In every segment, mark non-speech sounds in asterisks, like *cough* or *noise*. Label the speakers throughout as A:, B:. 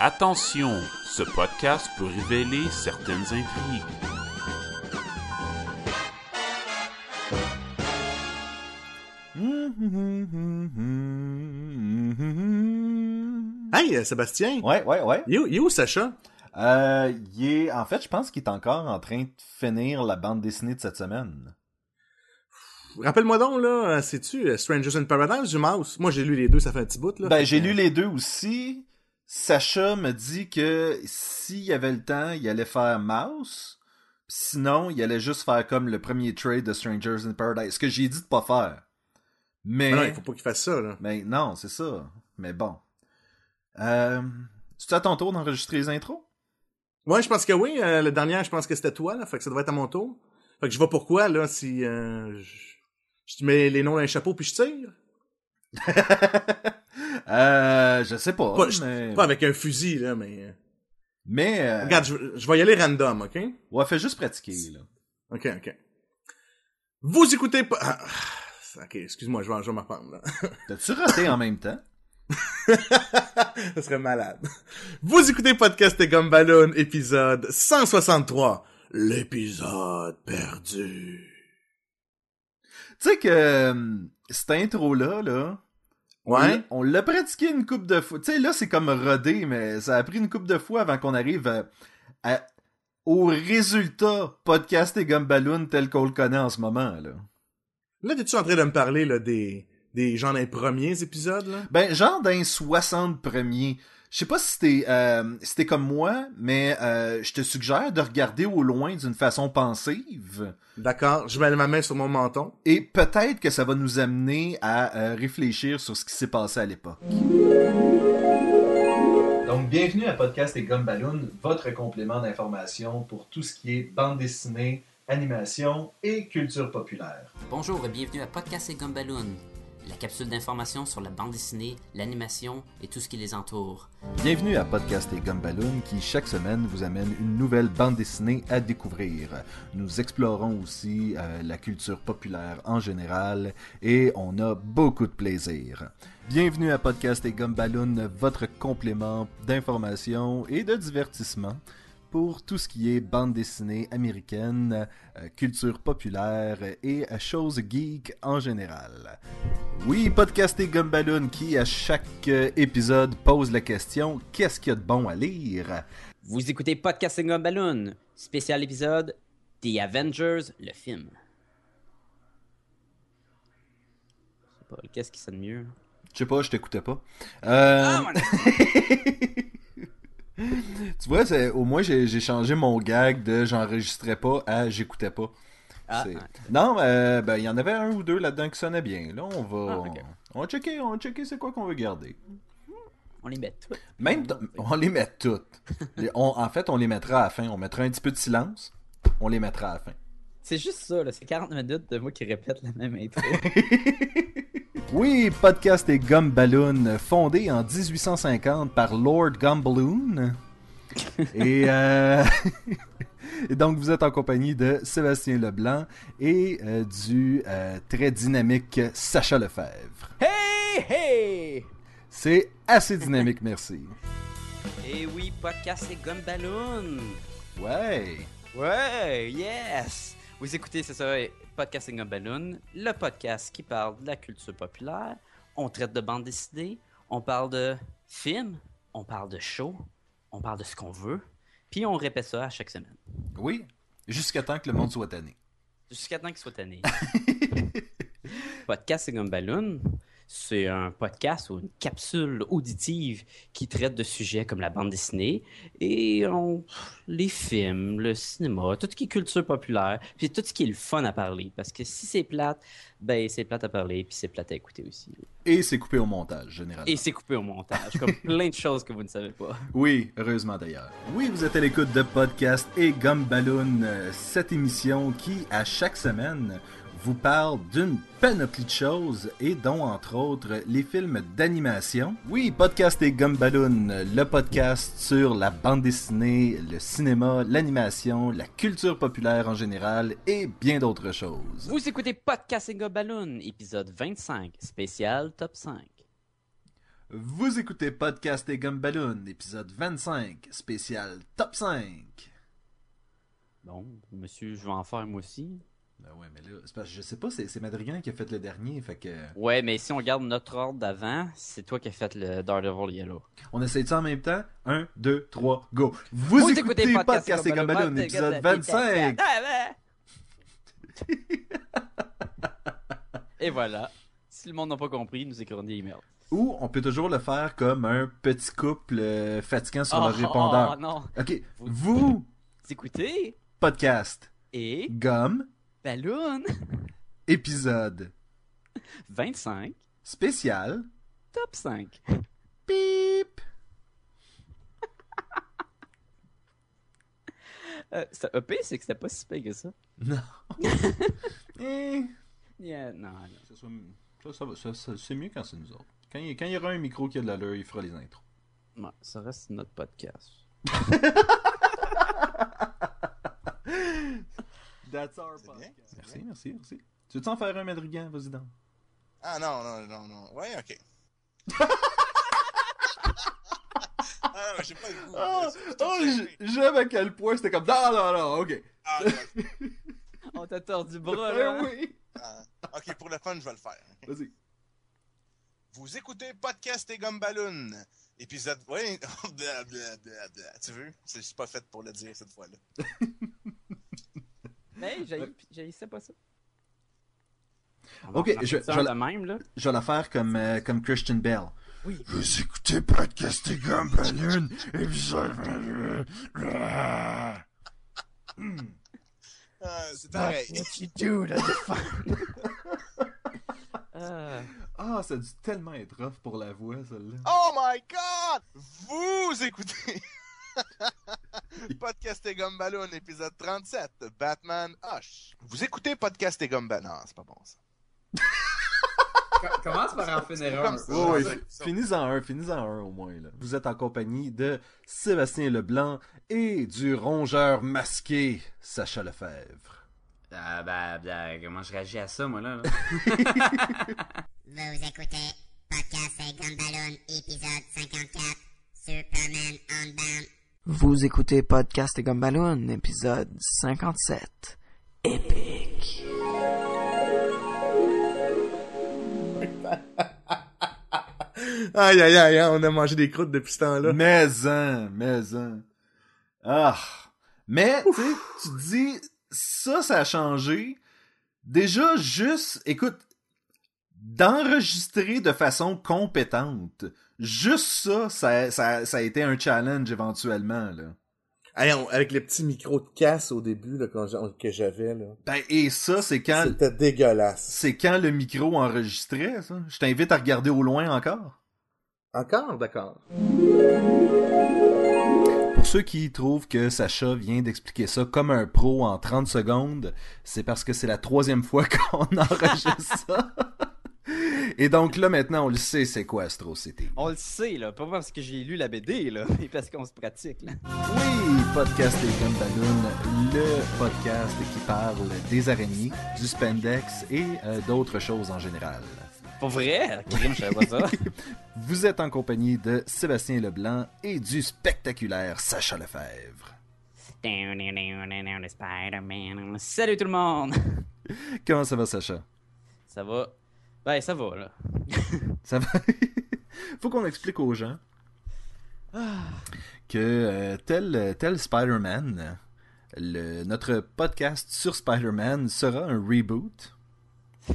A: Attention, ce podcast peut révéler certaines intrigues.
B: Hey, euh, Sébastien!
C: Ouais, ouais, ouais.
B: Il est où- il est où Sacha?
C: Euh, il est... En fait, je pense qu'il est encore en train de finir la bande dessinée de cette semaine.
B: Rappelle-moi donc, là, euh, sais-tu euh, Strangers in Paradise ou Mouse? Moi, j'ai lu les deux, ça fait euh, un petit bout, là.
C: Ben, j'ai lu les deux aussi. Sacha me dit que s'il y avait le temps, il allait faire Mouse. Pis Sinon, il allait juste faire comme le premier trade de Strangers in Paradise, ce que j'ai dit de pas faire. Mais...
B: Ah non, il faut pas qu'il fasse ça, là.
C: Mais non, c'est ça. Mais bon. Euh... C'est à ton tour d'enregistrer les intros?
B: Ouais, je pense que oui. euh, le dernier, je pense que c'était toi, là. Fait que ça doit être à mon tour. Fait que je vois pourquoi, là, si euh, je... je te mets les noms dans un chapeau puis je tire.
C: euh, je sais pas.
B: Pas, je-
C: mais...
B: pas avec un fusil, là, mais... euh,
C: mais euh,
B: Regarde, je, je vais y aller random, OK?
C: ouais, fais juste pratiquer, là.
B: OK, OK. Vous écoutez pas... Ah, ah, OK, excuse-moi, je vais, je vais m'en prendre, là.
C: T'as-tu raté en même temps?
B: *laughs* Ça serait malade. Vous écoutez Podcast et Gomme Ballon, épisode 163. L'épisode perdu.
C: Tu sais que euh, cette intro-là, là, on l'a- on l'a pratiqué une coupe de fois. Tu sais, là, c'est comme rodé, mais ça a pris une coupe de fois avant qu'on arrive à- à- au résultat podcast et gumballoon tel qu'on le connaît en ce moment, là.
B: Là, t'es-tu en train de me parler, là, des, des gens des premiers épisodes, là?
C: Ben, genre d'un 60 premier. Je sais pas si t'es euh, si t'es comme moi, mais euh, je te suggère de regarder au loin d'une façon pensive.
B: D'accord, je mets ma main sur mon menton.
C: Et peut-être que ça va nous amener à euh, réfléchir sur ce qui s'est passé à l'époque. Donc, bienvenue à Podcast et Gomme Balloon, votre complément d'information pour tout ce qui est bande dessinée, animation et culture populaire.
D: Bonjour et bienvenue à Podcast et Gumballoon, la capsule d'information sur la bande dessinée, l'animation et tout ce qui les entoure.
C: Bienvenue à Podcast et Gomme Balloon qui, chaque semaine, vous amène une nouvelle bande dessinée à découvrir. Nous explorons aussi euh, la culture populaire en général et on a beaucoup de plaisir. Bienvenue à Podcast et Gumballoon, votre complément d'information et de divertissement pour tout ce qui est bande dessinée américaine, euh, culture populaire et euh, choses geek en général. Oui, Podcast et Gumballoon qui, à chaque euh, épisode, pose la question « Qu'est-ce qu'il y a de bon à lire?
D: Vous écoutez Podcast et Gumballoon, spécial épisode The Avengers, le film. Je sais pas, Qu'est-ce qui sonne mieux? »
C: Je sais pas, je t'écoutais pas. Euh,
D: Ah!
C: tu vois, c'est- au moins j'ai j'ai changé mon gag de j'enregistrais pas à j'écoutais pas.
D: Ah,
C: C'est-
D: ouais.
C: Non, euh, ben il y en avait un ou deux là-dedans qui sonnaient bien. Là, on va,
D: Ah, ok.
C: on va checker, on va checker c'est quoi qu'on veut garder.
D: On les met tous.
C: Même, t- on les met
D: *laughs*
C: toutes. Les- on- en fait, on les mettra à la fin. On mettra un petit peu de silence. On les mettra à la fin.
D: C'est juste ça, là, c'est 40 minutes de moi qui répète la même intro.
C: Oui, podcast et Gumballoon, fondé en 1850 par Lord Gumballoon. et, euh, *laughs* et donc, vous êtes en compagnie de Sébastien Leblanc et euh, du euh, très dynamique Sacha Lefebvre.
D: *laughs* hey, hey!
C: C'est assez dynamique, merci.
D: Et Eh oui, Podcast et Gumballoon!
C: Ouais.
D: Ouais, yes! Vous écoutez, c'est ça, Podcasting a Balloon, le podcast qui parle de la culture populaire. On traite de bande dessinée, on parle de films, on parle de shows, on parle de ce qu'on veut, puis on répète ça à chaque semaine.
C: Oui, jusqu'à temps que le monde soit tanné.
D: Jusqu'à temps qu'il soit tanné. *laughs* Podcasting a Balloon, c'est un podcast ou une capsule auditive qui traite de sujets comme la bande dessinée et on- les films, le cinéma, tout ce qui est culture populaire, puis tout ce qui est le fun à parler. Parce que si c'est plate, ben c'est plate à parler, puis c'est plate à écouter aussi.
C: Et c'est coupé au montage, généralement.
D: Et c'est coupé au montage, comme plein de choses que vous ne savez pas.
C: Oui, heureusement d'ailleurs. Oui, vous êtes à l'écoute de Podcast et Gomme Balloon, euh, cette émission qui, à chaque semaine, vous parle d'une panoplie de choses et dont, entre autres, les films d'animation. Oui, Podcast et Gomme Balloon, euh, le podcast sur la bande dessinée, le cinéma, l'animation, la culture populaire en général et bien d'autres choses.
D: Vous écoutez Podcasting a Balloon, épisode 25, spécial top 5.
C: Vous écoutez Podcast et Gumballoon, épisode 25, spécial Top 5.
D: Bon, monsieur, je vais en faire moi aussi.
C: Ben ouais, mais là, c'est parce que je sais pas, c'est, c'est Madrigan qui a fait le dernier, fait que...
D: Ouais, mais si on garde notre ordre d'avant, c'est toi qui as fait le Daredevil Yellow.
C: On essaye ça en même temps? 1, 2, 3, go! Vous, écoutez, Podcast et Gumballoon, épisode 25!
D: *laughs* Et voilà. Si le monde n'a pas compris, nous écrivons des emails.
C: Ou on peut toujours le faire comme un petit couple euh, fatigant sur
D: oh,
C: le répondeur.
D: oh, non.
C: Ok,
D: Vous-
C: vous,
D: Écoutez.
C: Podcast,
D: Et
C: Gomme,
D: Balloon
C: épisode
D: 25,
C: spécial,
D: top 5.
C: pip!
D: Euh, c'est EP, c'est que c'était pas si pire que ça.
C: Non. Eh,
D: Yeah, non, non.
C: que ce soit- ça, ça va- ça- ça- c'est mieux quand c'est nous autres. Quand il, quand il y aura un micro qui a de l'allure, il fera les intros.
D: Ouais, ça reste notre podcast.
C: Merci, merci, merci. Tu veux-tu en faire un, Madrigan? Vas-y donc.
B: Ah non, non, non, non. Ouais, ok. *laughs* ah non, mais j'ai pas le goût.
C: Ah,
B: Je- je-
C: oh,
B: je-
C: j- j'aime à quel point c'était comme... Non, non, non, ok.
B: Ah, non,
D: On t'a tordu *laughs* bras, là.
C: Ben oui!
B: ah, ok, pour le fun, je vais le faire.
C: Vas-y.
B: Vous écoutez Podcast et Gumballoon. Épisode. Oui, *laughs* bla, bla, bla, bla. Tu veux? C'est juste pas fait pour le dire cette fois-là.
D: Mais j'haïs- j'haïssais pas ça.
C: Ok,
D: On va
C: je-
D: faire ça
C: je-
D: de même, là.
C: Je vais la faire comme, euh, comme Christian Bell.
D: Oui.
C: Vous écoutez Podcast et Gumballoon, épisode
B: Ah, c'est
E: Bah,
C: Ben,
B: pareil.
D: *laughs* Ah,
C: Ah, ça a dû tellement être rough pour la voix, celle-là.
B: Oh my god! Vous écoutez. *laughs* Podcast et Gumballoon, épisode 37. Batman Hush. Vous écoutez Podcast et Gumballoon. Non, c'est pas bon ça.
F: Com- Commence par en finir un.
B: Comme ça.
C: Oh, oui,
B: Ça,
C: fi-
B: Ah, ça.
C: finis-en un, finis-en un au moins. Là. Vous êtes en compagnie de Sébastien Leblanc et du rongeur masqué, Sacha Lefebvre.
F: Ah, bah, bah, comment je réagis à ça, moi, là? là?
G: Vous écoutez Podcast et Gumballoon, épisode 54, Superman Unbound.
H: Vous écoutez Podcast et Gumballoon, épisode 57. Épique.
E: Aïe, aïe, aïe, hein, on a mangé des croûtes depuis ce temps-là.
C: Maison, maison. hein, Ah. Mais, tu sais, tu te dis, ça, ça a changé. Déjà, juste, écoute, d'enregistrer de façon compétente. Juste ça, ça, ça, ça a été un challenge éventuellement, là.
E: Hey, on- avec les petits micros de casse au début là, quand j'a- que j'avais, là.
C: Ben, et ça, c'est quand,
E: C'était dégueulasse.
C: c'est quand le micro enregistrait, ça. Je t'invite à regarder au loin encore.
E: Encore, d'accord.
C: Pour ceux qui trouvent que Sacha vient d'expliquer ça comme un pro en 30 secondes, c'est parce que c'est la troisième fois *laughs* qu'on enregistre ça. Et donc là, maintenant, on le sait, c'est quoi Astro City.
D: on le sait, là. Pas parce que j'ai lu la BD, là, mais parce qu'on se pratique, là.
C: Oui, Podcast et Gumballoon, le podcast qui parle des araignées, du spandex et euh, d'autres choses en général.
D: Pour vrai? Crime, je savais *laughs* pas ça.
C: Vous êtes en compagnie de Sébastien Leblanc et du spectaculaire Sacha Lefebvre.
D: Down, down, down, down, down, the Spider-Man. Salut tout le monde!
C: Comment ça va, Sacha?
D: Ça va? Ben, ça va, là.
C: Ça va. *laughs* Faut qu'on explique aux gens que euh, tel, tel Spider-Man, le- notre podcast sur Spider-Man sera un reboot.
D: *laughs*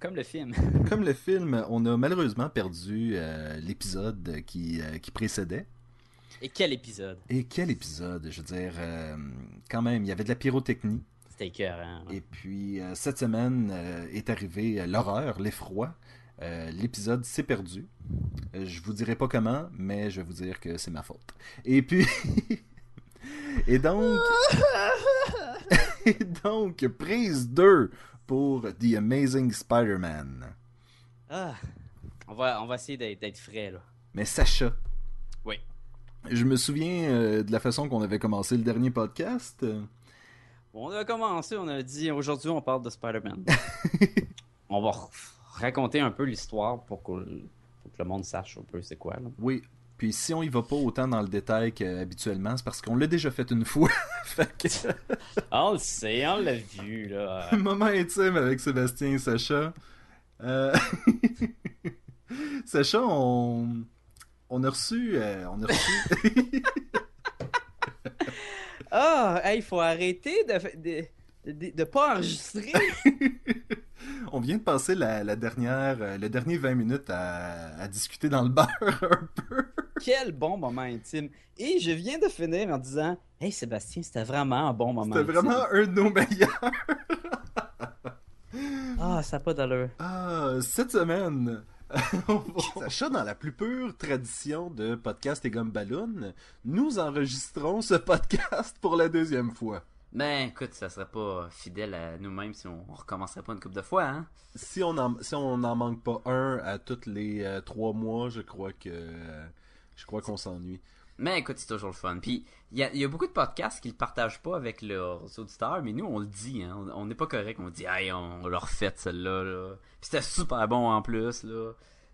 D: Comme le film.
C: Comme le film, on a malheureusement perdu euh, l'épisode qui, euh, qui précédait.
D: Et quel épisode?
C: Et quel épisode, je veux dire, euh, quand même, il y avait de la pyrotechnie.
D: C'était écœurant.
C: Et puis, euh, cette semaine euh, est arrivée euh, l'horreur, l'effroi. Euh, L'épisode s'est perdu. Euh, je vous dirai pas comment, mais je vais vous dire que c'est ma faute. Et puis. *laughs* Et donc. *laughs* Et donc, prise 2 pour The Amazing Spider-Man.
D: Ah! On va, on va essayer d'être, d'être frais, là.
C: Mais Sacha.
D: Oui.
C: Je me souviens euh, de la façon qu'on avait commencé le dernier podcast. Euh,
D: On a commencé, on a dit aujourd'hui on *laughs* parle de Spider-Man. on va r- raconter un peu l'histoire pour qu'on pour que le monde sache un peu c'est quoi. là.
C: Oui. Puis si on y va pas autant dans le détail qu'habituellement, c'est parce qu'on l'a déjà fait une fois. fait que,
D: Ah, On le sait, on l'a vu,
C: *laughs*
D: là.
C: moment intime avec Sébastien et Sacha. Euh, *laughs* Sacha, on... on a reçu... euh, on a reçu...
D: *laughs* Ah, il faut arrêter de, de, de- de pas *laughs* enregistrer.
C: on vient de passer la, la dernière... euh, le dernier 20 minutes à, à discuter dans le bar un peu.
D: Quel bon moment intime. Et je viens de finir en disant Hey Sébastien, c'était vraiment un bon moment.
C: C'était
D: intime.
C: vraiment un de nos meilleurs.
D: Ah, ça n'a pas d'allure.
C: Ah, cette semaine... *laughs* on va- Sacha, dans la plus pure tradition de podcast et gomme ballon, nous enregistrons ce podcast pour la deuxième fois.
I: Ben écoute, ça serait pas fidèle à nous-mêmes si on, on recommencerait pas une couple de fois, hein?
C: Si on en, si on n'en manque pas un à tous les euh, trois mois, je crois que euh, je crois qu'on s'ennuie.
I: Mais écoute, c'est toujours le fun. Puis il y a, il y a beaucoup de podcasts qui le partagent pas avec leurs auditeurs, mais nous on le dit, hein. On- On n'est pas correct, on dit Hey, on l'a refait celle-là là. Puis c'était super bon en plus là.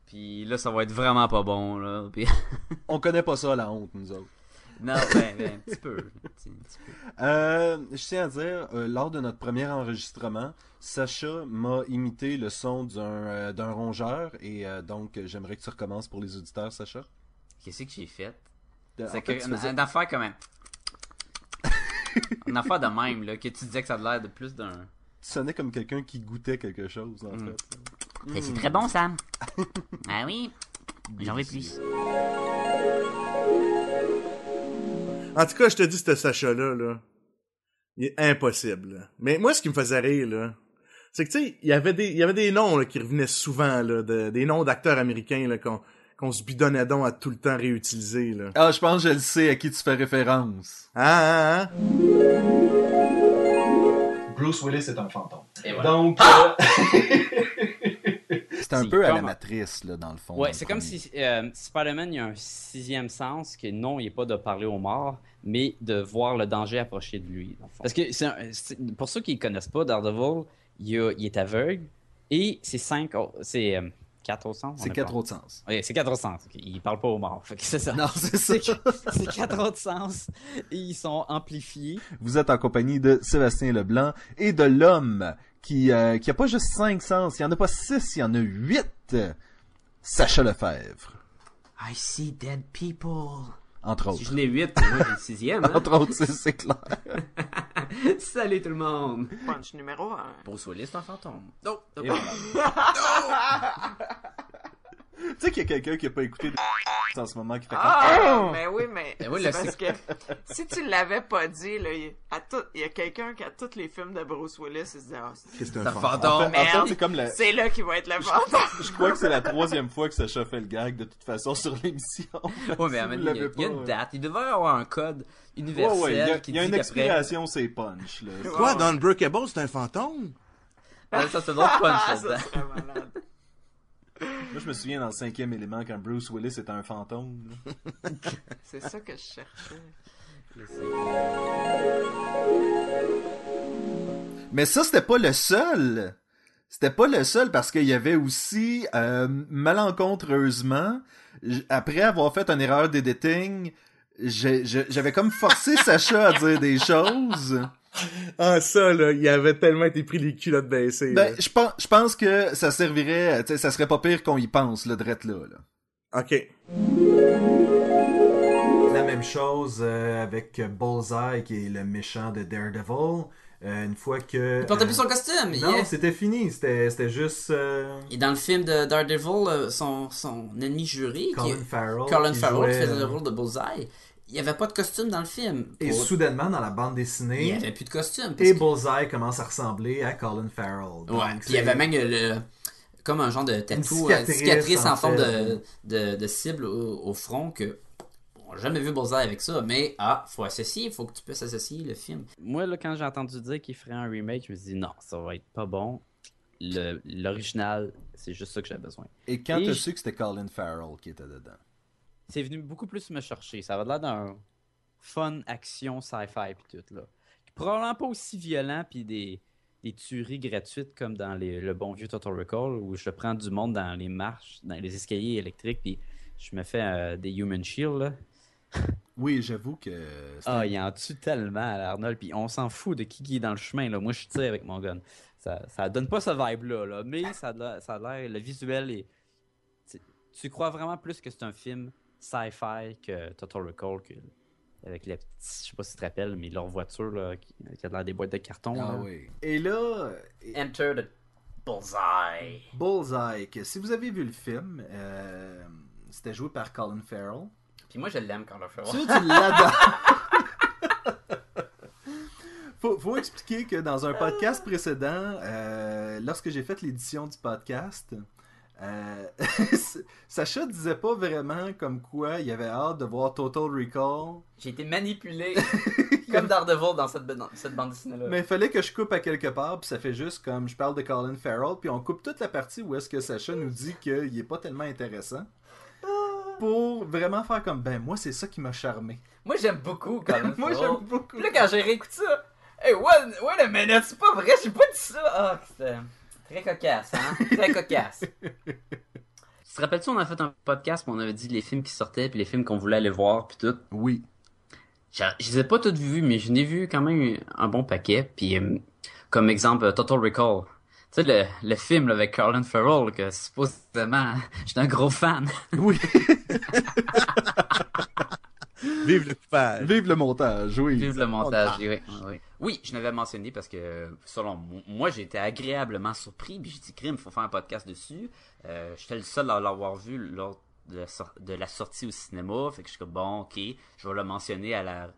I: Puis là ça va être vraiment pas bon là. Puis *laughs*
C: On connaît pas ça la honte nous autres.
I: non, ben, ben, un petit peu. un petit- un petit peu.
C: Euh, je tiens à dire, euh, lors de notre premier enregistrement, Sacha m'a imité le son d'un euh, d'un rongeur et euh, donc euh, j'aimerais que tu recommences pour les auditeurs, Sacha.
I: Qu'est-ce que j'ai fait?
C: Euh, en
I: C'est
C: fait, tu
I: que,
C: faisais-
I: une affaire comme un... *laughs* une affaire de même là, que tu disais que ça a l'air de plus d'un.
C: tu sonnais comme quelqu'un qui goûtait quelque chose en
D: Hmm.
I: Mm.
C: fait. Hmm.
I: Mais c'est très bon ça. *laughs* ah oui. J'en veux plus.
B: En tout cas, je te dis, ce Sacha-là, là, il est impossible. là. Mais moi, ce qui me faisait rire, là, c'est que, tu sais, il y avait des, il y avait des noms là, qui revenaient souvent, là, de- des noms d'acteurs américains là, qu'on qu'on se bidonnait donc à tout le temps réutiliser. Là.
C: Ah, je pense que je le sais à qui tu fais référence.
B: Ah, ah, ah.
J: Bruce Willis est un fantôme.
I: Et voilà.
J: Donc, euh,
C: C'est un
D: C'est
C: peu à la
D: comme-
C: matrice là dans le fond. dans
D: Ouais,
C: le
D: c'est comme
C: premier.
D: si euh, Spider-Man, il y a un sixième sens que non, il n'est pas de parler aux morts, mais de voir le danger approcher de lui. dans le fond. Parce que c'est un- c'est- pour ceux qui ne connaissent pas, Daredevil, il, a- il est aveugle et c'est cinq, au- c'est euh, quatre au sens. on
C: c'est
D: est
C: quatre
D: pas-
C: autres sens.
D: Ouais, c'est quatre au sens. ok, Il parle pas aux morts. *laughs* fait que C'est ça.
C: Non, c'est ça.
D: C'est *laughs* c'est quatre autres sens et ils sont amplifiés.
C: Vous êtes en compagnie de Sébastien Leblanc et de l'homme qui euh, qui a pas juste cinq sens, il y en a pas six, il y en a huit. Sacha Lefebvre,
I: I see dead people.
C: entre
I: Si
C: autres.
I: je l'ai 8, moi j'ai le
C: *laughs*
I: sixième. Hein?
C: Entre autres, c'est- c'est clair.
I: Salut tout le monde.
H: Punch numéro 1.
I: Bruce Willis, c'est un fantôme. Eh, Non,
C: Et voilà. tu sais qu'il y a quelqu'un qui a pas écouté le en ce moment qui fait comme-
H: Ah! Mais oui, mais
I: Ben oui,
H: c'est
I: le
H: parce
I: six-
H: que si tu l'avais pas dit, là, il, à tout- il y a quelqu'un qui a tous les films de Bruce Willis, il se dit « Ah, c'est-
B: Qu'est-ce que c'est
I: c'est un
B: un fantôme?
I: fantôme.
C: En fait, c'est comme la-
H: c'est là qu'il va être le fantôme.
C: Euh, Je crois que c'est la troisième fois que Sacha fait le gag de toute façon sur l'émission.
I: Ouais, mais
C: Si
I: à un
C: vous
I: moment donné, il y a-
C: l'avez
I: il y a
C: pas,
I: une
C: euh.
I: date. Il devait y avoir un code universel
C: Ouais, ouais, il y a,
I: qui
C: il y a
I: dit
C: une
I: qu'après.
C: expiration, c'est punch. Là.
B: Quoi, Don Brookable, c'est un fantôme?
I: *laughs* Ouais, Ça, c'est d'autres
H: Ah,
I: punch
H: ça *laughs*
I: là-dedans.
H: serait malade.
C: Moi, je me souviens dans le cinquième élément quand Bruce Willis était un fantôme. là.
H: C'est ça que je cherchais.
C: Mais ça, c'était pas le seul. C'était pas le seul parce qu'il y avait aussi, euh, malencontreusement, j- après avoir fait une erreur d'éditing, j'ai- j'ai- j'avais comme
D: *laughs*
C: forcé Sacha à dire des choses.
B: Ah, ça, là, il avait tellement été pris les culottes baissées.
C: Ben,
B: là.
C: je pense, je pense que ça servirait, tu sais, ça serait pas pire qu'on y pense, le drette là. là.
B: OK.
J: la même chose euh, avec Bullseye, qui est le méchant de Daredevil. Euh, une fois que.
I: Il portait plus son costume.
J: Non,
I: yeah.
J: c'était fini. C'était c'était juste euh,
I: Et dans le film de Daredevil, euh, son, son ennemi juré, qui,
J: Colin Farrell.
I: Colin
J: qui
I: Farrell, qui
J: jouait,
I: faisait le
J: euh,
I: rôle de Bullseye, il n'y avait pas de costume dans le film.
J: Et
I: Pour-
J: soudainement, dans la bande
I: Il n'y
J: dessinée,
I: avait plus de costume. parce
J: et
I: que-
J: Bullseye commence à ressembler à Colin Farrell. Donc,
I: Ouais, puis il
J: c'est-
I: y avait même euh, le, comme un genre de tatou, euh,
J: cicatrice,
I: cicatrice, en,
J: en
I: forme
J: fait.
I: de, de, de cible au, au front que. bon, On n'a jamais vu Bullseye avec ça, mais ah, faut associer, faut que tu puisses associer le film.
D: Moi, là, quand j'ai entendu dire qu'il ferait un remake, je me suis dit non, ça va être pas bon. Le- L'original, c'est juste ça que j'avais besoin.
C: Et quand
D: Et
C: t'as
D: je-
C: su que c'était Colin Farrell qui était dedans?
D: c'est venu beaucoup plus me chercher. Ça va l'air d'un fun action sci-fi puis tout là. Probablement pas aussi violent puis des des tueries gratuites comme dans les- le bon vieux Total Recall où je prends du monde dans les marches, dans les escaliers électriques, puis je me fais euh, des Human Shield. là.
C: *laughs* Oui, j'avoue que. c'est
D: Ah, il en tue tellement à Arnold, puis on s'en fout de qui qui est dans le chemin. Là. Moi, je tire avec mon gun. Ça, ça donne pas ce vibe-là, là, mais ça a l'air- ça a l'air, le visuel est. Tu, tu crois vraiment plus que c'est un film sci-fi que Total Recall, que, avec les petits, je sais pas si tu te rappelles, mais leur voiture là, qui, qui a l'air des boîtes de carton.
C: Ah
D: là.
C: oui. Et là,
I: Enter the bullseye.
C: Bullseye, que si vous avez vu le film, euh, c'était joué par Colin Farrell.
I: Puis moi, je l'aime quand on le fait.
C: Tu, tu l'adores. *laughs* faut, faut expliquer que dans un podcast précédent, euh, lorsque j'ai fait l'édition du podcast, euh, *laughs* Sacha disait pas vraiment comme quoi il avait hâte de voir Total Recall,
I: J'ai été *laughs* manipulé comme Daredevil dans cette, dans cette bande dessinée-là.
C: mais il fallait que je coupe à quelque part, puis ça fait juste comme je parle de Colin Farrell, puis on coupe toute la partie où est-ce que Sacha nous dit qu'il est pas tellement intéressant. Pour vraiment faire comme ben moi c'est ça qui m'a charmé.
I: Moi, j'aime beaucoup *laughs* quand même.
C: Moi j'aime beaucoup.
I: Puis là, quand j'ai réécouté ça, hey, wait, wait a minute, c'est pas vrai, j'ai pas dit ça. Ah, c'était très cocasse, hein? *laughs* Très cocasse. Tu te rappelles-tu, on a fait un podcast, où on avait dit les films qui sortaient, puis les films qu'on voulait aller voir, puis tout.
C: Oui.
I: Je, je les ai pas toutes vues, mais je n'ai vu quand même un bon paquet. Puis, euh, comme exemple, euh, Total Recall. Tu sais, le, le film là, avec Colin Farrell, que supposément, *laughs* j'étais un gros fan.
C: Oui.
B: Vive le coupage.
C: Vive le montage, oui.
I: Vive le montage, oui. oui, oui. Oui, je l'avais mentionné parce que, selon mo- moi, j'ai été agréablement surpris. Puis j'ai dit, crime, faut faire un podcast dessus. Euh, J'étais le seul à l'avoir vu lors de la, sor- de la sortie au cinéma. Fait que je suis comme, bon, ok, je vais le mentionner à la,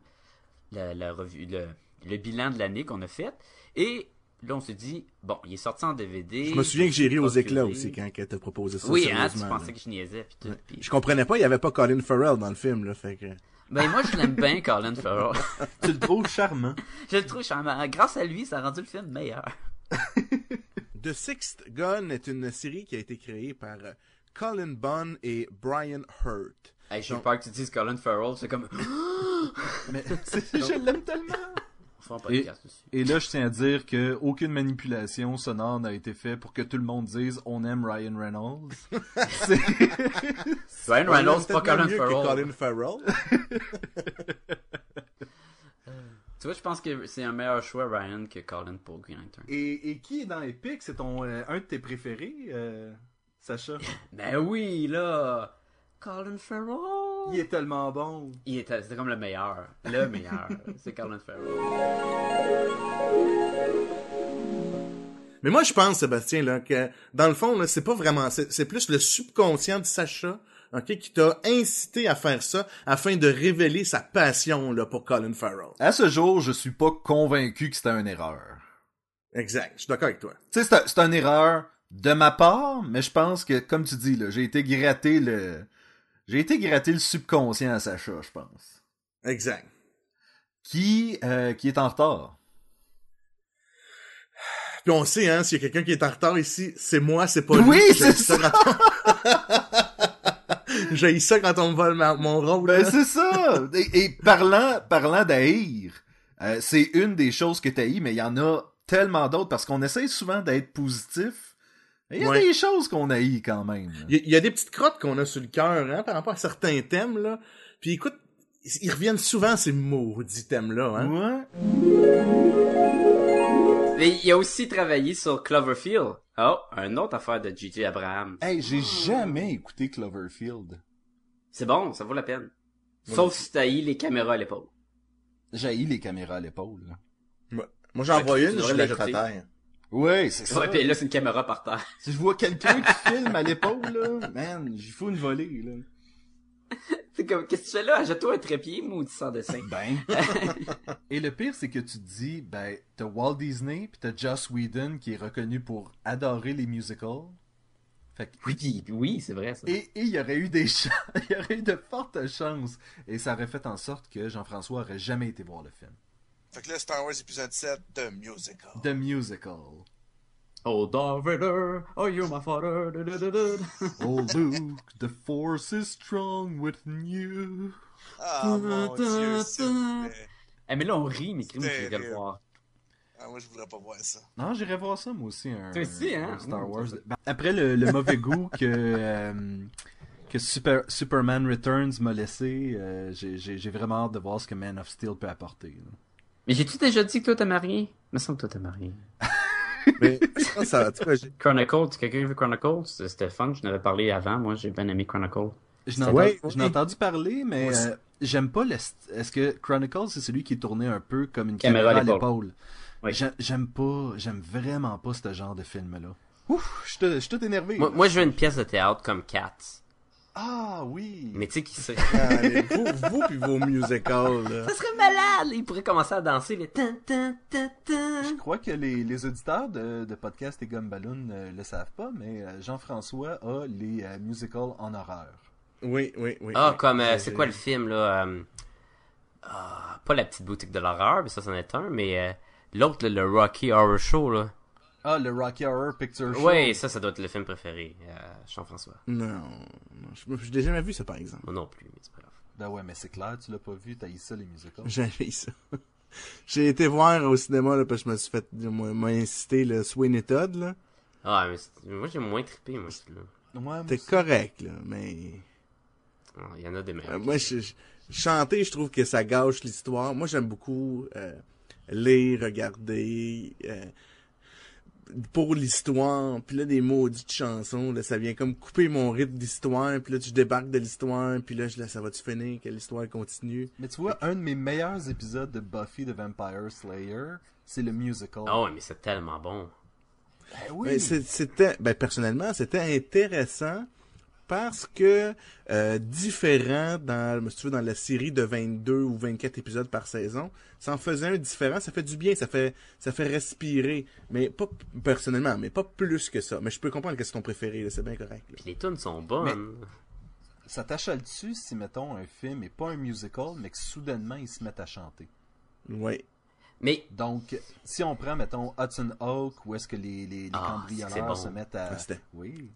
I: la, la revue, le, le bilan de l'année qu'on a fait. Et là, on se dit, bon, il est sorti en DVD.
B: Je me souviens que j'ai ri aux
I: Popular.
B: éclats aussi quand elle t'a proposé ça.
I: Oui, hein, tu
B: sérieusement,
I: pensais
B: là.
I: que je niaisais. Puis tout, puis-
B: Je comprenais pas, il y avait pas Colin Farrell dans le film, là, fait que...
I: Ben, moi, je l'aime bien, Colin Farrell.
K: Tu le trouves charmant.
I: je le trouve charmant. Grâce à lui, ça a rendu le film meilleur.
B: The Sixth Gun est une série qui a été créée par euh, Colin Bunn et Brian Hurt.
I: Hey, j'ai peur que tu dises Colin Farrell, c'est comme.
C: Mais *laughs* je l'aime tellement.
I: On fait un podcast dessus.
C: Et là, je tiens à dire que aucune manipulation sonore n'a été faite pour que tout le monde dise on aime Ryan Reynolds.
I: Ryan Reynolds, pas
B: Peut-être même
I: Colin
B: mieux
I: Farrell.
B: que Colin Farrell.
I: Tu vois, je pense que c'est un meilleur choix, Ryan, que Colin pour Green Lantern.
C: Et, et qui est dans Epic C'est ton euh, un de tes préférés, euh, Sacha.
I: Ben oui, là! Colin Farrell!
C: Il est tellement bon.
I: Il était- C'était comme le meilleur. Le meilleur. c'est Colin Farrell.
B: Mais moi, je pense, Sébastien, là, que dans le fond, là, c'est pas vraiment... C'est c'est plus le subconscient de Sacha, ok, qui t'a incité à faire ça afin de révéler sa passion, là, pour Colin Farrell.
C: À ce jour, je suis pas convaincu que c'était une erreur.
B: Exact, je suis d'accord avec toi.
C: Tu sais, c'est un- c'est une erreur de ma part, mais je pense que, comme tu dis, là, j'ai été gratter le, j'ai été gratter le subconscient à Sacha, je pense.
B: Exact.
C: Qui, euh, qui est en retard.
B: Puis on sait, hein, s'il y a quelqu'un qui est en retard ici, c'est moi, c'est pas
C: Oui,
B: lui.
C: c'est
B: J'haïs Quand... *laughs* J'ai ça quand on me vole ma- mon rôle.
C: Ben
B: là.
C: c'est ça. Et, et parlant, parlant d'haïr, euh, c'est une des choses que t'haïs, mais il y en a tellement d'autres parce qu'on essaye souvent d'être positif. mais Il y a
B: Ouais.
C: des choses qu'on haït quand même.
B: Il y, a- il y a des petites crottes qu'on a sur le cœur, hein, par rapport à certains thèmes, là. Puis écoute, ils- ils reviennent souvent, ces maudits thèmes-là, hein.
C: Ouais.
I: Mais il a aussi travaillé sur Cloverfield. Oh, un autre affaire de J.J. Abraham.
C: Hey, j'ai jamais écouté Cloverfield.
I: C'est bon, ça vaut la peine. Sauf si t'as eu les caméras à l'épaule.
C: J'haïs les caméras à l'épaule. là.
L: Moi, j'en
I: Ouais,
L: vois
I: tu
L: une,
I: devrais
L: je la jette à
I: l'ajouter.
L: terre.
C: Ouais, c'est ça.
I: Ouais, pis là, c'est une caméra par terre. *laughs*
C: Si je vois quelqu'un qui *laughs* filme à l'épaule, là, man, j'y fous une volée, là.
I: C'est comme, qu'est-ce que tu fais là? Jette-toi un trépied, maudit sans dessin.
C: Ben. Et le pire, c'est que tu te dis, ben, t'as Walt Disney pis t'as Joss Whedon qui est reconnu pour adorer les musicals. Fait que-
I: *laughs* Oui, oui, c'est vrai, ça.
C: Et et il y aurait eu des *laughs* chan- il y aurait eu de fortes chances. Et ça aurait fait en sorte que Jean-François aurait jamais été voir le film.
M: Fait que là, Star Wars épisode 7, The Musical.
C: The Musical.
I: Oh, Darth Vader, oh, you're my father, da, da, da, da.
C: Oh Luke, the force is strong with you.
M: Ah, mon Dieu, c'est...
I: Eh, mais là, on rit, mais crime, je vais le
M: Terrible.
I: voir.
N: Ah, moi, je voudrais pas voir ça.
C: Non, j'irai voir ça, moi aussi. Un,
I: Toi aussi, hein?
C: un Star
I: Ouh,
C: Wars. Ben, après le, le mauvais goût que, euh, que Super, Superman Returns m'a laissé, euh, j'ai- j'ai j'ai vraiment hâte de voir ce que Man of Steel peut apporter. là.
I: Mais j'ai-tu déjà dit que toi t'aimes rien? Il me semble que toi t'aimes rien.
J: *laughs*
O: Mais ça, ça, en tout cas, j'ai-
I: Chronicles, quelqu'un a vu Chronicles? C'était fun, je n'avais parlé avant, moi j'ai bien aimé Chronicles.
C: Je
I: C'était
C: n'ai
I: bon.
C: entendu- je n'ai entendu parler, mais euh, j'aime pas le. st- Est-ce que Chronicles, c'est celui qui est tourné un peu comme une caméra, à l'épaule? J'ai- J'aime pas, Oh, j'aime vraiment pas ce genre de film-là. Ouf, je suis tout- je suis tout énervé.
I: Moi,
C: là.
I: moi, je veux une pièce de théâtre comme Cats.
C: Ah oui!
I: Mais tu sais qui *laughs* c'est?
B: Ah, Allez, vous, vous puis vos musicals, là.
I: Ça serait malade! Il pourrait commencer à danser les tin, tin, tin,
C: Hein?
I: tin.
J: Je crois que les, les auditeurs de, de podcast et Gumballoon ne le savent pas, mais euh, Jean-François a les euh, musicals en horreur.
B: Oui, oui, oui.
I: Ah,
B: oui.
I: comme, euh,
B: J'ai-
I: c'est quoi le film, là? euh, ah, pas la petite boutique de l'horreur, mais ça, c'en est un, mais euh, l'autre, là, le Rocky Horror Show, là.
J: Ah, le Rocky Horror Picture Show.
I: Ouais, ça, ça doit être le film préféré, euh, Jean-François.
B: Non, non, je, je l'ai jamais vu, ça, par exemple.
I: Moi non plus, mais c'est pas grave.
J: Ben ouais, mais c'est clair, tu l'as pas vu, t'as eu ça les musicals.
B: J'ai jamais eu ça. *laughs* J'ai été voir au cinéma, là, parce que je me suis fait, moi, m'a incité le Sweeney Todd, là.
I: Ah, mais c'est- moi, j'ai moins trippé, moi, celui-là.
J: Ouais,
B: T'es correct, là, mais...
I: Ah, Il y en a des meilleurs.
B: Euh, moi, je, je- chanter, je trouve que ça gâche l'histoire. Moi, j'aime beaucoup euh, lire, regarder, euh, pour l'histoire. Puis là, des maudites chansons, là, ça vient comme couper mon rythme d'histoire. Puis là, tu débarques de l'histoire, puis là, je, là ça va-tu finir, que l'histoire continue?
J: Mais tu vois, un de mes meilleurs épisodes de Buffy the Vampire Slayer, c'est le musical.
I: Ah ouais, mais c'est tellement bon.
J: Ben
B: Ben,
J: oui!
B: c'est- c'était, ben, personnellement, c'était intéressant parce que euh, différent dans, si tu veux, dans la série de 22 ou 24 épisodes par saison, ça en faisait un différent, ça fait du bien, ça fait, ça fait respirer, mais pas personnellement, mais pas plus que ça. Mais je peux comprendre que c'est ton préféré, là, c'est bien correct. là.
I: Puis les tunes sont bonnes.
J: Ça t'achale dessus si, mettons, un film et pas un musical, mais que soudainement, ils se mettent à chanter.
B: Ouais.
I: Mais,
J: Donc, si on prend, mettons, Hudson Hawk, où est-ce que les, les, les
I: Ah, c'est
J: cambrioleurs
I: bon.
J: se mettent à...
B: Ah, c'était-
J: oui.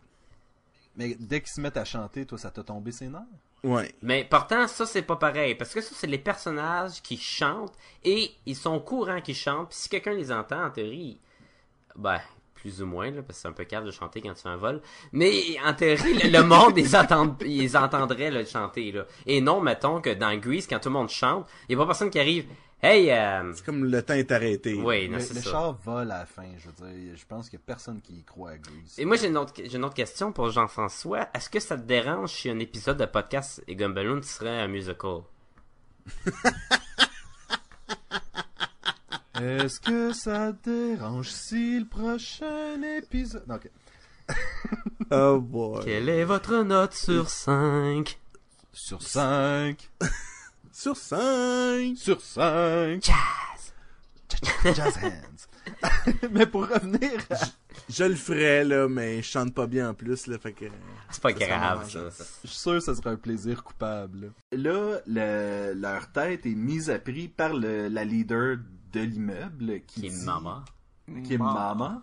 J: Mais dès qu'ils se mettent à chanter, toi, ça t'a tombé ses nerfs?
B: Ouais.
I: mais pourtant, ça, c'est pas pareil. Parce que ça, c'est les personnages qui chantent et ils sont au courant qu'ils chantent. Puis si quelqu'un les entend, en théorie, ben, plus ou moins, là, parce que c'est un peu calme de chanter quand tu fais un vol. Mais en théorie, le, le monde, ils, entendent, ils entendraient le chanter. Là. Et non, mettons que dans Grease, quand tout le monde chante, il n'y a pas personne qui arrive. Hey, euh...
B: C'est comme le temps est arrêté.
I: Oui, Eh, non,
J: Le,
I: c'est
J: le
I: ça.
J: char vole à la fin, je veux dire. Je pense qu'il n'y a personne qui y croit à Grease.
I: Et moi, j'ai une, autre- j'ai une autre question pour Jean-François. Est-ce que ça te dérange si un épisode de podcast et Gumballoon serait un musical?
J: Est-ce que ça te dérange si le prochain épisode... Non, ok.
B: Oh boy.
I: Quelle est votre note sur 5?
J: Sur 5.
B: Sur 5!
J: Sur 5. Jazz. Jazz hands. *laughs* Mais pour revenir à...
B: Je le ferais, là, mais je chante pas bien en plus, là, fait que...
I: C'est pas
B: Ça, ça
I: grave,
B: m'arrange.
I: ça. ça.
J: Je suis sûr que ça serait un plaisir coupable. Là, le- leur tête est mise à prix par le- la leader de l'immeuble qui,
I: Qui est
J: dit-
I: maman.
J: Qui est maman.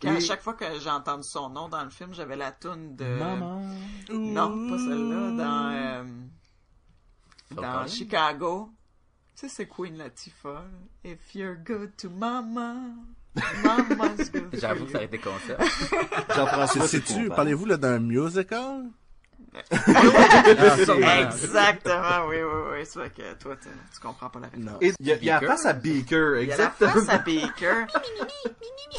H: Quand
J: Et-
H: à chaque euh, fois que j'ai entendu son nom dans le film, j'avais la toune de.
J: Maman.
H: Non, pas celle-là, dans, euh, dans
I: Encore.
H: Chicago. Tu sais, c'est Queen Latifah. là. If you're good to mama, mama's
I: *laughs*
H: good to
I: J'avoue
H: you.
I: que ça aurait été comme ça.
J: Jean-François, c'est
B: Sais-tu, Ah, parlez-vous, là, d'un musical? Ah, *laughs*
H: Exactement, oui, oui, oui. C'est vrai que toi, tu tu comprends pas la réponse.
B: Non.
J: Il y, a- il y a la face à Beaker,
H: Il y a la
J: exactement.
H: face à Baker,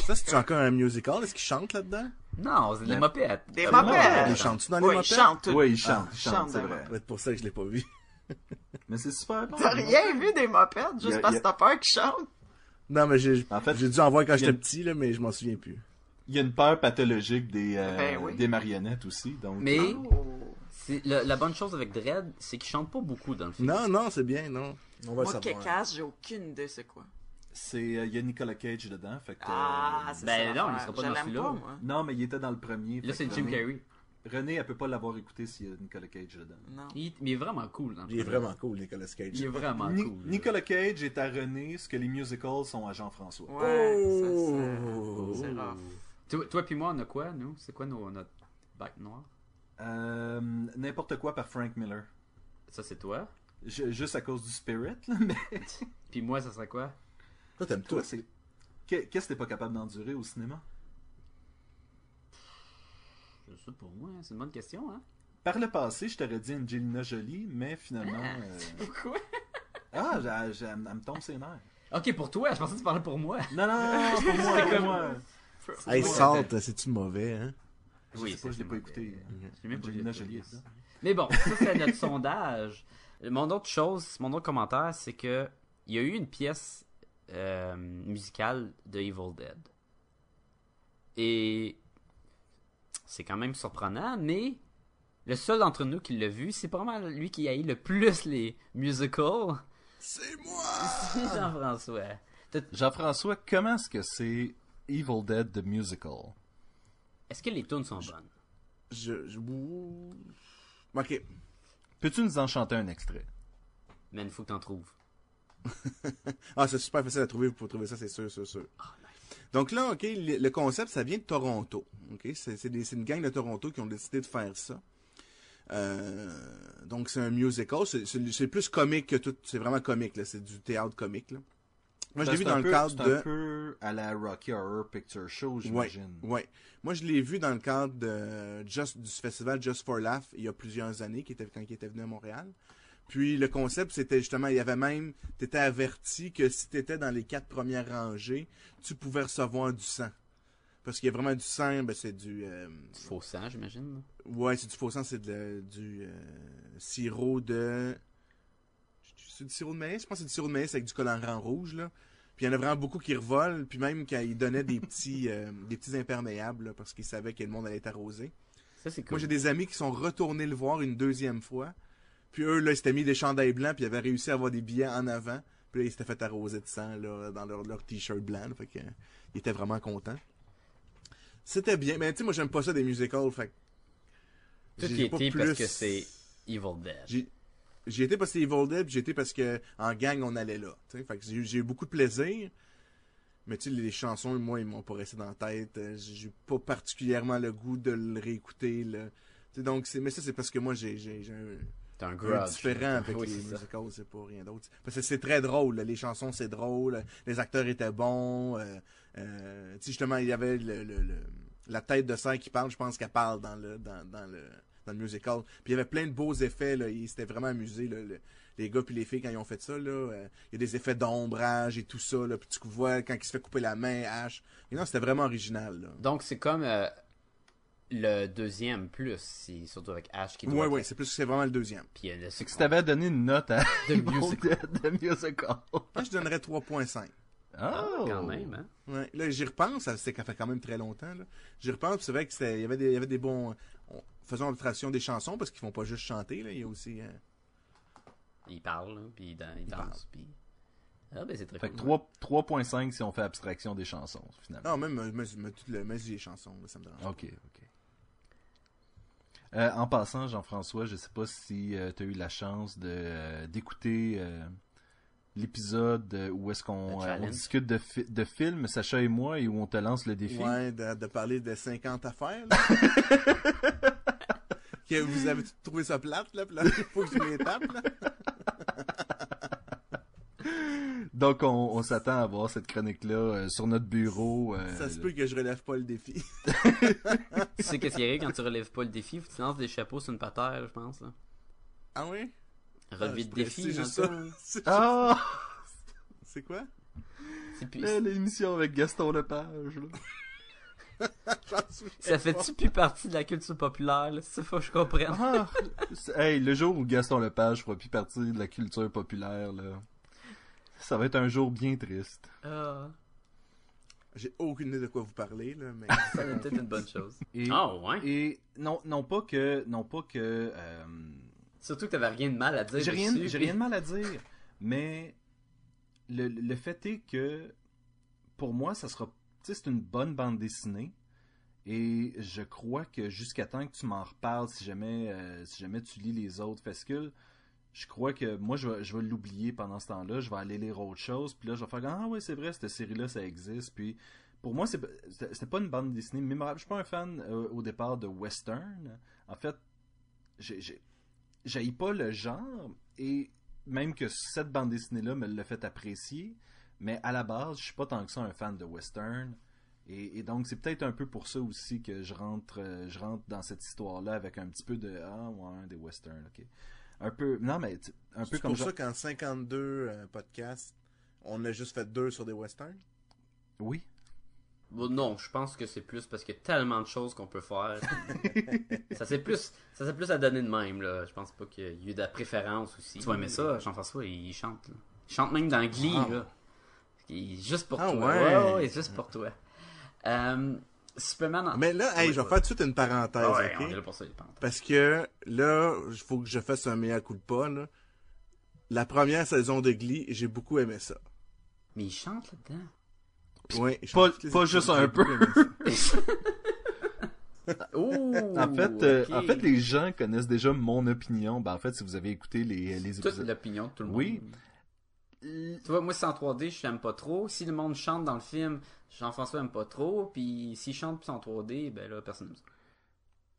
B: Ça, c'est encore un musical? Est-ce qu'il chante là-dedans?
I: Non, c'est des mopettes.
H: des
I: Euh,
H: mapettes.
B: Il chante-tu dans les
H: Oui, il
B: mopettes?
H: chante tout.
J: *laughs* Oui, il chante,
H: Ah,
J: il chante,
H: chante,
J: c'est
H: ouais.
J: vrai.
B: Ça doit être pour ça que je l'ai pas vu. *laughs*
J: Mais c'est super bon.
H: T'as rien vu des mopettes,
J: Il y
H: juste
J: a-
H: parce
J: il y
H: que
J: a-
H: t'as peur qu'ils chantent?
B: Non, mais j'ai
J: En fait,
B: j'ai dû en voir quand
J: il y a
B: j'étais
J: une-
B: petit, là, mais je m'en souviens plus.
J: Il y a une peur pathologique des, euh,
H: Ben oui.
J: des marionnettes aussi. Donc... euh,
I: Mais
H: Oh.
I: c'est- la, la bonne chose avec Dredd, c'est qu'ils chantent pas beaucoup dans le film.
B: Non, non, c'est bien, non. On va le
H: Moi,
B: savoir.
H: Kekas, j'ai aucune idée c'est quoi.
J: C'est, euh, il y a Nicolas Cage dedans. Fait que,
H: Ah,
J: euh,
H: c'est
I: ben
H: ça.
I: non,
H: l'affaire.
I: il sera pas
H: Je
I: dans
H: l'aime
I: celui-là.
H: pas, moi.
J: Non, mais il était dans le premier.
I: Là,
J: fait
I: c'est
J: que
I: Jim
J: René-
I: Carrey.
J: René, elle peut pas l'avoir écouté s'il y a Nicolas Cage dedans.
H: Non.
I: Il, il est vraiment cool dans le
B: Il est
I: film.
B: vraiment cool, Nicolas Cage.
I: Il est vraiment
J: Ni-
I: Ah, cool.
J: Nicolas Cage est à René ce que les musicals sont à Jean-François. Oh,
H: Ouais, ça, ça- c'est rough.
I: Toi, toi puis moi, on a quoi, nous? C'est quoi nos- notre bac noir?
J: Euh, N'importe quoi par Frank Miller.
I: Ça, c'est toi.
J: Je- juste à cause du spirit, là, *laughs* mais
I: Puis moi, ça serait quoi?
B: Toi, t'aimes tout.
J: toi, c'est Qu'est-ce que t'es pas capable d'endurer au cinéma?
I: Je sais pas, moi, c'est une bonne question, hein?
J: Par le passé, je t'aurais dit Angelina Jolie, mais finalement. euh,
I: Pourquoi?
J: Ah, j'ai- j'ai- elle me tombe ses nerfs.
I: Ok, pour toi, je pensais que tu parlais pour moi.
J: Non, non, non,
I: *laughs*
J: non, pour moi,
I: C'était
J: pour
I: comme-
J: moi.
B: Hey, salte, c'est-tu mauvais, hein?
J: Je sais pas, je l'ai pas écouté. Angelina Jolie est là.
I: Mais bon, ça c'est notre *laughs* sondage. Mon autre chose, mon autre commentaire, c'est que il y a eu une pièce euh, musicale de Evil Dead. Et c'est quand même surprenant, mais le seul d'entre nous qui l'a vu, c'est probablement lui qui haït le plus les musicals. *laughs*
P: C'est
I: moi! Jean-François.
J: Jean-François, comment est-ce que c'est Evil Dead the Musical?
I: Est-ce que les tunes sont bonnes?
Q: Je. je... ouh. Ok.
J: Peux-tu nous en chanter un extrait?
I: Mais il faut que t'en trouves.
B: Ah, c'est super facile à trouver, vous pouvez trouver ça, c'est sûr, sûr, sûr. Donc là, OK, le, le concept, ça vient de Toronto. OK, c'est c'est des- c'est une gang de Toronto qui ont décidé de faire ça. Euh, donc c'est un musical, c'est- c'est c'est plus comique que tout, c'est vraiment comique, là, c'est du théâtre comique, là. Moi, je l'ai
J: Ben,
B: vu
J: c'est
B: dans
J: un
B: le
J: peu-
B: cadre
J: c'est
B: de...
J: un peu à la Rocky Horror Picture Show,
B: Ouais,
J: j'imagine.
B: ouais. Moi, je l'ai vu dans le cadre de Just, du festival Just for Laugh il y a plusieurs années, qui était, quand il était venu à Montréal. Puis le concept, c'était justement, il y avait même, t'étais averti que si t'étais dans les quatre premières rangées, tu pouvais recevoir du sang. Parce qu'il y a vraiment du sang, ben c'est du... euh,
I: Faux sang, j'imagine.
B: ouais, c'est du faux sang, c'est de la- du euh, sirop de... C'est du sirop de maïs? Je pense que c'est du sirop de maïs avec du colorant rouge, là. Puis il y en a vraiment beaucoup qui revolent, puis même quand ils donnaient des petits, euh, des petits imperméables, là, parce qu'ils savaient que le monde allait être arrosé.
I: Ça, c'est cool.
B: Moi, j'ai des amis qui sont retournés le voir une deuxième fois. Puis eux, là, ils s'étaient mis des chandails blancs, puis ils avaient réussi à avoir des billets en avant. Puis là, ils s'étaient fait arroser de sang, là, dans leur, leur t-shirt blanc. là. fait que, euh, ils étaient vraiment contents. C'était bien. Mais tu sais, moi, j'aime pas ça des musicals, fait que
I: Tout
B: j'ai
I: y
B: pas
I: était parce
B: plus-
I: que c'est Evil Dead.
B: j'ai- J'y étais parce que c'était Evil Dead, puis j'y étais parce que en gang on allait là. tu sais. Fait que j'ai eu- j'ai eu beaucoup de plaisir. Mais tu sais, les chansons, moi, ils m'ont pas resté dans la tête. Euh, J'ai j'ai pas particulièrement le goût de le réécouter. Là. Tu sais, donc, c'est- mais ça, c'est parce que moi, j'ai j'ai- j'ai un,
I: T'as un
B: un
I: grudge.
B: différent avec
I: Oui,
B: les
I: c'est ça.
B: musicals, c'est pas rien d'autre. Parce que c'est très drôle. là. Les chansons, c'est drôle. Les acteurs étaient bons. Euh, euh, tu sais, justement, il y avait le, le- le- la tête de serre qui parle. Je pense qu'elle parle dans le, dans, dans le, dans le musical. Puis il y avait plein de beaux effets. Là. Ils s'étaient vraiment amusés, là, le- les gars puis les filles, quand ils ont fait ça. Là, Euh, il y a des effets d'ombrage et tout ça. Là. Puis tu vois, quand il se fait couper la main, hache. Mais non, c'était vraiment original. Là.
I: Donc c'est comme euh, le deuxième plus, si- surtout avec Ash qui doit
B: Ouais,
I: être-
B: ouais, c'est plus c'est vraiment le deuxième.
I: Puis euh, le
J: Fait que si t'avais donné une note *laughs* à
I: The
J: Evil
I: Musical.
J: Dead the Musical.
B: Moi, je donnerais 3.5.
J: Oh!
I: quand même, hein?
B: Ouais, là, j'y repense, ça, c'est- ça fait quand même très longtemps. là. J'y repense, puis c'est vrai que c'était- il y avait des, il y avait des bons. on- faisons abstraction des chansons parce qu'ils font pas juste chanter, là. Il y a aussi. euh,
I: Il parle, là, puis il, dan- il danse, puis... Ah ben c'est très
J: Fait que
I: cool.
J: 3 3.5 si on fait abstraction des chansons, finalement.
B: Non, même, euh, mais, mais toutes les- mais les chansons, là, ça me dérange.
J: Ok, ok. Euh, en passant, Jean-François, je sais pas si tu as eu la chance de euh, d'écouter euh, l'épisode euh, où est-ce qu'on
I: Le
J: euh, on
I: challenge.
J: discute de, fi- de films, Sacha et moi, et où on te lance le défi.
B: Ouais, de, de parler de 50 affaires,
I: *laughs*
B: là. que vous avez trouvé ça plate, là, puis là, il faut que je les tape, là.
J: Donc on, on s'attend à voir cette chronique-là euh, sur notre bureau. euh,
B: Ça se peut que je relève pas le défi.
I: hein. Tu sais qu'est-ce qui arrive quand tu relèves pas le défi? Faut que Tu lances des chapeaux sur une patère, je pense. Là.
B: Ah oui?
I: Relever
B: je
I: le
B: pourrais-
I: défi,
B: c'est
I: genre
B: juste ça.
I: ça.
B: C'est
J: Ah!
B: c'est quoi?
I: C'est plus-
J: là, L'émission avec Gaston Lepage. là.
B: J'en souviens
I: Ça
B: pas.
I: fait-tu plus partie de la culture populaire, là? Ça faut que je comprenne.
J: Ah! C'est- hey, le jour où Gaston Lepage fera plus partie de la culture populaire, là, ça va être un jour bien triste.
I: Ah,
B: J'ai aucune idée de quoi vous parlez, là, mais.
I: ça va peut-être une bonne chose.
J: Et,
I: Ah ouais?
J: et non, non pas que, non pas que, euh,
I: Surtout que t'avais rien de mal à dire
J: j'ai rien,
I: dessus,
J: j'ai
I: puis-
J: rien de mal à dire, mais le, le fait est que pour moi, ça sera, tu sais, c'est une bonne bande dessinée. Et je crois que jusqu'à temps que tu m'en reparles, si jamais, euh, si jamais tu lis les autres fascicules, je crois que moi, je vais, je vais l'oublier pendant ce temps-là. Je vais aller lire autre chose. Puis là, je vais faire Ah ouais, c'est vrai, cette série-là, ça existe. Puis pour moi, c'est- c'était c'était pas une bande dessinée mémorable. Je suis pas un fan euh, au départ de western. En fait, j'ai- j'ai- j'haïs pas le genre. Et même que cette bande dessinée-là me l'a fait apprécier. Mais à la base, je suis pas tant que ça un fan de western. Et, et donc, c'est peut-être un peu pour ça aussi que je rentre, euh, je rentre dans cette histoire-là avec un petit peu de ah ouais, des westerns, ok. Un peu, non mais un peu comme
B: pour ça qu'en 52 euh, podcasts, on a juste fait deux sur des westerns.
J: Oui.
I: Bon, non, je pense que c'est plus parce qu'il y a tellement de choses qu'on peut
J: *laughs*
I: faire. ça c'est plus, ça c'est plus à donner de même là. Je pense pas qu'il y ait eu de la préférence aussi. Tu vas aimer ça, Jean-François, il chante. Là. Il chante même dans Glee
B: Ah.
I: là. Il- Juste pour
B: Ah
I: toi.
B: ouais.
I: Ouais, ouais, juste pour toi. Euh, Superman. en-
B: Ah. Mais là, hey,
I: Ouais,
B: je vais
I: ouais.
B: faire tout de suite une parenthèse,
I: Ah ouais,
B: ok?
I: on est là pour ça, je pense.
B: Parce que là, il faut que je fasse un meilleur coup de pas, là. La première saison de Glee, j'ai beaucoup aimé ça.
I: Mais il chante
J: *laughs*
I: là-dedans.
B: Ouais, je
J: Pas,
B: pense que
J: pas
B: c'est-
J: juste
B: j'ai
J: un peu.
B: beaucoup *laughs* aimé ça.
I: Ouh,
J: en fait, euh,
I: Oh, ok.
J: en fait, les gens connaissent déjà mon opinion. Ben, en fait, si vous avez écouté les, les
I: Toute
J: épisodes.
I: l'opinion de tout le
J: Oui.
I: monde. Oui. Tu vois, moi, c'est en 3D, je l'aime pas trop. Si le monde chante dans le film, Jean-François aime pas trop. Puis s'il chante plus en 3D, ben là, personne n'aime ça.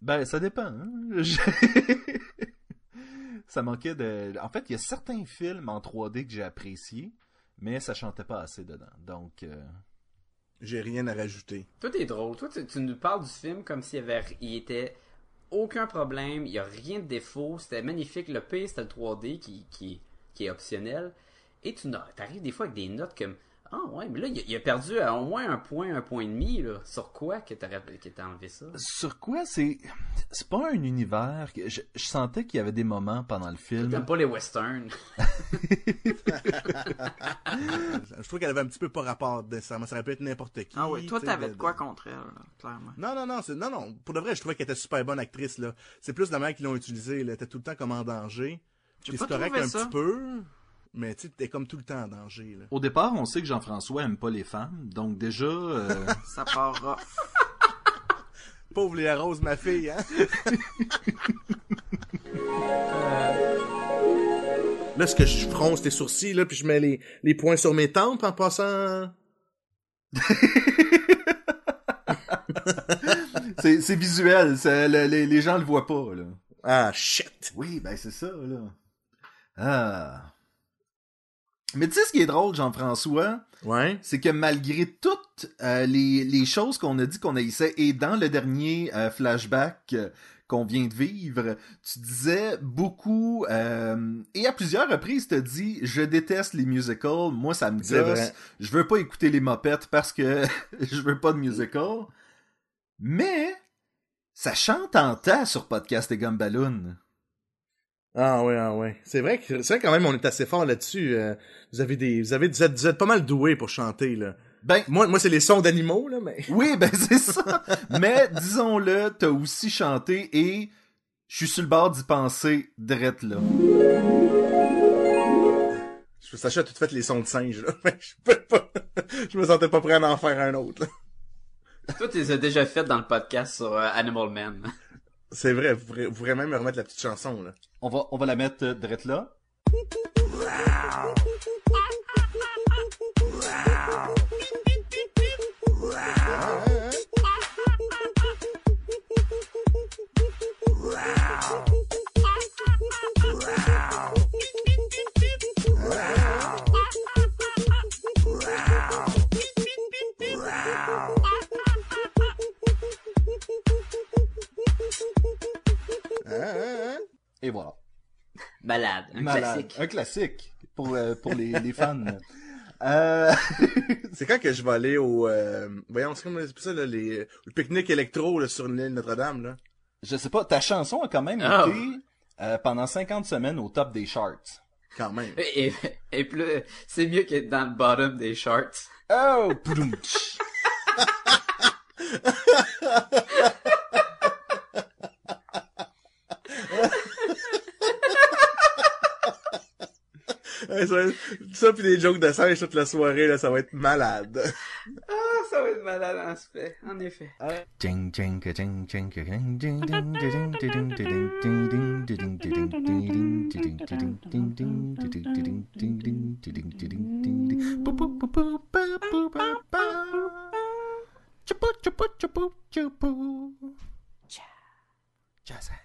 J: Ben, ça dépend. hein. Je- *laughs* ça manquait de. En fait, il y a certains films en 3D que j'ai appréciés, mais ça chantait pas assez dedans. Donc, euh,
B: J'ai rien à rajouter.
I: Toi, t'es drôle. Toi, tu, tu nous parles du film comme s'il y avait, il était aucun problème, il y a rien de défaut, c'était magnifique. Le pire, c'était le 3D qui, qui, qui est optionnel. Et tu n'as- t'arrives des fois avec des notes comme Ah ouais, mais là, il, a- il a perdu à au moins un point, un point et demi. Là. Sur quoi que t'aurais- que t'as enlevé ça
J: sur quoi c'est. C'est pas un univers. que- Je, je sentais qu'il y avait des moments pendant le film.
I: T'aimes pas les westerns.
B: Je trouve qu'elle avait un petit peu pas rapport nécessairement. Ça aurait pu être n'importe qui.
H: Ah oui, toi,
B: tu sais,
H: t'avais
B: de-
H: de quoi contre elle, là, clairement.
B: Non, non, non, c'est, non, non. Pour de vrai, je trouvais qu'elle était super bonne actrice, là. C'est plus la manière qu'ils l'ont utilisée. Elle était tout le temps comme en danger.
H: J'ai
B: Puis
H: pas
B: c'est correct
H: trouvé
B: un
H: ça.
B: petit peu. Mais tu sais, t'es comme tout le temps en danger, là.
J: Au départ, on sait que Jean-François aime pas les femmes, donc déjà. euh,
H: Ça part rough.
B: Pauvre Léa Rose, ma fille, hein. *laughs* Là, ce que je fronce tes sourcils, là, puis je mets les, les points sur mes tempes en passant.
J: c'est c'est visuel, c'est- le- les, les gens le voient pas, là.
B: Ah, shit!
J: Oui, ben c'est ça, là. Ah. Mais tu sais ce qui est drôle, Jean-François?
B: Ouais.
J: c'est que malgré toutes euh, les, les choses qu'on a dit qu'on haïssait, et dans le dernier euh, flashback euh, qu'on vient de vivre, tu disais beaucoup, euh, et à plusieurs reprises, tu as dit « Je déteste les musicals, moi ça me
B: C'est
J: gosse,
B: vrai.
J: je veux pas écouter les mopettes parce que *laughs* je veux pas de musical. » Mais, ça chante en tas sur Podcast et Gumballoon.
B: Ah ouais, ah ouais. C'est vrai que c'est vrai quand même on est assez fort là-dessus. euh, vous avez des. Vous avez vous êtes, vous êtes pas mal doués pour chanter là.
J: Ben,
B: Moi, moi c'est les sons d'animaux, là, mais.
J: Oui, ben *laughs* c'est ça. Mais disons-le, t'as aussi chanté et je suis sur le bord d'y penser drette là.
B: Je sachais à tout fait les sons de singe, là. *laughs* mais je peux pas. Je me sentais pas prêt à en faire un autre. là.
I: Toi, tu les as déjà fait dans le podcast sur euh, Animal Man.
B: C'est vrai, vous pourrez, vous pourrez même me remettre la petite chanson là.
J: *laughs* On va, on va la mettre euh, drette là. Et voilà.
I: Malade, un
J: Malade.
I: classique.
J: Un classique pour, euh, pour les, les fans. Euh,
B: C'est quand que je vais aller au euh, voyons, c'est comme c'est ça là, les le pique-nique électro là, sur l'île Notre-Dame là.
J: je sais pas, ta chanson a quand même
I: Oh.
J: été euh, pendant 50 semaines au top des charts.
B: Quand même.
I: Et, et- et plus, c'est mieux qu'être dans le bottom des charts.
J: Oh! poudoum, tch.
B: Ouais, ça, ça puis des jokes de singe toute la soirée là, ça va être malade.
I: Ah, ça va être malade en fait, en effet.
J: Jing, jing, ka, jing, jing, ka, jing, ding, ding, ding, ding, ding, ding, ding, ding, ding, ding, ding, ding, ding, ding, ding, ding, ding, ding, ding, ding, ding, ding, ding. Pou, pou, pou, pou, pa, pou, pa, pa. Tchoupou, tchoupou, tchoupou, tchoupou. Jazz. Jazz hands.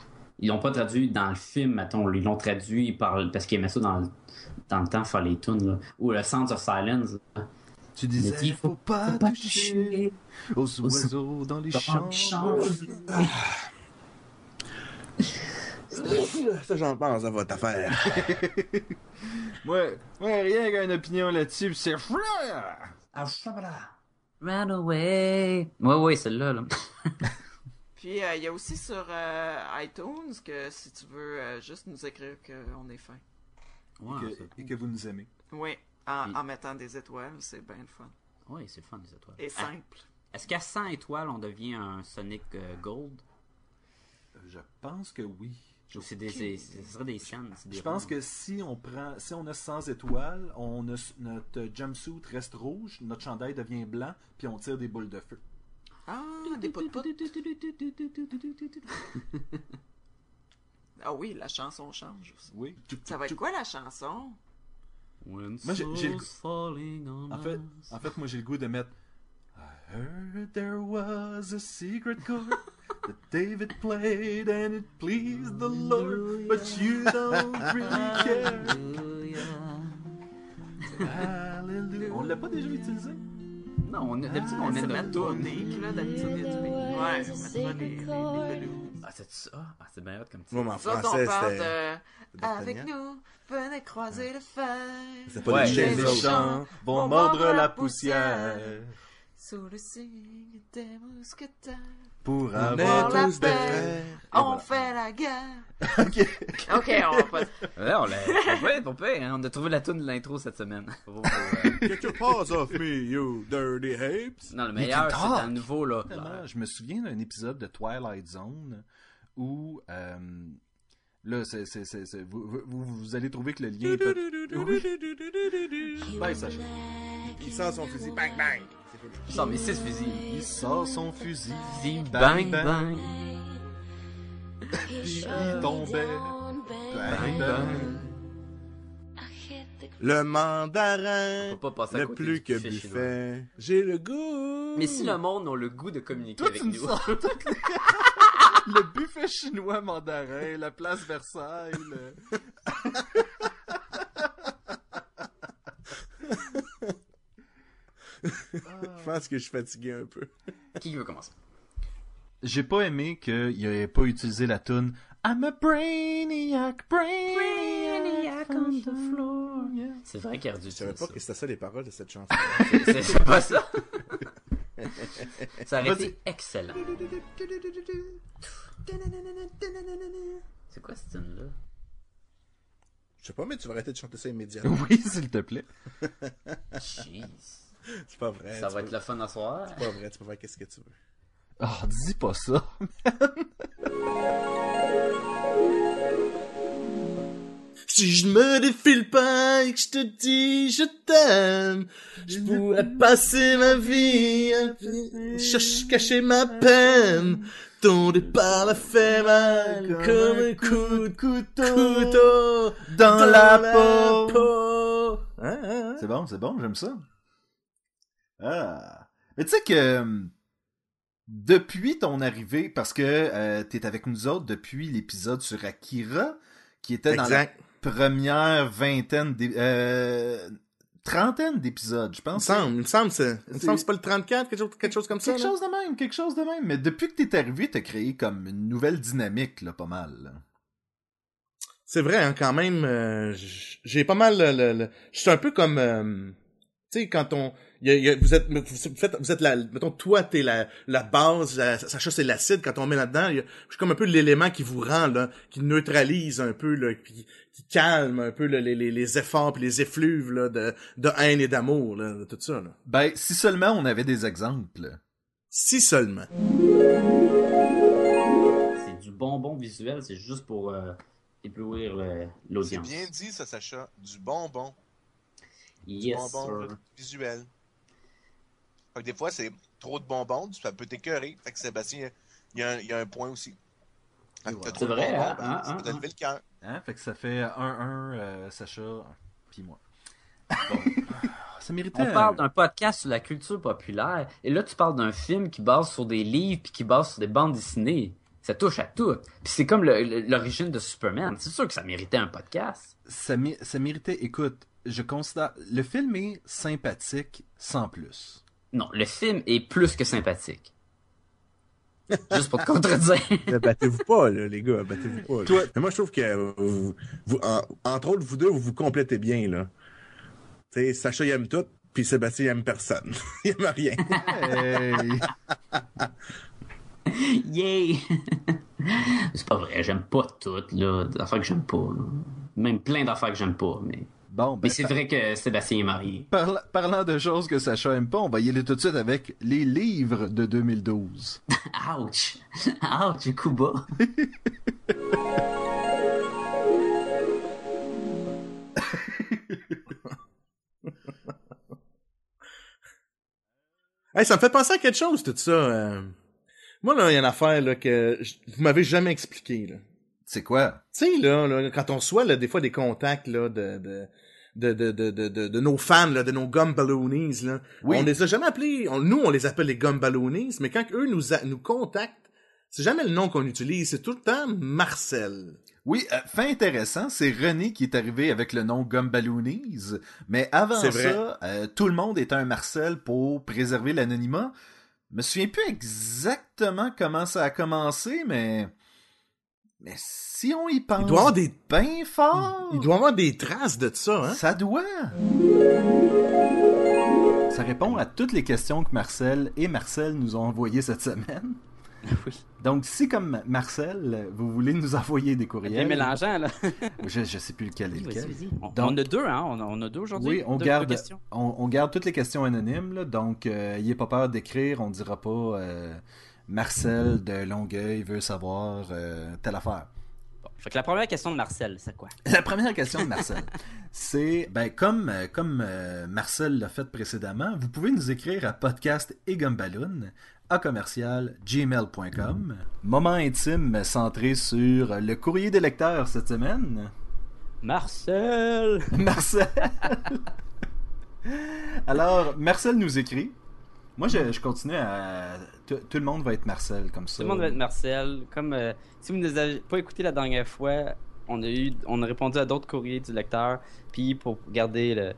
I: Ils l'ont pas traduit dans le film, mettons. Ils l'ont traduit par... parce qu'ils aimaient ça dans le, dans le temps, faire les tunes. là. Ou le Sounds of Silence. là.
J: Tu disais,
I: Mais il
J: faut pas
I: faut pas
J: toucher aux oiseaux dans les
I: Dans
J: champs.
I: les champs.
B: Ça, j'en pense à votre affaire.
J: Ouais, ouais, rien qu'une opinion là-dessus, pis c'est frère!
I: Ah, Run away. Ouais, ouais, celle-là. Là.
H: Puis euh, il y a aussi sur euh, iTunes que si tu veux euh, juste nous écrire qu'on est fin.
I: Ouais,
J: Que- et que vous nous aimez.
H: Oui, en,
I: Puis-
H: en mettant des étoiles, c'est bien le fun.
I: c'est- ouais, c'est le fun, les étoiles.
H: Et
I: Ah,
H: simple.
I: Est-ce qu'à 100 étoiles, on devient un Sonic euh, Gold
J: Je pense que oui.
I: Ou c'est des, c'est- ce serait des scènes c'est des
J: Je pense
I: ronds.
J: que si on prend, si on a 100 étoiles, on a, s- notre jumpsuit reste rouge, notre chandail devient blanc, puis on tire des boules de feu.
H: Ah, des potes Ah oui, la chanson change aussi.
J: Oui.
H: Ça va être quoi la chanson?
I: When
J: Moi, j'ai- j'ai le
I: souls falling on
J: En fait,
I: us.
J: en fait, moi j'ai le goût de mettre. I heard there was a secret chord that David played and it pleased the Lord, but you *laughs* don't really care. Hallelujah. On l'a pas déjà utilisé?
I: Non, on, d'habitude,
J: Ah,
I: on met
H: C'est ma
I: notre tourne.
H: tournée, là, d'habitude, il y a du Ouais, maintenant, les, les, les ballons.
I: Ah, c'est ça? Ah, c'est bien hot comme tu
B: Moi, mais en
H: Nous autres,
B: français,
H: on parle
B: c'était-
H: de...
B: D'Artagnan.
H: Avec nous, venez croiser le fer.
B: C'est
J: Ouais,
B: pas des
J: les
B: chaînes,
H: autres.
J: méchants vont mordre la poussière
H: Sous le signe des mousquetaires.
J: pour
B: On
J: avoir.
H: Pour
B: est
H: la
B: tous des
H: paix.
B: frères.
H: On fait la guerre. OK. OK, on *laughs* va pas...
I: Ouais, on l'a. on peut, on peut, hein, on a trouvé la toune de l'intro cette semaine. *laughs* Pour- pour, euh,
B: Get your paws off me, you dirty apes.
I: Non, le
J: Mais
I: meilleur,
J: tu
I: c'est
J: talk.
I: dans le nouveau, là.
J: Exactement. Je me souviens d'un épisode de Twilight Zone où euh, là, c'est, c'est, c'est, c'est- vous, vous, vous allez trouver que le lien est peut- Oui. Ben, ça-
B: Il sort son fusil. Bang, bang. C'est fini.
I: Il sort mes six fusils.
J: Il sort son fusil,
I: Fusil, bang, bang.
J: puis il tombait. Bang,
I: Bang,
J: bang.
I: bang.
B: Le
I: On
B: mandarin.
I: peut pas passer à
B: Le
I: côté
B: plus
I: du
B: que
I: buffet chinois.
B: buffet. J'ai le goût.
I: Mais si le monde a le goût de communiquer
J: Toi,
I: avec
J: tu me
I: nous.
J: sors *laughs* Le buffet chinois mandarin, la place Versailles. le-
B: Je pense que je suis fatigué un peu.
I: Qui veut commencer?
J: J'ai pas aimé qu'il ait pas utilisé la toune I'm a brainiac, brainiac, on the floor. Yeah.
I: C'est vrai qu'il y a dû
B: Je savais pas
I: utiliser
B: que
I: ça.
B: c'était ça les paroles de cette chanson.
I: C'est *laughs* c'est pas ça. ça aurait
J: Vas-y.
I: été excellent. C'est quoi cette tune-là?
B: Je sais pas, mais tu vas arrêter de chanter ça immédiatement.
J: Oui, s'il te plaît.
I: Jeez.
B: C'est pas vrai.
I: Ça
B: tu
I: va
B: peux-
I: être le fun à soir.
B: C'est pas vrai, tu peux faire qu'est-ce que tu veux.
J: Ah, dis pas ça.
D: Si je me défile pas et que je te dis je t'aime, je pourrais passer ma vie à chercher cacher ma peine. Ton départ m'a fait mal comme un coup de couteau, dans, la, peau. Hein, hein, hein.
J: C'est bon, c'est bon, j'aime ça. Ah. Mais tu sais que euh, depuis ton arrivée, parce que euh, t'es avec nous autres depuis l'épisode sur Akira, qui était dans la
B: Exact.
J: première vingtaine, d'é- euh, trentaine d'épisodes, je
B: Il me
J: pense.
B: semble, il me semble, c'est, il me semble que c'est pas le 34, quelque chose, quelque chose comme ça.
J: Quelque
B: là.
J: chose de même, quelque chose de même. Mais depuis que t'es arrivé, t'as créé comme une nouvelle dynamique, là, pas mal. là.
D: C'est vrai, hein, quand même, euh, j- j'ai pas mal le... le- le- Je suis un peu comme... euh, tu sais, quand on... il y a- il y a- vous êtes, vous faites- vous êtes la, mettons, toi, t'es la, la base, la- Sacha, c'est l'acide, quand on met là-dedans, il y a- je suis comme un peu l'élément qui vous rend, là, qui neutralise un peu, là, puis qui, qui calme un peu là, les, les, les efforts puis les effluves, là, de, de haine et d'amour, là, de tout ça, là.
J: Ben, si seulement on avait des exemples.
D: Si seulement.
I: C'est du bonbon visuel, c'est juste pour euh, éblouir le-
C: C'est
I: l'audience.
C: bien dit, ça, Sacha. Du bonbon. Du
I: Yes,
C: bonbon
I: sir.
C: visuel.
R: Fait que des fois, c'est trop de bonbons, ça peut t'écœurer. Fait que Sébastien, il y, a un- il y a un point aussi. Fait que
C: Ouais.
R: t'as trop de
C: C'est vrai,
R: bonbons,
C: hein,
R: ben,
C: hein,
R: ça peut
C: hein,
R: te lever le cœur.
C: Hein? Fait que ça fait 1-1, euh, Sacha, puis moi. ça méritait.
I: On parle d'un podcast sur la culture populaire, et là, tu parles d'un film qui base sur des livres, puis qui base sur des bandes dessinées. Ça touche à tout. Puis c'est comme le- le- l'origine de Superman. C'est sûr que ça méritait un podcast.
C: ça, mé- ça méritait. Écoute, je constate. Le film est sympathique sans plus.
I: Non, le film est plus que sympathique. Juste pour te contredire.
J: *laughs*
B: Ne battez-vous pas, là, les gars. Battez-vous pas. là.
I: Toi-
B: Mais moi, je trouve que euh, vous, vous- en- entre autres, vous deux, vous vous complétez bien, là. Tu sais, Sacha, il aime tout, puis Sébastien, il aime personne. *laughs* il aime rien.
I: Yay! c'est pas vrai, j'aime pas toutes, là. Des affaires que j'aime pas, là. Même plein d'affaires que j'aime pas, mais.
J: ben,
C: Bon,
I: Mais c'est vrai que Sébastien est marié.
C: Parla- parlant de choses que Sacha aime pas, on va y aller tout de suite avec les livres de 2012.
I: Ouch! *laughs* Ouch, du coup bas!
S: *laughs* Hey, ça me fait penser à quelque chose, tout ça. euh. Moi, là, il y a une affaire là, que j- vous m'avez jamais expliqué. Là.
J: C'est quoi?
S: Tu sais, là, là, quand on reçoit là, des fois des contacts là, de, de, de, de, de, de, de- de nos fans, là, de nos gumballoonies, là,
J: Oui.
S: on les a jamais appelés. on- nous, on les appelle les gumballoonies, mais quand eux nous, a- nous contactent, c'est jamais le nom qu'on utilise, c'est tout le temps Marcel.
C: Oui, euh, fin intéressant, c'est René qui est arrivé avec le nom Gumballoonies, mais avant
S: C'est vrai.
C: ça, euh, tout le monde était un Marcel pour préserver l'anonymat. Je me souviens plus exactement comment ça a commencé, mais mais si on y pense,
S: Il doit y avoir des,
C: bien fort,
S: il doit y avoir des traces de ça, hein?
C: ça doit. Ça répond à toutes les questions que Marcel et Marcel nous ont envoyées
S: *laughs*
C: cette semaine. Donc, si comme Marcel, vous voulez nous envoyer des
D: Bien
C: courriels,
D: mélangeant, là.
C: je, je sais plus lequel est
D: Vas-y,
C: lequel.
D: vas-y. On,
C: Donc-
D: on a deux, hein? On a, on a deux aujourd'hui.
C: Oui, on
D: Deux-
C: garde,
D: deux questions.
C: on, on garde toutes les questions anonymes, là, donc euh, ayez pas peur d'écrire, on dira pas euh, Marcel de Longueuil veut savoir euh, telle affaire. *laughs*
D: Fait que la première question de Marcel, c'est quoi?
C: La première question de *laughs* Marcel, c'est ben, comme, euh, comme euh, Marcel l'a fait précédemment, vous pouvez nous écrire à podcast et gumballoon à commercial gmail.com. Moment intime centré sur le courrier des lecteurs cette semaine.
D: Marcel!
C: *laughs* Marcel. Alors, Marcel nous écrit. Moi, je, je continue à. Tout tout le monde va être Marcel comme ça.
D: Tout le monde va être Marcel. Comme euh, si vous ne nous avez pas écouté la dernière fois, on a eu, on a répondu à d'autres courriers du lecteur, puis pour garder le,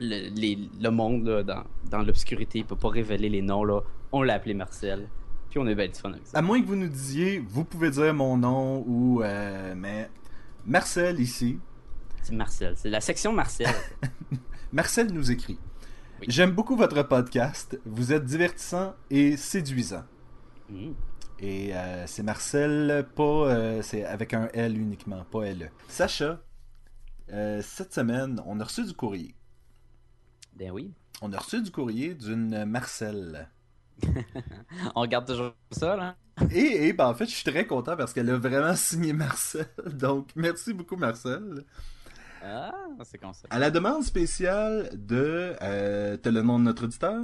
D: le, les- le monde là, dans, dans l'obscurité, il peut pas révéler les noms là. On l'a appelé Marcel, puis on est bien du fun avec ça.
C: À moins que vous nous disiez, vous pouvez dire mon nom ou. euh, mais. Marcel ici.
D: C'est Marcel, c'est la section *laughs* Marcel.
C: Marcel nous écrit. J'aime beaucoup votre podcast. Vous êtes divertissant et séduisant.
D: Mm.
C: Et euh, c'est Marcel, pas euh, c'est avec un L uniquement, pas LE. Sacha, euh, cette semaine, on a reçu du courrier.
D: Ben oui,
C: On a reçu du courrier d'une euh, Marcel.
D: on garde toujours ça là.
C: Et, et, ben, en fait, je suis très content parce qu'elle a vraiment *laughs* signé Marcel. Donc, merci beaucoup, Marcel.
D: Ah, c'est comme ça.
C: À la demande spéciale de. Euh, T'as le nom de notre auditeur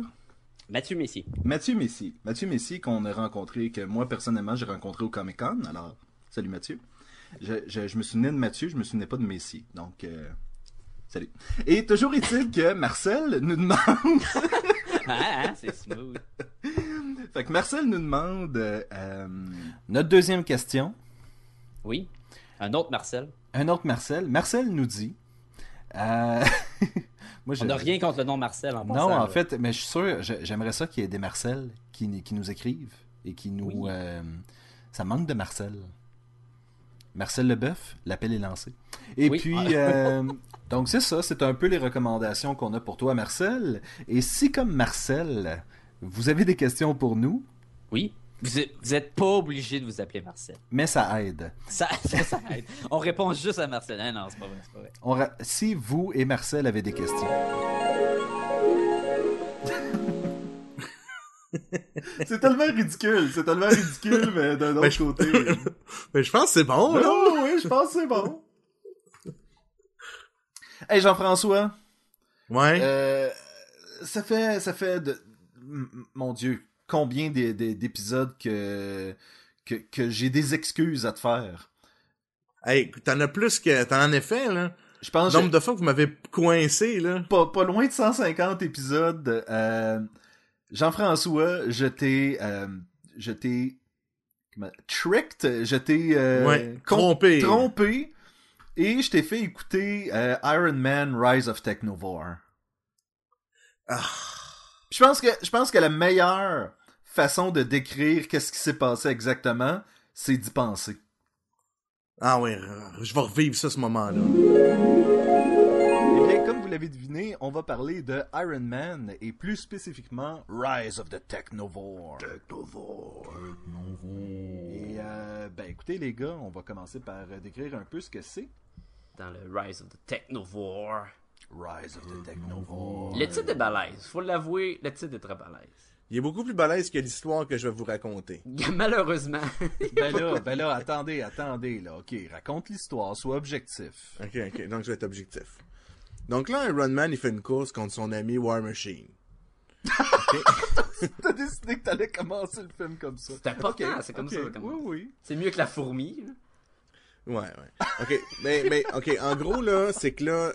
D: Mathieu Messier.
C: Mathieu Messi. Mathieu Messi qu'on a rencontré, que moi personnellement j'ai rencontré au Comic Con. Alors, salut Mathieu. Je, je- je me souvenais de Mathieu, je me souvenais pas de Messi. Donc, euh, salut. Et toujours est-il que Marcel nous demande. *laughs*
D: Ah, ah, c'est smooth.
C: fait que Marcel nous demande. euh, euh, Notre deuxième question.
D: Oui, un autre Marcel.
C: Un autre Marcel. Marcel nous dit. euh, *laughs* moi, je-
D: *laughs* On n'a rien contre le nom Marcel en
C: Non,
D: passant,
C: en
D: là.
C: fait, mais je suis sûr, je- j'aimerais ça qu'il y ait des Marcel qui, qui nous écrivent et qui nous.
D: Oui.
C: euh, ça manque de Marcel. Marcel Leboeuf, l'appel est lancé. Et
D: Oui. Ah.
C: puis, euh, *laughs* donc c'est ça, c'est un peu les recommandations qu'on a pour toi, Marcel. Et si, comme Marcel, vous avez des questions pour nous,
D: Oui, vous êtes- vous êtes pas obligé de vous appeler Marcel.
C: mais ça aide.
D: Ça, *laughs* ça, ça aide. On répond juste à Marcel. Ah non, c'est pas vrai, c'est pas vrai.
C: On ra- si vous et Marcel avez des
J: *laughs*
C: questions. c'est tellement ridicule, c'est
J: *laughs*
C: tellement ridicule, mais d'un
S: Ben, je-
C: côté. *laughs*
S: Mais je pense que c'est bon,
C: Non,
S: là.
C: oui, je pense que c'est bon. Hey Jean-François,
S: Ouais.
J: euh,
C: euh, ça fait ça fait de-
J: mon Dieu, combien d'épisodes que, que, que j'ai des excuses à te faire.
S: Hey, t'en as plus que. T'en en as fait, là.
J: Je pense.
S: Nombre de fois que vous m'avez coincé, là.
J: Pas, pas, loin de 150 épisodes. Euh, Jean-François, je t'ai. Euh, je t'ai. Tricked, je t'ai. Euh,
S: ouais, trompé.
J: Trompé. Et je t'ai fait écouter euh, Iron Man Rise of Technovore. Ah. Je pense que je pense que la meilleure façon de décrire qu'est-ce qui s'est passé exactement, c'est d'y penser.
S: Ah oui, je vais revivre ça ce moment-là.
J: Eh bien, comme vous l'avez deviné, on va parler de Iron Man et plus spécifiquement Rise of the Technovore.
B: Technovore.
J: Technovore. Et euh, ben écoutez les gars, on va commencer par euh, décrire un peu ce que c'est.
I: Dans le Rise of the Technovore.
J: Rise of the Technovore.
I: Le titre est balèze, faut l'avouer, le titre est très balèze. *laughs*
B: Il est beaucoup plus balèze que l'histoire que je vais vous raconter.
I: Malheureusement.
J: ben *laughs* là, ben là, attendez, attendez, là. Ok, raconte l'histoire, sois objectif.
B: Ok, ok, donc je vais être objectif. Donc là, Iron Man, il fait une course contre son ami War Machine.
J: Okay. *laughs* T'as décidé que t'allais commencer le film comme ça.
I: C'est important, okay, c'est comme okay, ça. Comme...
J: Oui, oui.
I: C'est mieux que la fourmi. Là.
B: Ouais, ouais. Ok, mais, mais, ok, en gros, là, c'est que là,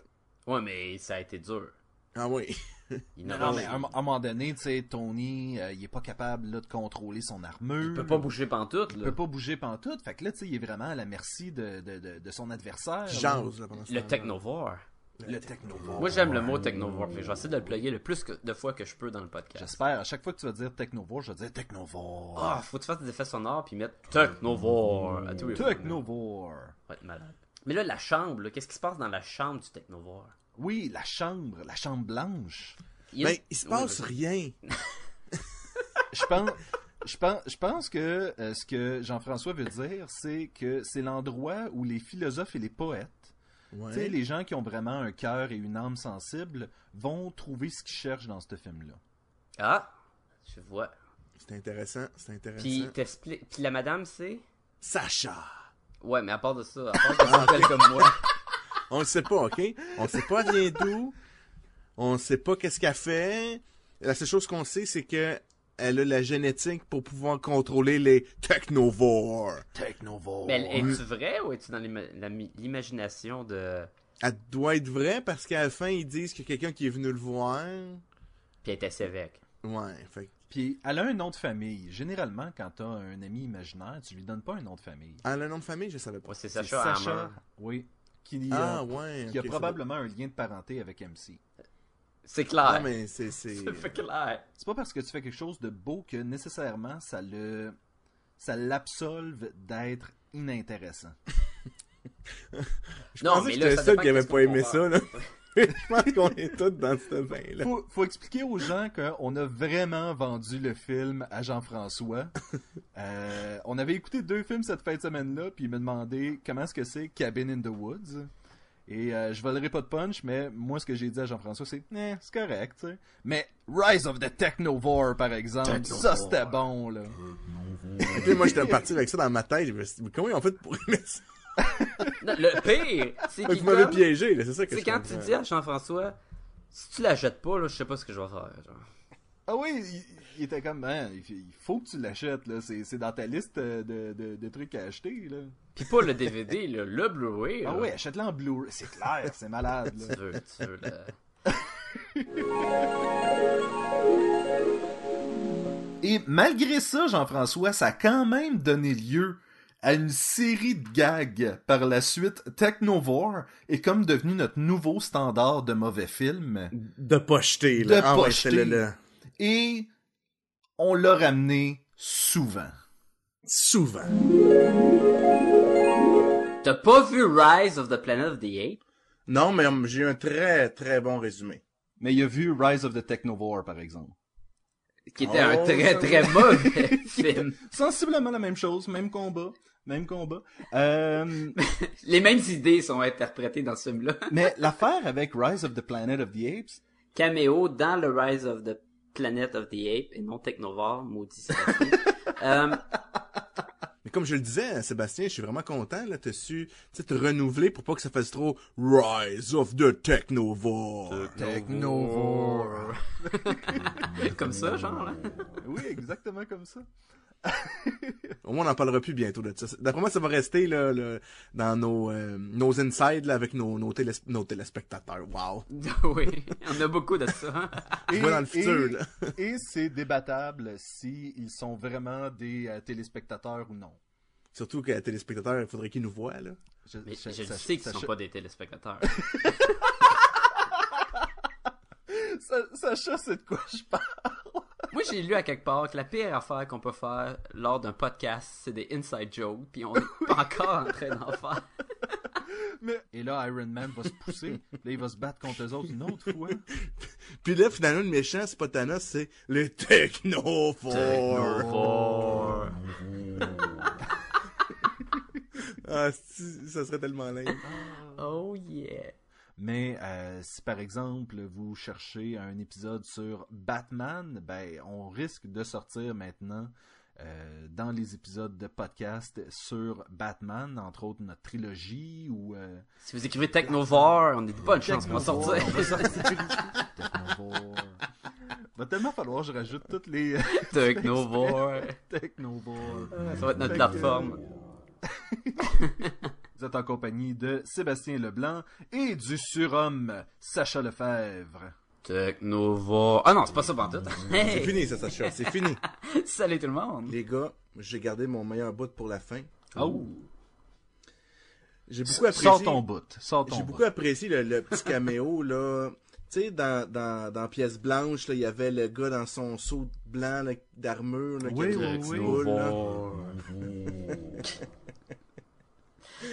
I: Ouais, mais ça a été dur.
B: Ah oui.
J: Il non, non, mais à un, à un moment donné, tu sais, Tony, euh, il est pas capable là, de contrôler son armure.
B: Hmm.
I: Il peut pas bouger pantoute. Là.
J: Il peut pas bouger pantoute. Fait que là, tu sais, il est vraiment à la merci de, de, de, de son adversaire.
B: Genre, là,
I: le technovore.
J: Le technovore.
I: Moi, j'aime le mot technovore. Puis je vais essayer de le plugger le plus que, de fois que je peux dans le podcast.
J: J'espère. À chaque fois que tu vas dire technovore, je vais dire technovore.
I: Ah, oh, faut que tu fasses des effets sonores puis mettre technovore à tous les
J: Technovore.
I: Va être malade. Mais là, la chambre, qu'est-ce qui se passe dans la chambre du Technovore?
J: Oui, la chambre, la chambre blanche.
B: Il Mais Ben, il se passe oui, rien.
J: je pense. Je pense, je pense que euh, ce que Jean-François veut dire, c'est que c'est l'endroit où les philosophes et les poètes, ouais. les gens qui ont vraiment un cœur et une âme sensible, vont trouver ce qu'ils cherchent dans ce film-là.
I: Ah, je vois.
B: C'est intéressant, c'est intéressant.
I: Puis, Puis la madame, c'est
B: Sacha.
I: Ouais, mais à part de ça, à part
B: Ah,
I: qu'elle s'appelle comme moi.
B: On le sait pas, ok? On sait pas rien d'où. On sait pas qu'est-ce qu'elle fait. La seule chose qu'on sait, c'est que elle a la génétique pour pouvoir contrôler les technovores.
J: Technovores.
I: Mais
B: Oh,
I: es-tu vrai ou es-tu dans l'imagination de.
B: Elle doit être vraie parce qu'à la fin, ils disent qu'il y a quelqu'un qui est venu le voir.
I: Puis elle était sévère.
B: Ouais, fait
J: puis elle a un nom de famille. Généralement, quand t'as un ami imaginaire, tu lui donnes pas un nom de famille.
B: Elle a un ah, nom de famille, je savais pas.
I: Ouais, c'est Sacha, Sacha Hammer.
J: Oui. Qui,
B: ah,
J: a,
B: ouais,
J: qui okay, a probablement un lien de parenté avec MC.
I: C'est clair.
B: Non,
I: *laughs*
B: mais c'est. C'est
I: clair.
J: C'est pas parce que tu fais quelque chose de beau que nécessairement ça le. Ça l'absolve d'être inintéressant.
B: je non, pensais mais que j'étais seul qui avait pas aimé ça, là. *laughs* je pense qu'on est tous dans ce bain-là.
J: Faut, faut expliquer aux gens qu'on a vraiment vendu le film à Jean-François. Euh, on avait écouté deux films cette fin de semaine-là, puis il m'a demandé comment est-ce que c'est Cabin in the Woods. Et euh, je valerai pas de punch, mais moi, ce que j'ai dit à Jean-François, c'est eh, c'est correct. T'sais. Mais Rise of the Technovore, par exemple, Technovore. ça c'était bon. là.
B: puis moi, j'étais parti avec ça dans ma tête. Je me suis dit, comment ils ont fait pour aimer ça?
I: non, le pire, c'est que.
B: Vous m'avez piégé, c'est ça que
I: C'est quand tu dis à Jean-François, si tu l'achètes pas, là, je sais pas ce que je vais faire. Genre.
J: Ah oui, il, il était comme, hein, il faut que tu l'achètes, là. C'est dans ta liste euh, de, de, de, trucs à acheter, là.
I: Pis pas le DVD, là, le Blu-ray.
J: Ah oui, achète-le en Blu-ray. C'est clair, c'est malade, là.
I: tu veux, tu veux, là.
J: Et malgré ça, Jean-François, ça a quand même donné lieu à une série de gags par la suite, Technovore est comme devenu notre nouveau standard de mauvais film.
S: De pocheté, là.
J: De ah pocheté. Ouais, là. Et on l'a ramené souvent.
S: Souvent.
I: T'as pas vu Rise of the Planet of the Apes?
B: Non, mais hum, j'ai un très très bon résumé.
J: Mais il a vu Rise of the Technovore, par exemple
I: qui était oh, un très très mauvais *laughs* film.
J: Sensiblement la même chose, même combat, même combat. Euh...
I: Les mêmes idées sont interprétées dans ce film-là.
J: *laughs* Mais l'affaire avec Rise of the Planet of the Apes.
I: Caméo dans le Rise of the Planet of the Apes et non Technovore, maudit. euh...
B: Mais comme je le disais, hein, Sébastien, je suis vraiment content, là, t'as su, tu te renouveler pour pas que ça fasse trop Rise of the Technovore.
J: The Technovore.
I: comme ça, genre,
J: *laughs*
I: là. *laughs*
J: oui, exactement comme ça.
B: Au moins, on n'en parlera plus bientôt de ça. D'après moi, ça va rester là, le- dans nos, euh, nos insides là, avec nos, nos, téles- nos téléspectateurs. Wow!
I: oui, on a beaucoup de ça. hein.
B: Je vois dans le futur, là.
J: *laughs* et c'est débattable si ils sont vraiment des euh, téléspectateurs ou non.
B: Surtout que les téléspectateurs, il faudrait qu'ils nous voient. Là.
I: Mais je, le
J: ça-
I: sais qu'ils
J: ça-
I: ne sont
J: ça- *laughs*
I: pas des téléspectateurs.
J: Sa- Sacha, c'est de quoi je parle?
I: Moi, j'ai lu à quelque part que la pire affaire qu'on peut faire lors d'un podcast, c'est des inside jokes, puis on n'est pas encore en train d'en faire.
J: Et là, Iron Man va se pousser. là, il va se battre contre eux autres une autre fois.
B: Puis là, finalement, le méchant, c'est pas Thanos, c'est le Technophore. ah, si, ça serait tellement laid.
I: Oh yeah.
J: Mais euh, si par exemple vous cherchez un épisode sur Batman, ben on risque de sortir maintenant euh, dans les épisodes de podcast sur Batman, entre autres notre trilogie ou euh, *laughs*
I: Si vous écrivez Technovore, on est de bonnes chances qu'on va
J: Technovore,
I: sortir.
J: on va sortir. Technovore. Va tellement falloir que je rajoute toutes les
I: Technovore.
J: Technovore.
I: Ça va être notre
J: Fait que-
I: plateforme.
J: Vous êtes en compagnie de Sébastien Leblanc et du surhomme Sacha Lefebvre.
I: Technovore. Ah non, c'est pas ça pantoute.
B: C'est fini, ça, Sacha. C'est fini.
I: Salut tout le monde.
B: Les gars, j'ai gardé mon meilleur bout pour la fin.
J: Oh.
B: J'ai beaucoup apprécié.
J: Sors ton bout. Sors ton
B: J'ai
J: bout.
B: beaucoup apprécié le, le petit caméo, là. Tu sais, dans, dans, dans Pièce Blanche, là, il y avait le gars dans son seau blanc là, d'armure, là, qui
J: Oui,
B: avait
J: oui,
B: une petite
J: oui.
B: boule, là.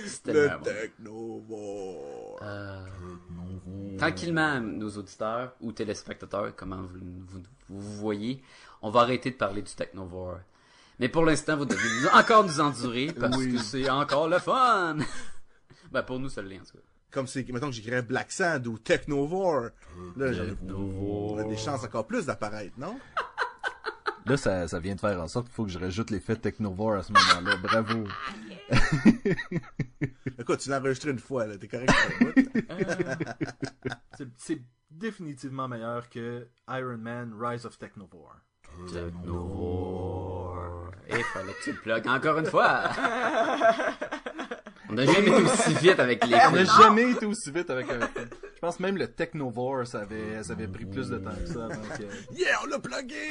I: C'était
B: Le
I: bon.
B: Technovore.
I: Euh, Tranquillement, nos auditeurs ou téléspectateurs, comment vous, vous, vous vous voyez, on va arrêter de parler du Technovore. Mais pour l'instant, vous devez *laughs* nous- encore nous endurer parce
J: Oui.
I: que c'est encore le fun. *laughs* ben pour nous, ça l'est en tout cas.
B: Comme c'est, mettons que j'écrirais Black Sand ou Technovore. Là, j'aurais- j'aurais des chances encore plus d'apparaître, non?
J: Là, ça, ça vient de faire en sorte qu'il faut que je rajoute l'effet Technovore à ce moment-là. Bravo.
B: Écoute, tu l'as enregistré une fois, là. T'es correct pour le bout.
C: C'est- C'est définitivement meilleur que Iron Man Rise of Technovore.
I: Technovore. Et Eh, fallait que tu le plugues encore une *laughs* fois. on n'a jamais été aussi vite avec les
J: On n'a
I: films.
J: jamais été aussi vite avec un film. Je pense même le Technovore, ça avait, ça avait pris plus de temps que ça euh. avant que...
B: *laughs* Yeah, on l'a plugué!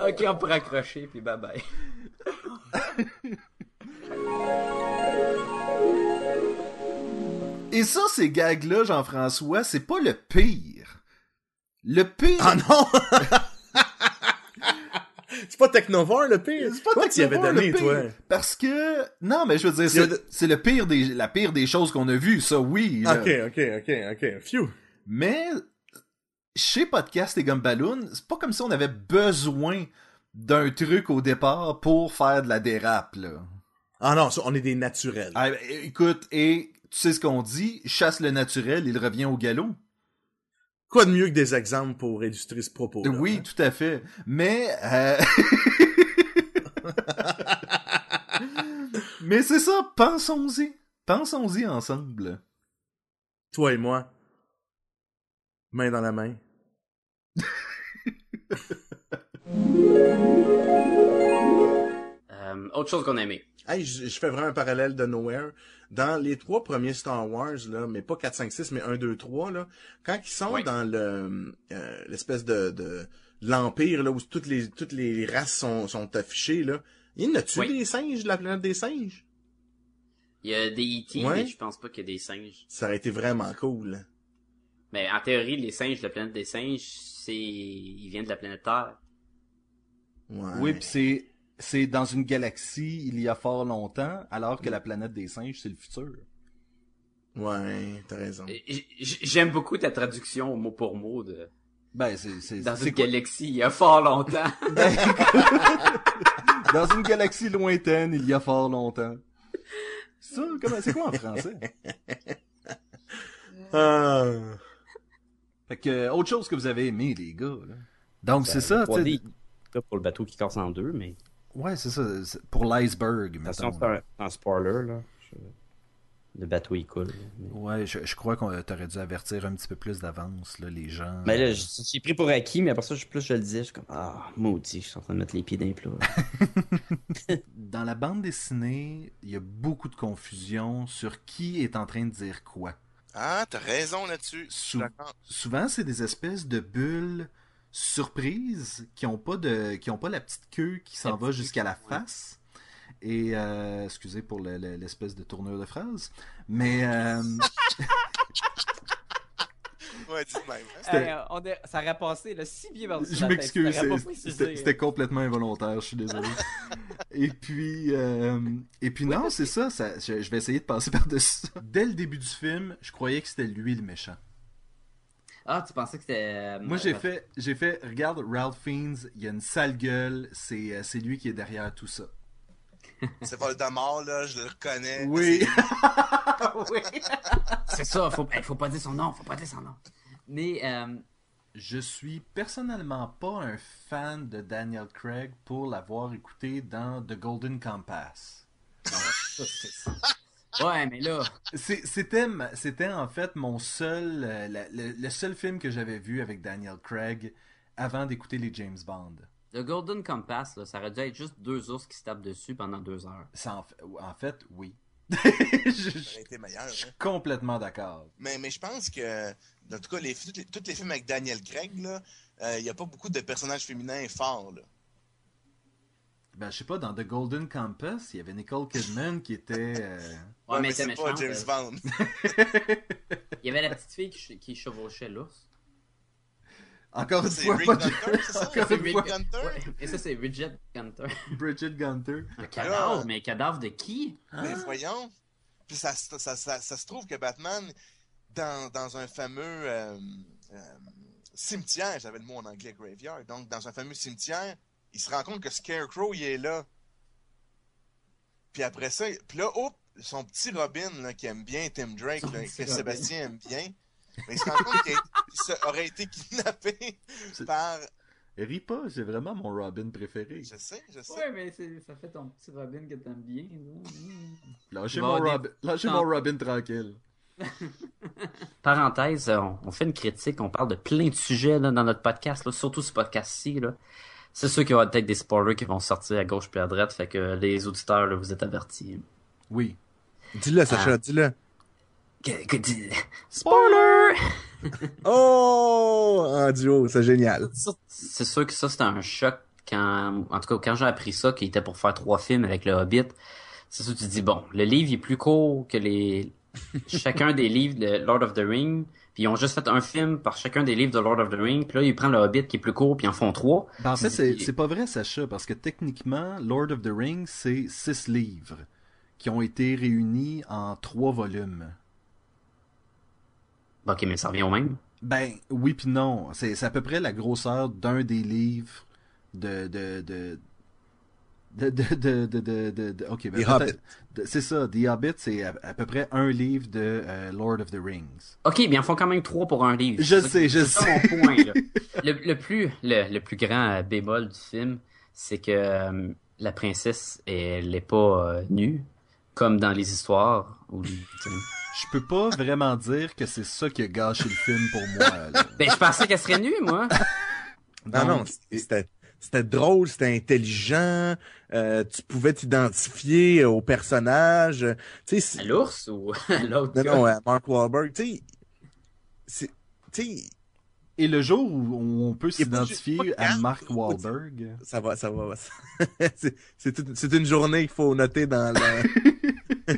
I: Ok, on pourra accrocher puis bye bye.
J: Et ça, ces gags-là, Jean-François, c'est pas le pire. Le pire...
S: Ah non! *laughs* c'est pas Technovore le pire?
J: C'est pas
S: Quoi tu y avais
J: Technovore, le
S: donné,
J: pire.
S: toi?
J: Parce que... Non, mais je veux dire, c'est- c'est le pire des, la pire des choses qu'on a vues, ça, oui. là.
S: Ok, ok, ok, ok. Phew!
J: Mais chez Podcast et Gumballoon, c'est pas comme si on avait besoin d'un truc au départ pour faire de la dérape, là.
S: Ah non, ça, on est des naturels.
J: Ah, ben, écoute, et tu sais ce qu'on dit, chasse le naturel, il revient au galop.
S: Quoi de mieux que des exemples pour illustrer ce propos?
J: oui, tout à fait. Mais... euh, *laughs* Mais c'est ça, pensons-y. Pensons-y ensemble.
S: Toi et moi. Main dans la main.
I: Euh, autre chose qu'on a aimé.
B: Hey, je, je fais vraiment un parallèle de Nowhere. Dans les trois premiers Star Wars, là, mais pas 4, 5, 6, mais 1, 2, 3, là, quand ils sont
I: Ouais.
B: dans le euh, l'espèce de, de l'Empire, là, où toutes les toutes les races sont, sont affichées, là, il y en a-tu
I: Ouais.
B: des singes de la planète des singes?
I: Il y a des E.T.,
B: Ouais.
I: mais je pense pas qu'il y a des singes.
B: Ça aurait été vraiment cool.
I: Mais en théorie, les singes de la planète des singes, c'est ils viennent de la planète Terre.
B: Ouais.
J: Oui, puis c'est... C'est dans une galaxie il y a fort longtemps, alors que la planète des singes, c'est le futur.
B: Ouais, t'as raison.
I: Et j- j- J'aime beaucoup ta traduction mot pour mot de
J: Ben, c'est... c'est-
I: dans
J: c'est
I: une
J: quoi-
I: galaxie il y a fort longtemps.
J: Dans une galaxie lointaine, il y a fort longtemps. Ça, comment, c'est quoi en français?
B: Ah.
J: Fait que, euh, *laughs* autre
D: Ben,
J: chose que vous avez aimé, les gars, là. Donc, c'est ça, tu sais,
D: 3D, là, pour le bateau qui casse en deux, mais
J: Ouais, c'est ça. Pour l'iceberg,
D: maintenant. C'est un, un spoiler, là. Je... Le bateau, il coule.
J: Mais... Ouais, je, je crois qu'on t'aurait dû avertir un petit peu plus d'avance, là, les gens.
D: Mais là, j'ai pris pour acquis, mais après ça, je, plus je le disais, je suis comme, ah, maudit, je suis en train de mettre les pieds d'un *laughs* plat.
J: Dans la bande dessinée, il y a beaucoup de confusion sur qui est en train de dire quoi.
R: Ah, t'as raison là-dessus.
J: Sou souvent, c'est des espèces de bulles surprises qui n'ont pas de qui ont pas la petite queue qui s'en va jusqu'à la face. Et euh, excusez pour l'espèce le, le, de tournure de phrase, mais *laughs* euh...
R: ouais, dis même. hein.
I: Hey,
D: euh,
I: on est... Ça aurait passé là, si bien par
J: Je m'excuse, c'était complètement involontaire, je suis *laughs* désolé. et puis, euh... et puis oui, non, c'est ça, ça je, je vais essayer de passer par-dessus ça. Dès le début du film, je croyais que c'était lui le méchant.
I: Ah, tu pensais que
D: euh,
I: c'était.
J: Moi, j'ai fait, j'ai fait, regarde Ralph Fiennes, il a une sale gueule, c'est, euh, c'est lui qui est derrière tout ça.
R: C'est Voldemort, là, je le reconnais.
J: Oui.
I: oui. c'est ça, faut, faut pas dire son nom, faut pas dire son nom. Mais. Euh...
J: Je suis personnellement pas un fan de Daniel Craig pour l'avoir écouté dans The Golden Compass. *laughs*
I: Ouais, mais là.
J: C'était, c'était en fait mon seul. Euh, la, le, le, seul film que j'avais vu avec Daniel Craig avant d'écouter les James Bond.
I: The Golden Compass, là, ça aurait dû être juste deux ours qui se tapent dessus pendant deux heures.
J: Ça en, fait, en, fait, oui.
R: je, ça aurait été meilleur.
J: Je suis hein. complètement d'accord.
R: Mais, mais je pense que, en tout cas, les, tous, les, tous les films avec Daniel Craig, il n'y euh, a pas beaucoup de personnages féminins forts. Là.
J: Ben, je sais pas, dans The Golden Compass, il y avait Nicole Kidman qui était. Euh...
I: Ouais, ouais, mais euh. c'est
R: pas James Bond. *laughs*
I: il y avait la petite fille qui, qui chevauchait l'ours.
J: *laughs* Encore une fois,
R: pas Gunter, c'est
I: *laughs*
R: ça? C'est Rick Gunter?
I: Ouais. Et ça, c'est Bridget Gunter.
J: Bridget Gunter.
I: Le cadavre, mais cadavre de qui?
R: Hein?
B: Ah.
R: Mais voyons. Puis ça, ça, ça, ça, se trouve que Batman, dans, dans un fameux euh, euh, cimetière, j'avais le mot en anglais graveyard, donc dans un fameux cimetière, il se rend compte que Scarecrow, il est là. Puis après ça, puis là, oh, son petit Robin, là, qui aime bien Tim Drake, là, que Robin. Sébastien aime bien, mais il se rend compte qu'il aurait été kidnappé par...
J: Ris pas, c'est vraiment mon Robin préféré.
R: Je sais, je sais.
T: Ouais, mais ça fait ton petit Robin que t'aimes bien.
J: Lâchez, bon, mon, des... Robin, lâchez mon Robin tranquille.
I: Parenthèse, on, on, fait une critique, on parle de plein de sujets là, dans notre podcast, surtout ce podcast-ci. Là. C'est sûr qu'il y aura peut-être des spoilers qui vont sortir à gauche puis à droite, fait que les auditeurs, là, vous êtes avertis.
J: Oui.
B: Dis-le, Sacha, ah. dis-le.
I: Dis spoiler!
B: oh! En duo, c'est génial.
I: C'est sûr que ça, c'était un choc quand, en tout cas, quand j'ai appris ça, qu'il était pour faire trois films avec le Hobbit, c'est sûr que tu te dis, bon, le livre est plus court que les, chacun des livres de Lord of the Ring, puis ils ont juste fait un film par chacun des livres de Lord of the Ring, puis là ils prennent le Hobbit qui est plus court, puis ils en font trois.
J: Ben, en fait, c'est pas vrai, Sacha, parce que techniquement, Lord of the Ring, c'est six livres qui ont été réunis en trois volumes.
I: Ok, mais ça revient au même.
J: Ben oui puis non, c'est à peu près la grosseur d'un des livres de, de, de de, de, de, de, ok, ben, c'est ça, The Hobbit, c'est à, à, peu près un livre de euh, Lord of the Rings.
I: Ok, bien, ils font quand même trois pour un livre.
J: Je sais, je sais.
I: Mon point, là. *laughs* Le, le, plus, le, le, plus grand euh, bémol du film, c'est que euh, la princesse, elle n'est pas euh, nue, comme dans les histoires. Où,
J: je peux pas vraiment dire que c'est ça qui a gâché le film pour moi. Là.
I: Ben, je pensais qu'elle serait nue, moi.
B: non, Donc, non, c'était c'était drôle, c'était intelligent, euh, tu pouvais t'identifier au personnage. Tu sais,
I: à l'ours ou à l'autre?
B: Non, non, à Mark Wahlberg. Tu sais,
J: et le jour où on peut s'identifier à Mark Wahlberg.
B: Ça va, ça va. va. *laughs* c'est une journée qu'il faut noter dans le.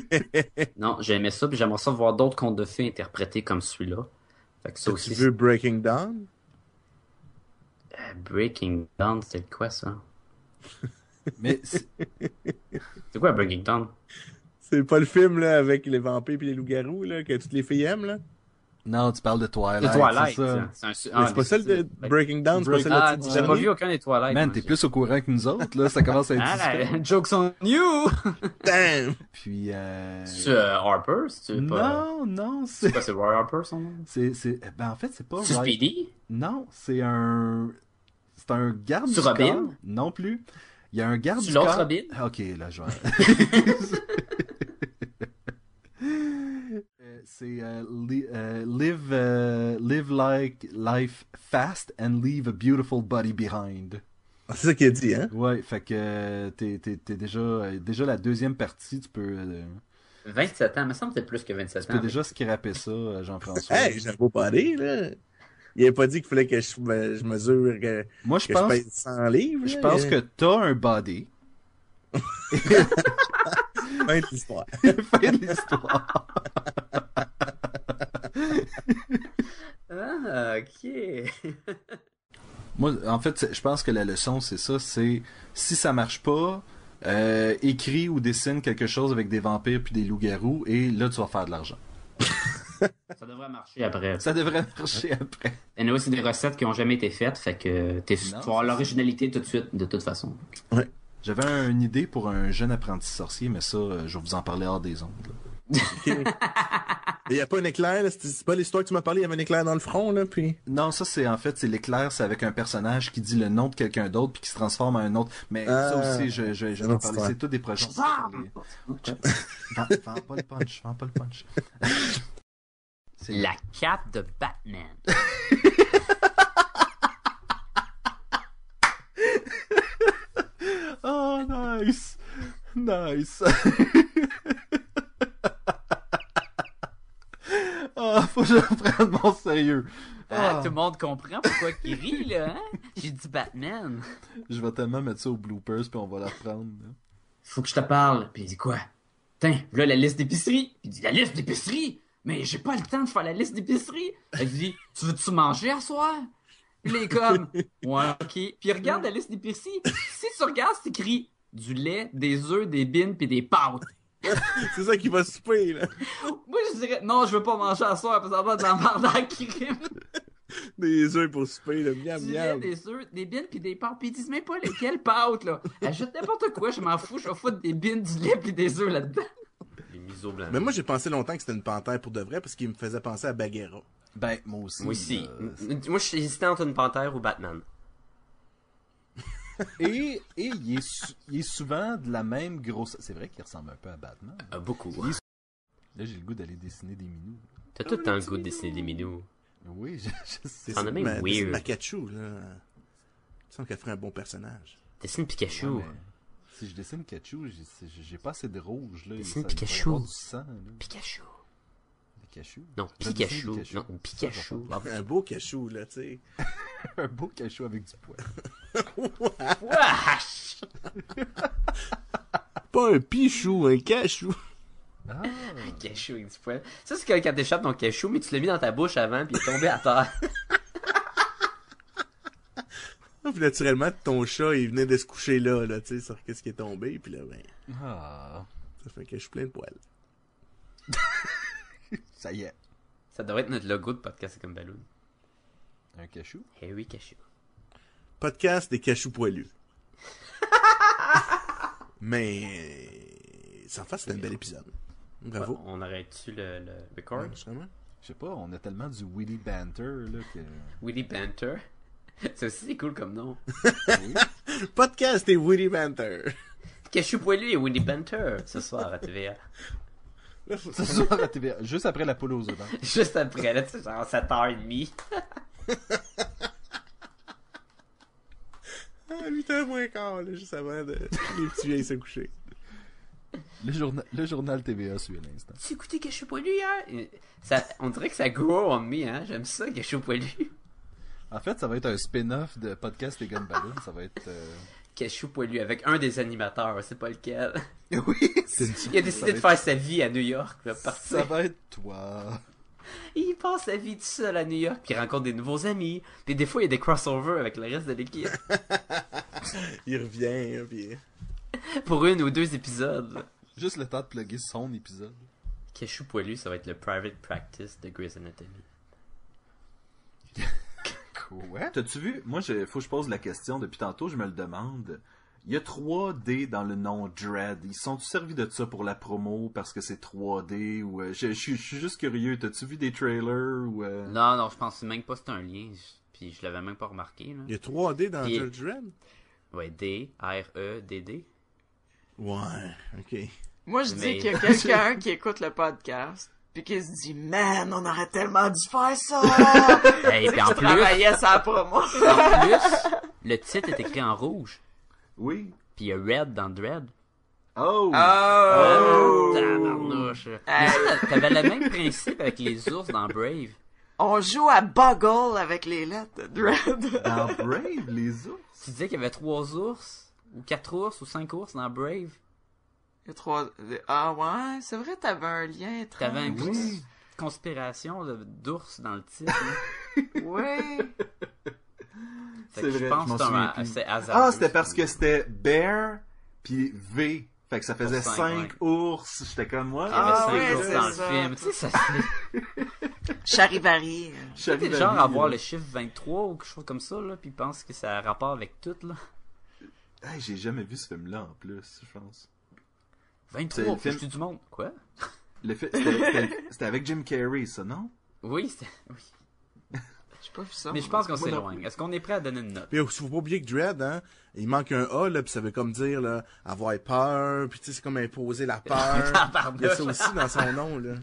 I: non, j'aimais ça, puis j'aimerais ça voir d'autres contes de fées interprétés comme celui-là. Fait que ça aussi.
B: Tu veux Breaking Down?
I: euh, Breaking Down, c'est quoi ça?
J: Mais
I: c'est quoi Breaking Down?
B: C'est pas le film là avec les vampires et les loups-garous là que toutes les filles aiment là?
J: Non, tu parles de Twilight.
I: De Twilight,
B: c'est un... ah, pas celle de Breaking Down, c'est pas celle
I: ah, J'ai pas vu aucun des Twilight.
J: Man, t'es plus au courant que nous autres, là. Ça commence à être.
I: Ah, là, *laughs* jokes on you!
B: Damn!
J: Puis, euh.
I: C'est euh, Harper, si tu veux
J: pas. Non, non, c'est.
I: C'est quoi, c'est Roy Harper, son nom?
J: C'est, c'est.
C: eh
J: Ben, en fait, c'est pas.
I: C'est Speedy?
J: Non, c'est un. C'est un garde
I: du Robin?
J: Non plus.
C: Il y a un garde
I: du corps. Robin?
C: Ok, là, je
I: *laughs*
C: vois. Euh, C'est euh, li- euh, live, euh, live like life fast and leave a beautiful body behind.
B: C'est ça qu'il a dit, hein?
C: Ouais, fait que euh, t'es, t'es- t'es déjà, euh, déjà la deuxième partie, tu peux, euh,
I: 27 ans, il me semble que t'es plus que 27
C: tu peux
I: ans.
C: déjà scraper ça, euh, Jean-François.
B: Hey, j'ai un beau body, là. Il avait pas dit qu'il fallait que je, me- je mesure que,
C: Moi, je
B: que
C: pense-
B: pèse 100 livres.
C: Je
B: là.
C: pense que t'as un body. *laughs*
B: Fin de l'histoire.
C: fin de l'histoire.
I: Ah, ok.
C: Moi, en fait, c'est- je pense que la leçon, c'est ça, c'est si ça marche pas, euh, écris ou dessine quelque chose avec des vampires puis des loups-garous et là, tu vas faire de l'argent.
I: ça devrait marcher après.
C: Ça devrait *laughs* marcher après.
I: Et nous, c'est des recettes qui n'ont jamais été faites, fait que t'es, tu vas avoir l'originalité tout de suite, de toute façon.
C: J'avais un- une idée pour un jeune apprenti sorcier, mais ça, euh, je vais vous en parler hors des ondes. là.
B: Il n'y a pas un éclair, là. C'est- C'est pas l'histoire que tu m'as parlé, il y avait un éclair dans le front, là, puis.
C: Non, ça, c'est en fait, c'est l'éclair, c'est avec un personnage qui dit le nom de quelqu'un d'autre puis qui se transforme en un autre. Mais ça
B: Ah.
C: aussi, je, je, je
B: Une
C: vais en
B: autre
C: parler.
B: histoire.
C: C'est tous des projets.
H: Ah!
C: Vends, vends pas le punch, vends pas le punch. *laughs* C'est-
I: La cape de Batman.
C: Oh, nice! Nice! *laughs* Ah, faut que je reprenne mon sérieux.
I: Ah,
C: Ah.
I: Tout le monde comprend pourquoi il rit, là, hein? J'ai dit Batman.
C: Je vais tellement mettre ça aux bloopers, puis on va la reprendre. là.
I: Faut que je te parle. Puis il dit quoi? Tiens, là, la liste d'épicerie. Puis il dit, la liste d'épicerie? Mais j'ai pas le temps de faire la liste d'épicerie. Elle dit, tu veux-tu manger à soir? Puis il est comme, ouais, ok. Puis regarde la liste d'épicerie. Si tu regardes, c'est écrit du lait, des œufs, des bines, puis des pâtes.
B: C'est ça qui va souper, là.
I: Moi, je dirais, non, je veux pas manger à soir, parce que ça va de la merde à la crime.
B: Des œufs pour souper, là. Miam,
I: du lait,
B: miam.
I: des œufs, des bines puis des pâtes. Puis ils disent même pas lesquelles pâtes, là. Ajoute n'importe quoi, je m'en fous, je vais foutre des bines, du lait puis des œufs là-dedans. Des miso blancs.
B: Mais moi, j'ai pensé longtemps que c'était une panthère pour de vrai, parce qu'il me faisait penser à Bagheera.
C: Ben, moi aussi.
U: Moi aussi.
C: euh,
U: Moi, je suis hésitant entre une panthère ou Batman.
C: Et, et il, est sou- il est souvent de la même grosse. C'est vrai qu'il ressemble un peu à Batman.
U: Ah, beaucoup.
C: Il est- Là, j'ai le goût d'aller dessiner des minous.
U: T'as tout le temps le goût de dessiner des minous.
C: Oui, *laughs* je, je sais.
U: T'en as même
B: Mais c'est
U: weird.
B: Pikachu, là. Il me semble qu'elle ferait un bon personnage.
U: Dessine Pikachu.
C: Ouais, Ah, mais si je dessine Pikachu, j'ai- c'est- j'ai pas assez de rouge. Là,
U: Dessine
C: Ça devrait
U: Pikachu.
C: avoir du sang, là.
U: Pikachu.
C: Pikachu.
U: Non,
C: Je vais dessiner
U: Pikachu. Non, Pikachu.
C: Ça,
U: Ah,
B: Un beau cachou, là, tu sais.
C: Un beau cachot avec du poil.
I: Wesh!
B: Pas un pichou, un cachou.
C: Ah,
I: Cachou avec du poil. Ça, c'est quand quand t'échappes ton cachou, mais tu l'as mis dans ta bouche avant puis il est tombé à terre. *laughs*
B: Ah, Puis naturellement, ton chat, il venait de se coucher là, là, tu sais, sur qu'est-ce qui est tombé, puis là, ben,
C: Ah.
B: ça fait que je suis plein de poils.
C: ça y est.
I: Ça devrait être notre logo de podcast comme Balloon.
C: Un cachou.
I: Eh oui, cachou.
B: Podcast des cachous poilus. Mais, sans faire, c'était un bel épisode.
U: Oh.
B: Bravo.
I: On arrête-tu le, le record?
B: Vraiment.
C: Je sais pas, on a tellement du Willy Banter là que. *laughs*
I: Willy Banter. Ça aussi, c'est cool comme nom.
B: Podcast des Woody Banter.
I: Cachou poilu et Willy Banter, ce soir à TVA.
C: Ce soir à TVA, juste après la poule aux œufs d'or.
I: *laughs* Juste après, là, tu sais, genre 7h30.
B: Ah, 8h moins quart, là, juste avant de... les petits vieilles se coucher.
C: Le journal, le journal TVA suit à l'instant.
I: Tu écouté Cachou poilu hier? Et Ça, on dirait que ça grow on me, hein? J'aime ça, Cachou poilu.
C: En fait, ça va être un spin-off de podcast Les Gun Balloon. Ça va être. euh,
I: Cachou poilu avec un des animateurs, c'est pas lequel.
C: Oui, c'est
I: Il a décidé de faire sa vie à New York, là,
C: Ça
I: partir.
C: va être toi.
I: Il passe sa vie tout seul à New York, puis il rencontre des nouveaux amis. Puis des fois, il y a des crossovers avec le reste de *laughs* l'équipe.
B: Il revient, hein, puis...
I: Pour une ou deux épisodes.
C: Juste le temps de plugger son épisode.
I: Cachou poilu, ça va être le private practice de Grey's Anatomy.
C: Quoi? T'as-tu vu? Moi, il faut que je pose la question depuis tantôt, je me le demande. Il y a 3D dans le nom Dread. Ils sont servis de ça pour la promo parce que c'est 3D ou euh, je, je suis je suis juste curieux. T'as-tu vu des trailers ou euh,
I: Non, non, je pense même pas que c'est un lien. je- Puis je l'avais même pas remarqué, là.
B: Il y a 3D dans
I: Il-
B: Judge Red?
U: Ouais,
I: E, *laughs*
U: D-R-E-D-D.
B: Ouais, ok.
H: Moi, je dis qu'il y a quelqu'un qui écoute le podcast, puis qui se dit, man, on aurait tellement dû faire *laughs* ça!
U: Hey,
H: Tu sais,
U: puis en
H: je
U: plus-
H: travaillais sur la promo. *laughs*
U: En plus, le titre est écrit en rouge.
J: Oui.
U: Puis il y a Red dans Dread.
J: Oh!
U: Ah!
H: Euh,
U: Oh! Tabarnouche. Mais ça, t'a- T'avais le même principe avec les ours dans Brave.
H: On joue à Buggle avec les lettres de Dread.
J: Dans Brave, les ours?
U: Tu disais qu'il y avait trois ours, ou quatre ours, ou cinq ours dans Brave.
H: *laughs* Il y a trois... Ah ouais, c'est vrai, t'avais un lien étrange.
U: T'avais
J: Ah
U: une petite conspiration de- d'ours dans le titre. hein.
H: Oui.
U: Fait que je pense
J: m'en
U: que c'est
J: souviens
U: un-
J: plus.
U: c'est hasardeux,
J: Ah, c'était parce que c'était bear puis V. Fait que ça faisait
U: Pour
J: 5
U: cinq,
J: ours. J'étais comme moi.
U: Il y avait
J: Ah,
U: cinq
J: ouais,
U: ours
J: c'est
U: dans le
J: ça.
U: film. Tu sais, ça fait...
H: Charivari.
U: T'es le genre à voir le chiffre 23 ou quelque chose comme ça, là, puis pense que ça a rapport avec tout, là.
J: Hey, J'ai jamais vu ce film-là en plus, je pense.
U: 23,
J: C'est le
U: je
J: film-
U: suis du monde. Quoi?
J: Le fi- c'était- c'était- C'était avec Jim Carrey, ça, non?
U: Oui, c'était... Oui.
H: J'ai pas vu ça.
U: Mais je pense qu'on
B: Moi non
U: s'éloigne. Est-ce qu'on est prêt à donner une note?
B: Puis aussi, faut pas oublier que Dread, hein, il manque un A, là, puis ça veut comme dire, là, avoir peur, puis tu sais, c'est comme imposer
H: *laughs*
B: la peur. il y a ça aussi dans son nom, là.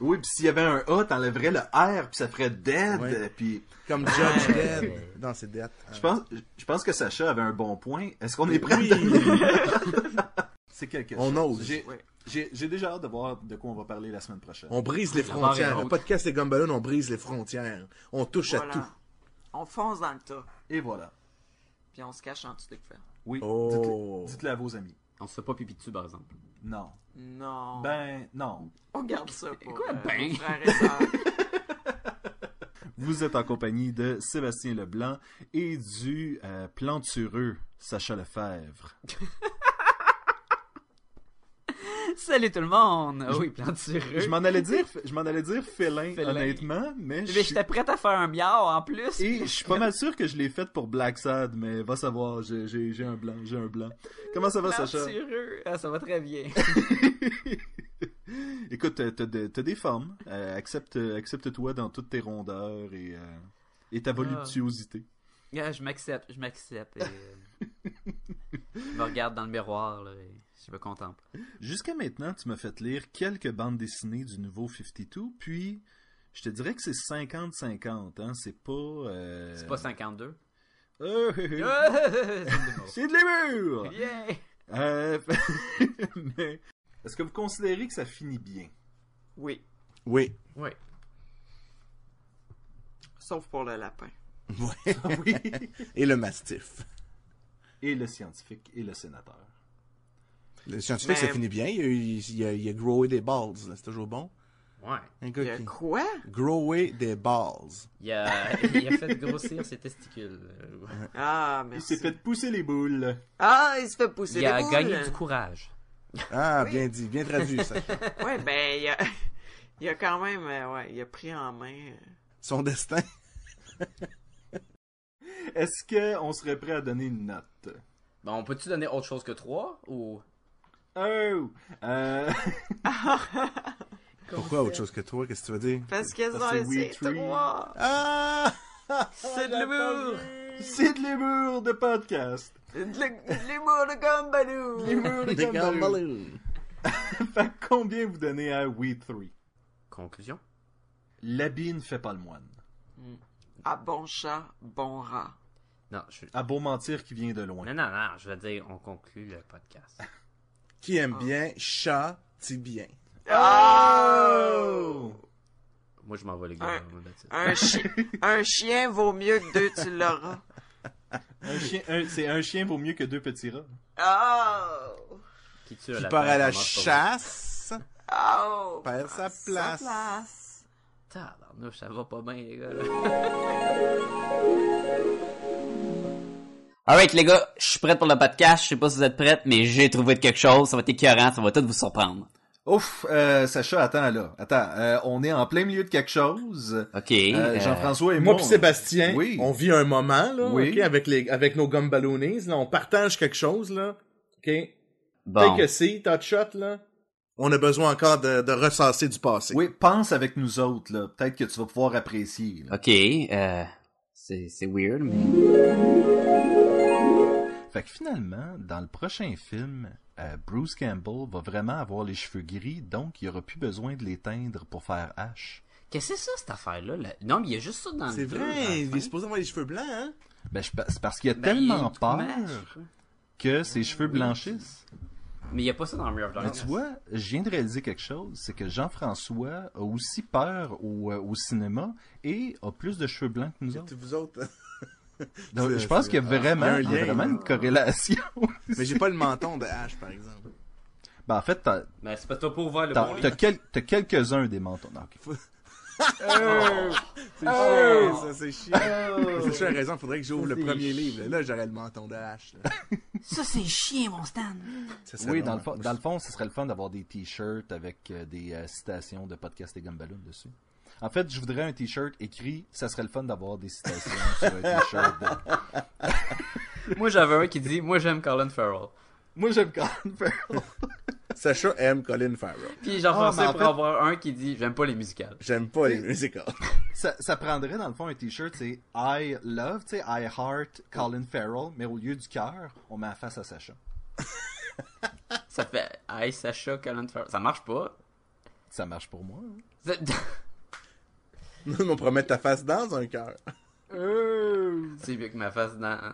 J: Oui, puis s'il y avait un A, t'enlèverais le R, puis ça ferait dead,
B: Ouais.
J: euh, puis...
B: Comme Judge Dead dans ses dettes. hein.
J: Je pense, je pense que Sacha avait un bon point. Est-ce qu'on est prêt?
B: Oui.
J: *laughs* C'est quelque
B: On
J: chose.
B: ose.
J: J'ai- J'ai j'ai déjà hâte de voir de quoi on va parler la semaine prochaine.
B: On brise les
J: La barre est
B: frontières. Le
J: haute.
B: podcast des Gumballoon, on brise les frontières. On touche à
H: Voilà.
B: tout.
H: On fonce dans le tas,
J: Et voilà.
H: puis on se cache en dessous des couvertes.
J: Oui.
B: Oh.
J: Dites-le dites-le à vos amis.
U: On se fait pas pipi dessus, par exemple.
J: Non.
H: Non.
J: Ben, non.
H: On garde ça pour
U: Quoi,
H: euh,
U: ben?
H: nos frères et sœurs.
J: Vous êtes en compagnie de Sébastien Leblanc et du euh, plantureux Sacha Lefebvre.
I: *laughs* Salut tout le monde! Ah oui, plantureux.
D: Euh,
J: Je m'en allais dire, je m'en allais dire félin,
I: Félin.
J: honnêtement, mais,
D: Eh
J: je
I: Mais
J: suis-
I: j'étais prête à faire un miau en plus.
J: Et je suis pas mal sûr que je l'ai faite pour Black Sad, mais va savoir, j'ai- j'ai j'ai un blanc, j'ai un blanc. Comment ça va, Sacha?
I: Plantureux. Ah, ça va très
J: *laughs*
I: bien.
J: Écoute, t'as- t'as de- t'as des formes. Euh, accepte- Accepte-toi dans toutes tes rondeurs et, euh, et ta voluptuosité.
I: Ah, je m'accepte, je m'accepte. et, euh, je me regarde dans le miroir là, et je me contemple.
J: Jusqu'à maintenant, tu m'as fait lire quelques bandes dessinées du nouveau 52, puis je te dirais que c'est 50-50, hein? C'est pas... euh,
I: C'est
B: *laughs*
I: pas 52.
J: Euh, euh, euh,
I: C'est
J: c'est de l'humour!
I: Yeah!
J: Euh, *laughs* mais Est-ce que vous considérez que ça finit bien?
H: *laughs* Oui.
B: Oui. *laughs*
H: Oui. Sauf pour le lapin.
B: Ouais.
J: Oui.
B: Et le mastiff.
J: Et le scientifique et le sénateur.
B: Le scientifique,
H: Mais-
B: ça finit bien. Il a, il, il a, il a growé des balls, là. C'est toujours bon.
I: Ouais.
B: Un
H: Il
B: gars
H: y a
B: qui...
H: quoi?
B: Grower des balls.
I: Il a, il a fait grossir ses testicules. Euh,
H: Ah,
J: Il s'est
H: merci.
J: fait pousser les boules.
H: Ah, il se fait pousser
I: Il a
H: des boules.
B: hein.
I: gagné du courage.
B: Ah, bien dit. Bien traduit,
H: *laughs*
B: ça.
H: Ouais, ben, il a, *laughs* il a quand même, euh, ouais, il a pris en main. euh, *laughs*
B: Son destin.
J: Est-ce qu'on serait prêt à donner une note?
I: Bon, Ben, on peut-tu donner autre chose que 3 ou.
J: Oh! Euh, *laughs*
B: Pourquoi autre chose que toi? Qu'est-ce que tu veux dire?
H: Parce qu'ils ont
J: Parce que
H: essayé
J: We Three-
H: trois.
B: Ah!
H: C'est de l'humour.
J: c'est de l'humour de *laughs* podcast.
H: C'est de l'humour de Gumbaloo.
J: L'humour de
B: Des
J: Gumbaloo.
B: Gumballoon.
J: Fait que combien vous donnez à We 3?
I: Conclusion?
J: L'habit ne fait pas le moine.
H: À Ah, bon chat, bon rat.
I: Non, je.
J: À beau mentir qui vient de
I: Non,
J: loin.
I: non, non, je veux dire, on conclut le podcast.
B: Qui aime bien chat, dit bien.
J: Oh!
I: Moi, je m'en vais les gars.
H: Un-
I: moi,
B: Ah.
I: là-dessus.
H: Un, chi- un chien vaut mieux que deux, tu l'auras.
J: Un chien- un- c'est un chien vaut mieux que deux petits rats.
H: Oh!
I: Qui tue
B: Qui
I: lapin,
B: part à la
I: commence par-
B: chasse,
H: Oh!
B: perd sa place.
H: place.
I: Tabarnouche, ça va pas bien, les gars. là.
D: Alright, les gars, je suis prête pour le podcast. Je sais pas si vous êtes prêtes, mais j'ai trouvé de quelque chose. Ça va être écœurant, ça va tout vous surprendre.
J: Ouf, euh, Sacha, attends là. Attends, euh, on est en plein milieu de quelque chose.
D: OK. *laughs*
I: *laughs*
J: Euh,
D: euh,
J: Jean-François et
B: Moi
J: moi.
B: puis
J: on-
B: Sébastien,
J: Oui.
B: on vit un moment là,
J: Oui.
B: ok, avec les avec nos gumballoonies, là, on partage quelque chose là. OK.
D: bon.
B: Take a seat, hot shot là. On a besoin encore de, de recenser du passé.
J: Oui, pense avec nous autres, là. Peut-être que tu vas pouvoir apprécier. là.
D: OK. Euh, c'est c'est weird, mais...
J: Fait que finalement, dans le prochain film, euh, Bruce Campbell va vraiment avoir les cheveux gris, donc il aura plus besoin de les teindre pour faire H.
I: Qu'est-ce que c'est ça, cette affaire-là? là? Non, mais il y a juste ça dans le
B: C'est
I: deux,
B: vrai,
I: dans
B: il
I: la
B: est
I: fin.
B: supposé avoir les cheveux blancs, hein?
J: Ben, je- c'est parce qu'il a
I: Ben, il y a
J: tellement
I: une
J: peur
I: coumache, ouais.
J: que ses cheveux blanchissent.
I: Mais il n'y a pas ça dans Mirror of
J: Mais
I: Darkness.
J: tu vois, je viens de réaliser quelque chose, c'est que Jean-François a aussi peur au, euh, au cinéma et a plus de cheveux blancs que nous autres.
B: Vous autres. *laughs*
J: Donc,
B: C'est-
J: je pense
B: c'est-
J: qu'il y a vraiment,
B: Ah,
J: il y a
B: lien,
J: vraiment
B: là.
J: une corrélation.
B: Mais j'ai pas le menton de H, par exemple.
J: Ben, en fait, t'as,
I: Ben, c'est pas toi pour ouvert le
J: t'as-
I: bon lit.
J: t'as quel- t'as quelques-uns des mentons. Non, ok.
B: Euh, c'est
I: Oh.
B: chiant, ça, c'est chiant. C'est chiant, raison, faudrait que j'ouvre le
I: Ça, c'est
B: premier livre. Là, Là, j'aurais le menton de H. là.
I: Ça, c'est chien, mon Stan.
B: Ça serait
J: Oui,
B: bon,
J: dans le,
B: hein.
J: fond, dans le fond, ce serait le fun d'avoir des t-shirts avec euh, des euh, citations de podcast et Gumballoon dessus. En fait, je voudrais un t-shirt écrit, ça serait le fun d'avoir des citations *laughs* sur un t-shirt. de-
I: Moi, j'avais un qui dit Moi, j'aime Colin Farrell.
J: *laughs* Moi, j'aime Colin Farrell.
B: Sacha aime Colin Farrell.
I: Puis j'en
J: Ah,
I: pensais
J: mais en
I: pour
J: fait-
I: avoir un qui dit J'aime pas les musicales.
B: J'aime pas les musicals. *laughs*
J: ça, ça prendrait dans le fond un t-shirt, c'est I love, tu sais, I heart Colin Farrell, mais au lieu du cœur, on met la face à Sacha.
I: Ça fait Hey, Sacha, Colin Farrell. Ça marche pas. *laughs*
J: Ça marche pour moi. hein.
I: C'est-
B: Nous, on pourrait mettre ta face dans un cœur.
I: C'est mieux que ma face hein. dans.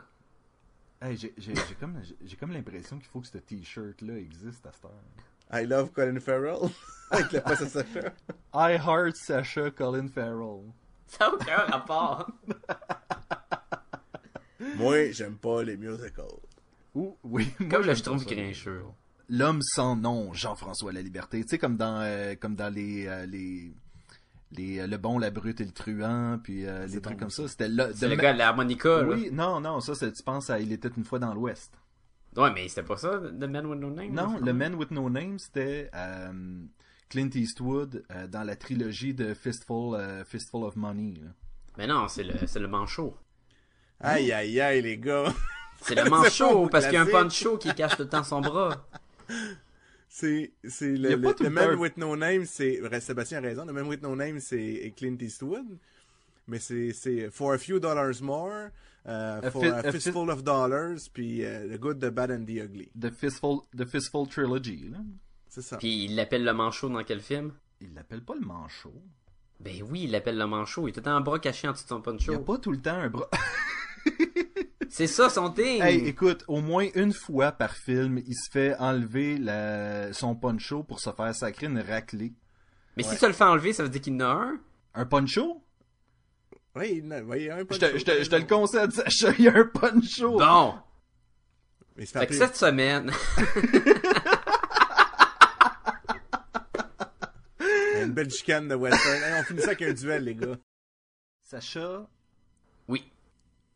J: Hey, j'ai- j'ai j'ai comme, j'ai comme l'impression qu'il faut que ce t-shirt-là existe à cette heure.
B: I love Colin Farrell. *laughs* Avec la face à Sacha.
J: I heart Sacha Colin Farrell.
I: Ça n'a aucun rapport.
B: Moi, j'aime pas les musicals.
J: Ou, oui, moi,
I: Comme le
J: j'aime
I: je trouve
J: ça.
I: grincheux.
J: L'homme sans nom, Jean-François La Liberté. Tu sais, comme dans, euh, comme dans les, euh, les, les, euh, le bon, la brute et le truand, puis euh, les trucs comme ça. C'était le,
I: C'est
J: de
I: le
J: ma-
I: gars de l'harmonica, là.
J: Oui, non, non, ça, c'est- tu penses à Il était une fois dans l'Ouest.
I: Ouais, mais c'était pas ça, The Man with No Name.
J: Non,
I: là,
J: le Man with No Name, c'était euh, Clint Eastwood euh, dans la trilogie de Fistful, euh, Fistful of Money. là.
I: Mais non, c'est le, c'est le manchot.
B: Aïe, aïe, aïe, les gars.
I: C'est le
B: C'est pas
I: manchot,
B: un
I: parce qu'il y a un
B: classique.
I: pancho qui cache tout le temps son bras.
B: C'est, c'est
J: Y
B: le,
J: a pas
B: le,
J: tout
B: le
J: le
B: Man
J: temps.
B: with No Name, c'est, Sébastien a raison, le Man with No Name, c'est Clint Eastwood. Mais c'est, c'est For a Few Dollars More, euh,
J: A
B: For
J: fi-
B: a,
J: a fi-
B: Fistful of Dollars, puis euh, The Good, The Bad and The Ugly.
J: The Fistful, the Fistful Trilogy. Là.
B: C'est ça.
I: Puis il l'appelle le manchot dans quel film
J: Il l'appelle pas le manchot.
I: Ben oui, il l'appelle le manchot. Il est tout le temps un bras caché en dessous de son
J: Il n'y a
I: poncho.
J: pas tout le temps un bras.
I: C'est ça son thing.
J: Hey, écoute, au moins une fois par film, il se fait enlever la- son poncho pour se faire sacrer une raclée.
I: mais si tu le fais enlever, ça veut dire qu'il en a un.
J: Un poncho?
B: Oui, il y en a- oui, il y a un
J: Je
B: poncho.
J: te, je te- je te le concède, Sacha, il y a un
B: Oh,
J: poncho.
I: Bon.
B: Mais il se fait
I: Fait que
B: appeler-
I: cette semaine, *laughs*
B: une belle chicane de western. Hey, on finit ça avec un duel, les gars.
J: Sacha,
I: oui.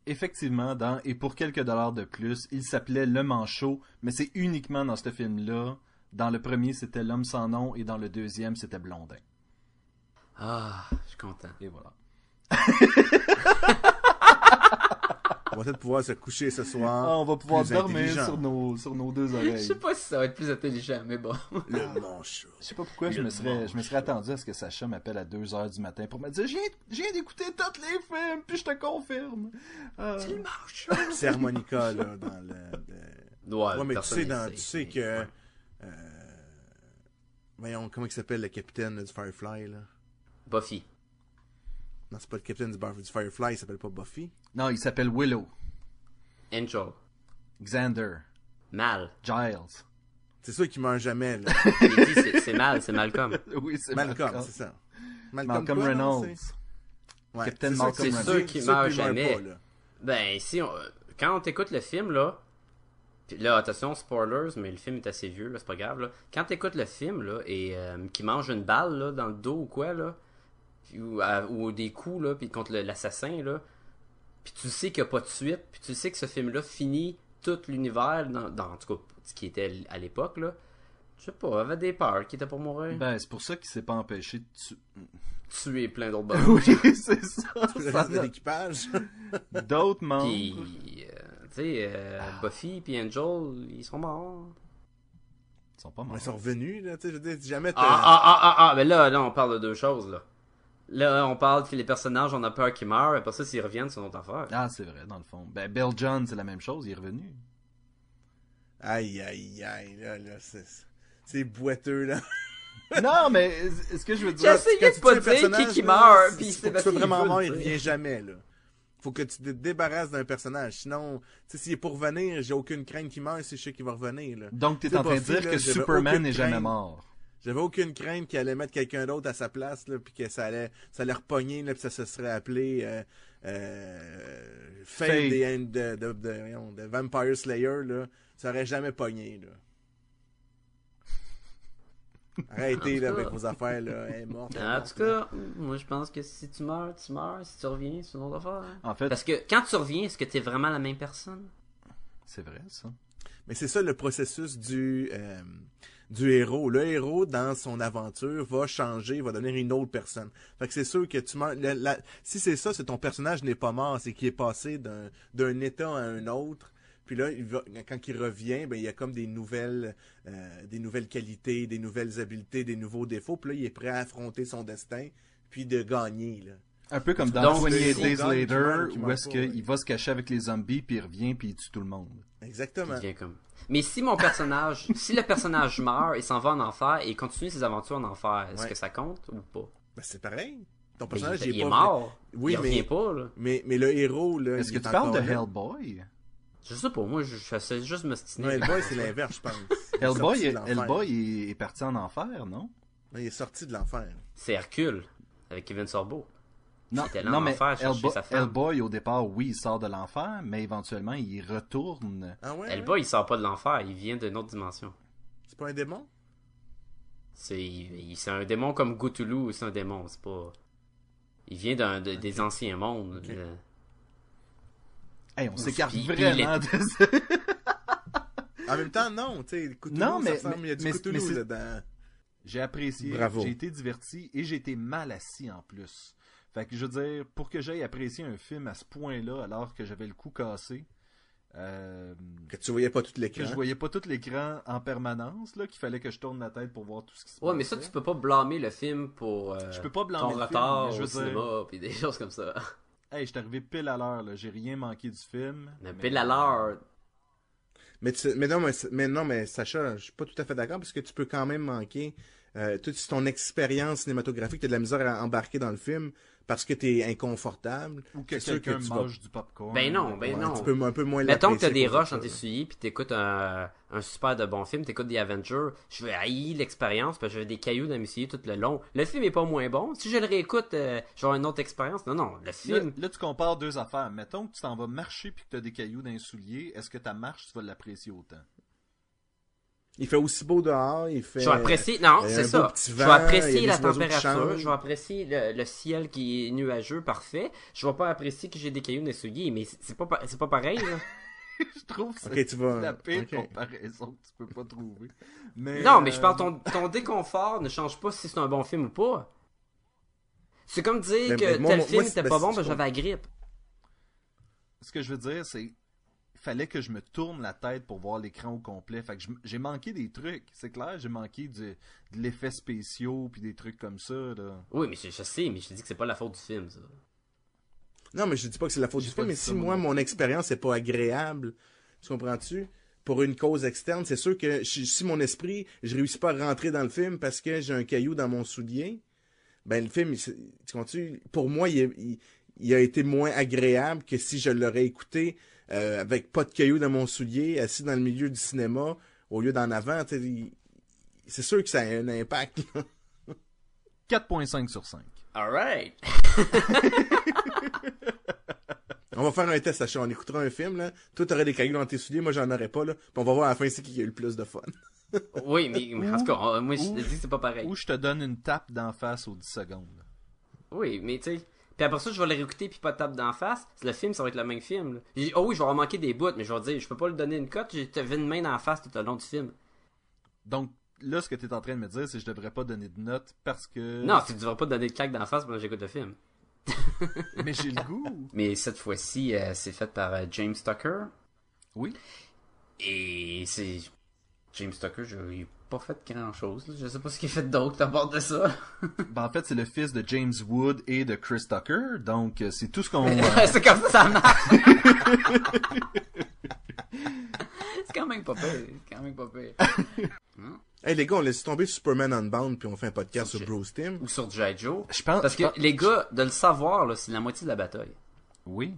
J: effectivement, dans Et pour quelques dollars de plus, il s'appelait Le Manchot, mais c'est uniquement dans ce film-là. Dans le premier, c'était L'homme sans nom, et dans le deuxième, c'était Blondin.
I: Ah, je suis content.
J: Et voilà.
B: On va peut-être pouvoir se coucher ce soir.
J: Ah, on va pouvoir
B: plus
J: dormir
B: intelligent.
J: sur nos, sur nos
B: *laughs*
I: *laughs*
J: deux
I: Je
J: oreilles.
I: sais pas si ça va être plus intelligent, mais bon.
B: Le manchot.
J: Je sais pas pourquoi je me, serais, je me serais attendu à ce que Sacha m'appelle à 2h du matin pour me dire Je viens, je viens d'écouter tous les films, puis je te confirme. Euh,
B: C'est harmonica, là, dans le... le-
I: Ouais,
B: Ouais, mais tu
I: personne
B: sais,
I: ne
B: dans-
I: sait,
B: tu sais
I: mais-
B: que.
I: ouais.
B: euh, voyons, comment il s'appelle le capitaine là, du Firefly, là
I: Buffy.
B: Non, c'est pas le capitaine du, Bar- du Firefly, il s'appelle pas Buffy.
J: Non, il s'appelle Willow,
I: Angel.
J: Xander,
I: Mal.
J: Giles. *laughs*
B: C'est sûr qu'il meurt jamais, là.
I: Il dit c'est- c'est mal, c'est Malcolm.
J: Oui, c'est
B: Malcolm, c'est ça.
J: Malcolm
B: quoi, non,
J: Reynolds.
B: c'est- Ouais,
J: Capitaine
B: c'est sûr
J: Malcolm
B: que-
J: Reynolds.
B: sûr
I: C'est sûr qu'il meurt jamais.
B: pas, là.
I: Ben, si on... quand on t'écoute le film, là. Puis là, attention, spoilers, mais le film est assez vieux, là, c'est pas grave, là. Quand t'écoutes le film, là, et euh, qu'il mange une balle, là, dans le dos ou quoi, là. puis- Ou, à- ou des coups, là, puis contre le- l'assassin, là. Puis tu sais qu'il n'y a pas de suite, puis tu sais que ce film-là finit tout l'univers, dans, dans- en tout cas, ce qui était à l'époque, là. Je sais pas, avait des peurs qui étaient pour mourir.
J: Ben, c'est pour ça qu'il s'est pas empêché de
B: *laughs*
J: tuer.
I: Tuer plein
J: *laughs*
I: d'autres bonhommes.
J: oui, c'est *laughs* ça.
B: *laughs* Le reste de l'équipage. *laughs*
J: D'autres membres.
I: Puis, euh, tu sais, euh,
J: Ah.
I: Buffy puis Angel, ils sont morts.
J: Ils sont pas morts.
B: Ils sont revenus, là. Tu sais, je veux dire, si jamais. t'as-
I: Ah, ah, ah, ah, ah, mais là, là, on parle de deux choses, là. Là, on parle que les personnages, on a peur qu'ils meurent, et après ça, s'ils reviennent, c'est notre affaire.
B: *laughs*
J: Ah, c'est vrai, dans le fond. Ben, Bill John, c'est la même chose, il est revenu.
B: Aïe, aïe, aïe, là, là, c'est, c'est boiteux, là.
J: non, mais ce que je veux dire.
I: J'essayais de pas dire qui, qui meurt, puis c'est
B: parce que vraiment mort, il revient jamais, là. Faut que tu te débarrasses d'un personnage. Sinon, tu sais, s'il est pour revenir, j'ai aucune crainte qu'il meure, c'est je sais qu'il va revenir, là.
J: Donc, t'es
B: T'sais,
J: en train de
B: Buffy,
J: dire
B: là,
J: que
B: j'avais
J: Superman
B: aucune
J: n'est jamais
B: crainte.
J: mort.
B: J'avais aucune crainte qu'il allait mettre quelqu'un d'autre à sa place, là, puis que ça allait, ça allait repogner, là, puis ça se serait appelé euh, euh, Fate
J: Fate.
B: des Hand- de, de, de- voyons, de Vampire Slayer, là. Ça aurait jamais pogné,
I: *laughs*
B: là. Arrêtez, là, avec vos affaires, là. Elle est morte. elle est
I: En
B: morte,
I: tout cas, moi je pense que si tu meurs, tu meurs. Si tu reviens, c'est une autre affaire. hein.
B: Euh,
J: En fait-
I: Parce que quand tu reviens, est-ce que t'es vraiment la même personne?
J: C'est vrai, ça.
B: Mais c'est ça le processus du, euh, du héros. Le héros, dans son aventure, va changer, va devenir une autre personne. Fait que c'est sûr que tu meurs. la- la- si c'est ça, c'est ton personnage n'est pas mort, c'est qu'il est passé d'un, d'un état à un autre. Puis là, il va- quand il revient, ben, il y a comme des nouvelles, euh, des nouvelles qualités, des nouvelles habiletés, des nouveaux défauts. Puis là, il est prêt à affronter son destin, puis de gagner. Là.
J: Un peu comme dans
B: Donc,
J: 28
B: c'est-
J: Days
B: c'est- qui meurt
J: Later,
B: ou qui
J: où
B: meurt
J: est-ce
B: pas,
J: qu'il va se cacher avec les zombies, puis il revient, puis il tue tout le monde.
B: Exactement.
I: Il devient comme- Mais si
B: *laughs*
I: mon personnage, si le personnage meurt et s'en va en enfer et continue ses aventures en enfer, est-ce
B: Ouais.
I: que ça compte ou pas?
B: Ben, c'est pareil. Ton
I: Mais
B: personnage,
I: il,
B: il, est
I: il
B: pas
I: est mort.
B: Oui,
I: il
B: mais-
I: revient pas, là.
B: Mais, mais le héros, là. Ben,
J: Est-ce
B: il
J: que
B: est
J: tu parles de
B: encore là.
J: Hellboy
I: Je sais pas, moi, je, je fais juste m'ostiner.
B: Non, Hellboy,
I: avec
B: c'est
I: ça.
B: l'inverse, je pense. Il est
J: Hellboy,
B: sorti de
J: est-
B: l'enfer.
J: Hellboy est, est parti en enfer, non
B: Non, Il est sorti de l'enfer.
I: C'est Hercule, avec Kevin Sorbo.
J: Non,
I: Il était là
J: non
I: en
J: mais
I: enfer chercher
J: Hellboy,
I: sa femme.
J: Hellboy, au départ, oui, il sort de l'enfer, mais éventuellement, il retourne.
B: Ah ouais? ouais?
I: Hellboy, il sort pas de l'enfer, il vient d'une autre dimension.
B: C'est pas un démon?
I: C'est il- c'est un démon comme Cthulhu, c'est un démon, c'est pas... Il vient d'un de- des anciens mondes. euh. là.
J: Hey, on
I: Ouf,
J: s'écarte
I: puis-
J: vraiment de
I: puis
B: *laughs*
J: ça.
B: En même temps, non, tu sais, Cthulhu,
J: Non, mais-
B: ça ressemble, il y a du
J: mais-
B: Cthulhu
J: mais c'est-
B: dedans.
J: J'ai apprécié,
B: Bravo.
J: j'ai été diverti et j'ai été mal assis en plus. Fait que je veux dire, pour que j'aille apprécier un film à ce point-là, alors que j'avais le cou cassé, euh,
B: Que tu voyais pas tout
J: que
B: l'écran.
J: je voyais pas tout l'écran en permanence, là, qu'il fallait que je tourne la tête pour voir tout ce qui se passait.
I: Ouais, mais ça, tu peux pas blâmer le film pour euh,
J: Je peux pas blâmer
I: ton
J: le film,
I: retard
J: mais je
I: au
J: veux dire-
I: cinéma puis des *laughs* choses comme ça.
J: Hey, je suis arrivé pile à l'heure, là. J'ai rien manqué du film.
I: Mais pile à l'heure.
B: Mais, tu- mais, non, mais, c'est- mais non, mais Sacha, je suis pas tout à fait d'accord parce que tu peux quand même manquer euh, toute ton expérience cinématographique, t'as de la misère à embarquer dans le film parce que t'es inconfortable.
J: Ou que
B: C'est sûr
J: quelqu'un
B: tu vas-
J: mange du popcorn.
I: Ben non, ben
B: Ouais,
I: non.
B: Tu peux un peu moins
I: Mettons que t'as
B: l'apprécier
I: des
B: pour
I: rushs
B: ça.
I: dans tes souliers puis t'écoutes un, un super de bon film, t'écoutes des Avengers, je vais haïr l'expérience parce que j'avais des cailloux dans mes souliers tout le long. Le film est pas moins bon. Si je le réécoute, euh, je vais avoir une autre expérience. Non, non, le
J: Là,
I: film.
J: là, tu compares deux affaires. Mettons que tu t'en vas marcher puis que tu as des cailloux dans les souliers. Est-ce que ta marche, tu vas l'apprécier autant? *laughs*
B: Il fait aussi beau dehors, il fait.
I: Je vais apprécier, non,
B: il y a un
I: c'est
B: beau
I: ça.
B: petit
I: Je
B: vent,
I: vais apprécier
B: il y a
I: la
B: des oiseaux qui
I: température,
B: chantent.
I: je vais apprécier le, le ciel qui est nuageux, parfait. Je vais pas apprécier que j'ai des cailloux dans les souliers, mais c'est- c'est pas, pa- c'est pas pareil, là.
B: *laughs*
J: je trouve que
B: Ok,
J: c'est
B: tu vas-
J: la pire
B: ok.
J: comparaison que tu peux pas trouver. Mais,
I: Non, mais je
J: euh,
I: parle, ton, ton déconfort ne change pas si c'est un bon film ou pas. C'est comme dire
B: Mais-
I: que
B: mais moi,
I: tel
B: moi,
I: film
B: moi,
I: était
B: ben,
I: pas
B: c'est-
I: bon parce que
B: c'est-
I: j'avais la grippe.
J: Ce que je veux dire, c'est fallait que je me tourne la tête pour voir l'écran au complet. Fait que je- j'ai manqué des trucs, c'est clair. J'ai manqué du- de l'effet spéciaux puis des trucs comme ça. Là.
I: Oui, mais je, je sais, mais je te dis que c'est pas la faute du film, ça.
B: Non, mais je dis pas que c'est la faute
I: J'ai
B: du
I: pas
B: film, mais
I: dit
B: si
I: ça, moi,
B: moi, mon expérience n'est pas agréable, tu comprends-tu? Pour une cause externe, c'est sûr que si si mon esprit, je réussis pas à rentrer dans le film parce que j'ai un caillou dans mon soulier, ben le film, il se- tu comprends-tu? Pour moi, il, est- il- il a été moins agréable que si je l'aurais écouté euh, avec pas de caillou dans mon soulier, assis dans le milieu du cinéma, au lieu d'en avant. tu sais, il- C'est sûr que ça a un impact. là.
J: 4.5 sur 5.
I: Alright!
B: On va faire un test, Sacha. On écoutera un film, là. Toi, t'aurais des cailloux dans tes souliers, moi, j'en aurais pas, là. Puis on va voir à la fin, c'est qui qui a eu le plus de fun.
I: oui, mais, mais en tout cas, on- moi je te
J: Ou-
I: dis que c'est pas pareil.
J: Ou je te donne une tape d'en face aux 10 secondes.
I: Oui, mais tu sais. Puis après ça, je vais le réécouter puis pas de tape d'en face. Le film, ça va être le même film. là. J'ai dit, Oh oui, je vais avoir manqué des bouts, mais je vais dire, je peux pas lui donner une cote, j'ai vu une main d'en face tout au long du film.
J: Donc là, ce que tu es en train de me dire, c'est que je devrais pas donner de notes parce que.
I: Non, tu devrais pas donner de claque d'en face pendant que j'écoute le film.
J: *laughs* Mais j'ai le goût.
I: Mais cette fois-ci, euh, c'est fait par euh, James Tucker.
J: Oui.
I: Et c'est. James Tucker, je il a pas fait grand chose. Je sais pas ce qu'il a fait d'autre à part de *laughs* ça.
J: Ben, en fait, c'est le fils de James Wood et de Chris Tucker, donc euh, c'est
I: *laughs*
J: tout ce qu'on. euh,
I: c'est comme ça, ça marche. C'est quand même pas pire. C'est quand même pas pire.
B: Hmm? Hey les gars, on laisse tomber Superman Unbound puis on fait un podcast sur, sur Bruce Tim.
I: Ou sur G.I. Joe. Je pense, Parce que pense... les gars, de le savoir, là, c'est la moitié de la bataille.
J: Oui.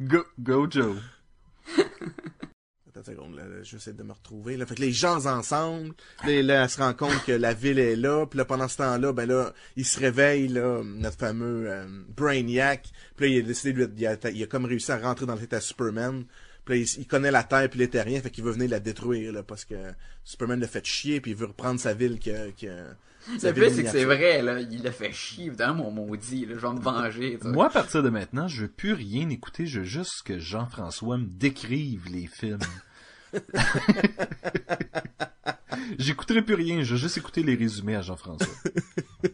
J: go, go Joe.
B: Attends une seconde, là, là, j'essaie de me retrouver. Là. Fait que les gens ensemble, là, là elle se rend compte que la ville est là, puis là, pendant ce temps-là, ben là, il se réveille, là, notre fameux euh, Brainiac, puis là, il a décidé, lui, il a, il a comme réussi à rentrer dans le tête à Superman, puis là, il, connaît la Terre puis les Terriens, fait qu'il veut venir la détruire, là, parce que Superman l'a fait chier, puis il veut reprendre sa ville que... que
I: sa le but, c'est que c'est vrai, là, il l'a fait chier, dans mon maudit, là, je vais me venger.
J: T'sais. Moi, à partir de maintenant, je veux plus rien écouter, je veux juste que Jean-François me décrive les films. *laughs* J'écouterai plus rien, je veux juste écouter les résumés à Jean-François. *laughs*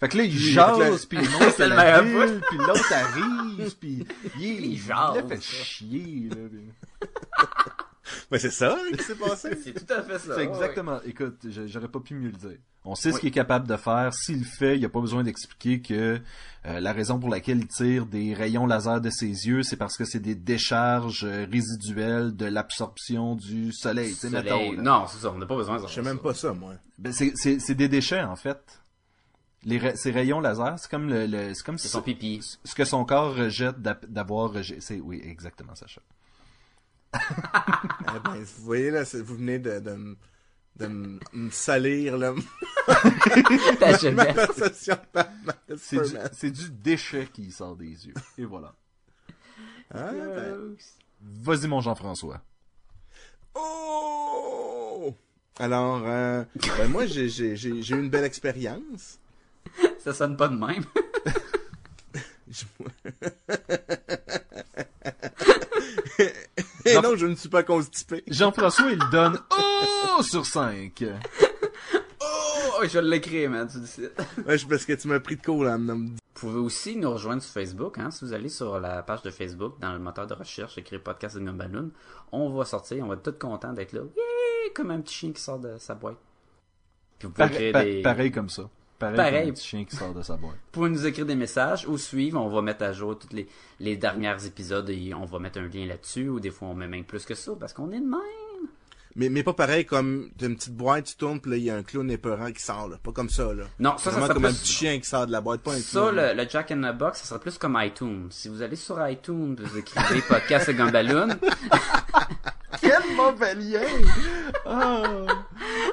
J: Fait que là, il jase, puis il *laughs* monte à la ville, puis l'autre arrive, puis il, jase. Il a fait chier, là.
B: Mais Ben, c'est ça qui s'est passé.
I: *laughs* c'est tout à fait ça.
J: C'est exactement. Ouais. Écoute, j'aurais pas pu mieux le dire. On sait oui. ce qu'il est capable de faire. S'il le fait, il n'y a pas besoin d'expliquer que euh, la raison pour laquelle il tire des rayons laser de ses yeux, c'est parce que c'est des décharges euh, résiduelles de l'absorption du soleil. soleil. Mettons,
I: non, c'est ça. On n'a pas besoin de ça.
B: Je sais même pas ça, moi.
J: Ben, c'est des déchets, en fait. Les ra ces rayons laser, c'est comme le, le c'est comme
I: son ce, pipi.
J: ce que son corps rejette d'avoir rejeté. Oui, exactement, Sacha.
B: eh ben, vous voyez là, vous venez de, de, de me salir là.
I: Ta *laughs* jeunesse.
J: C'est du, du, déchet qui sort des yeux. Et voilà. Ah,
I: Euh.
J: ben... Vas-y mon Jean-François.
B: Oh! Alors, euh, ben moi, j'ai eu une belle expérience.
I: Ça sonne pas de même. *laughs*
B: *laughs* Et non, je ne suis pas constipé.
J: Jean-François, il donne Oh sur 5.
I: Oh, je l'écris, man, tu dis ça.
B: Ouais, parce que tu m'as pris de cours, là, Vous
I: pouvez aussi nous rejoindre sur Facebook, hein, si vous allez sur la page de Facebook, dans le moteur de recherche, écrit Podcast de Gumballoon, on va sortir, on va être tout content d'être là. Yeah! Comme un petit chien qui sort de sa boîte.
J: Puis vous pouvez pareil, créer pa des... pareil comme ça. Pareil, pareil. Comme un petit chien qui sort de sa boîte.
I: Pour nous écrire des messages ou suivre, on va mettre à jour tous les, les derniers épisodes et on va mettre un lien là-dessus ou des fois on met même plus que ça parce qu'on est de même.
B: Mais, mais pas pareil comme t'as une petite boîte, tu tournes, puis là, il y a un clown épeurant qui sort, là. Pas comme ça, là.
I: Non, ça, ça serait
B: comme
I: plus...
B: un petit chien qui sort de la boîte, pas un
I: Ça, clown, le, le, Jack in the Box, ça serait plus comme iTunes. Si vous allez sur iTunes, vous écrivez *laughs* Podcast et Gambaloon.
B: *laughs* Quel mauvais
I: *laughs*
B: lien! Oh.
I: Ah!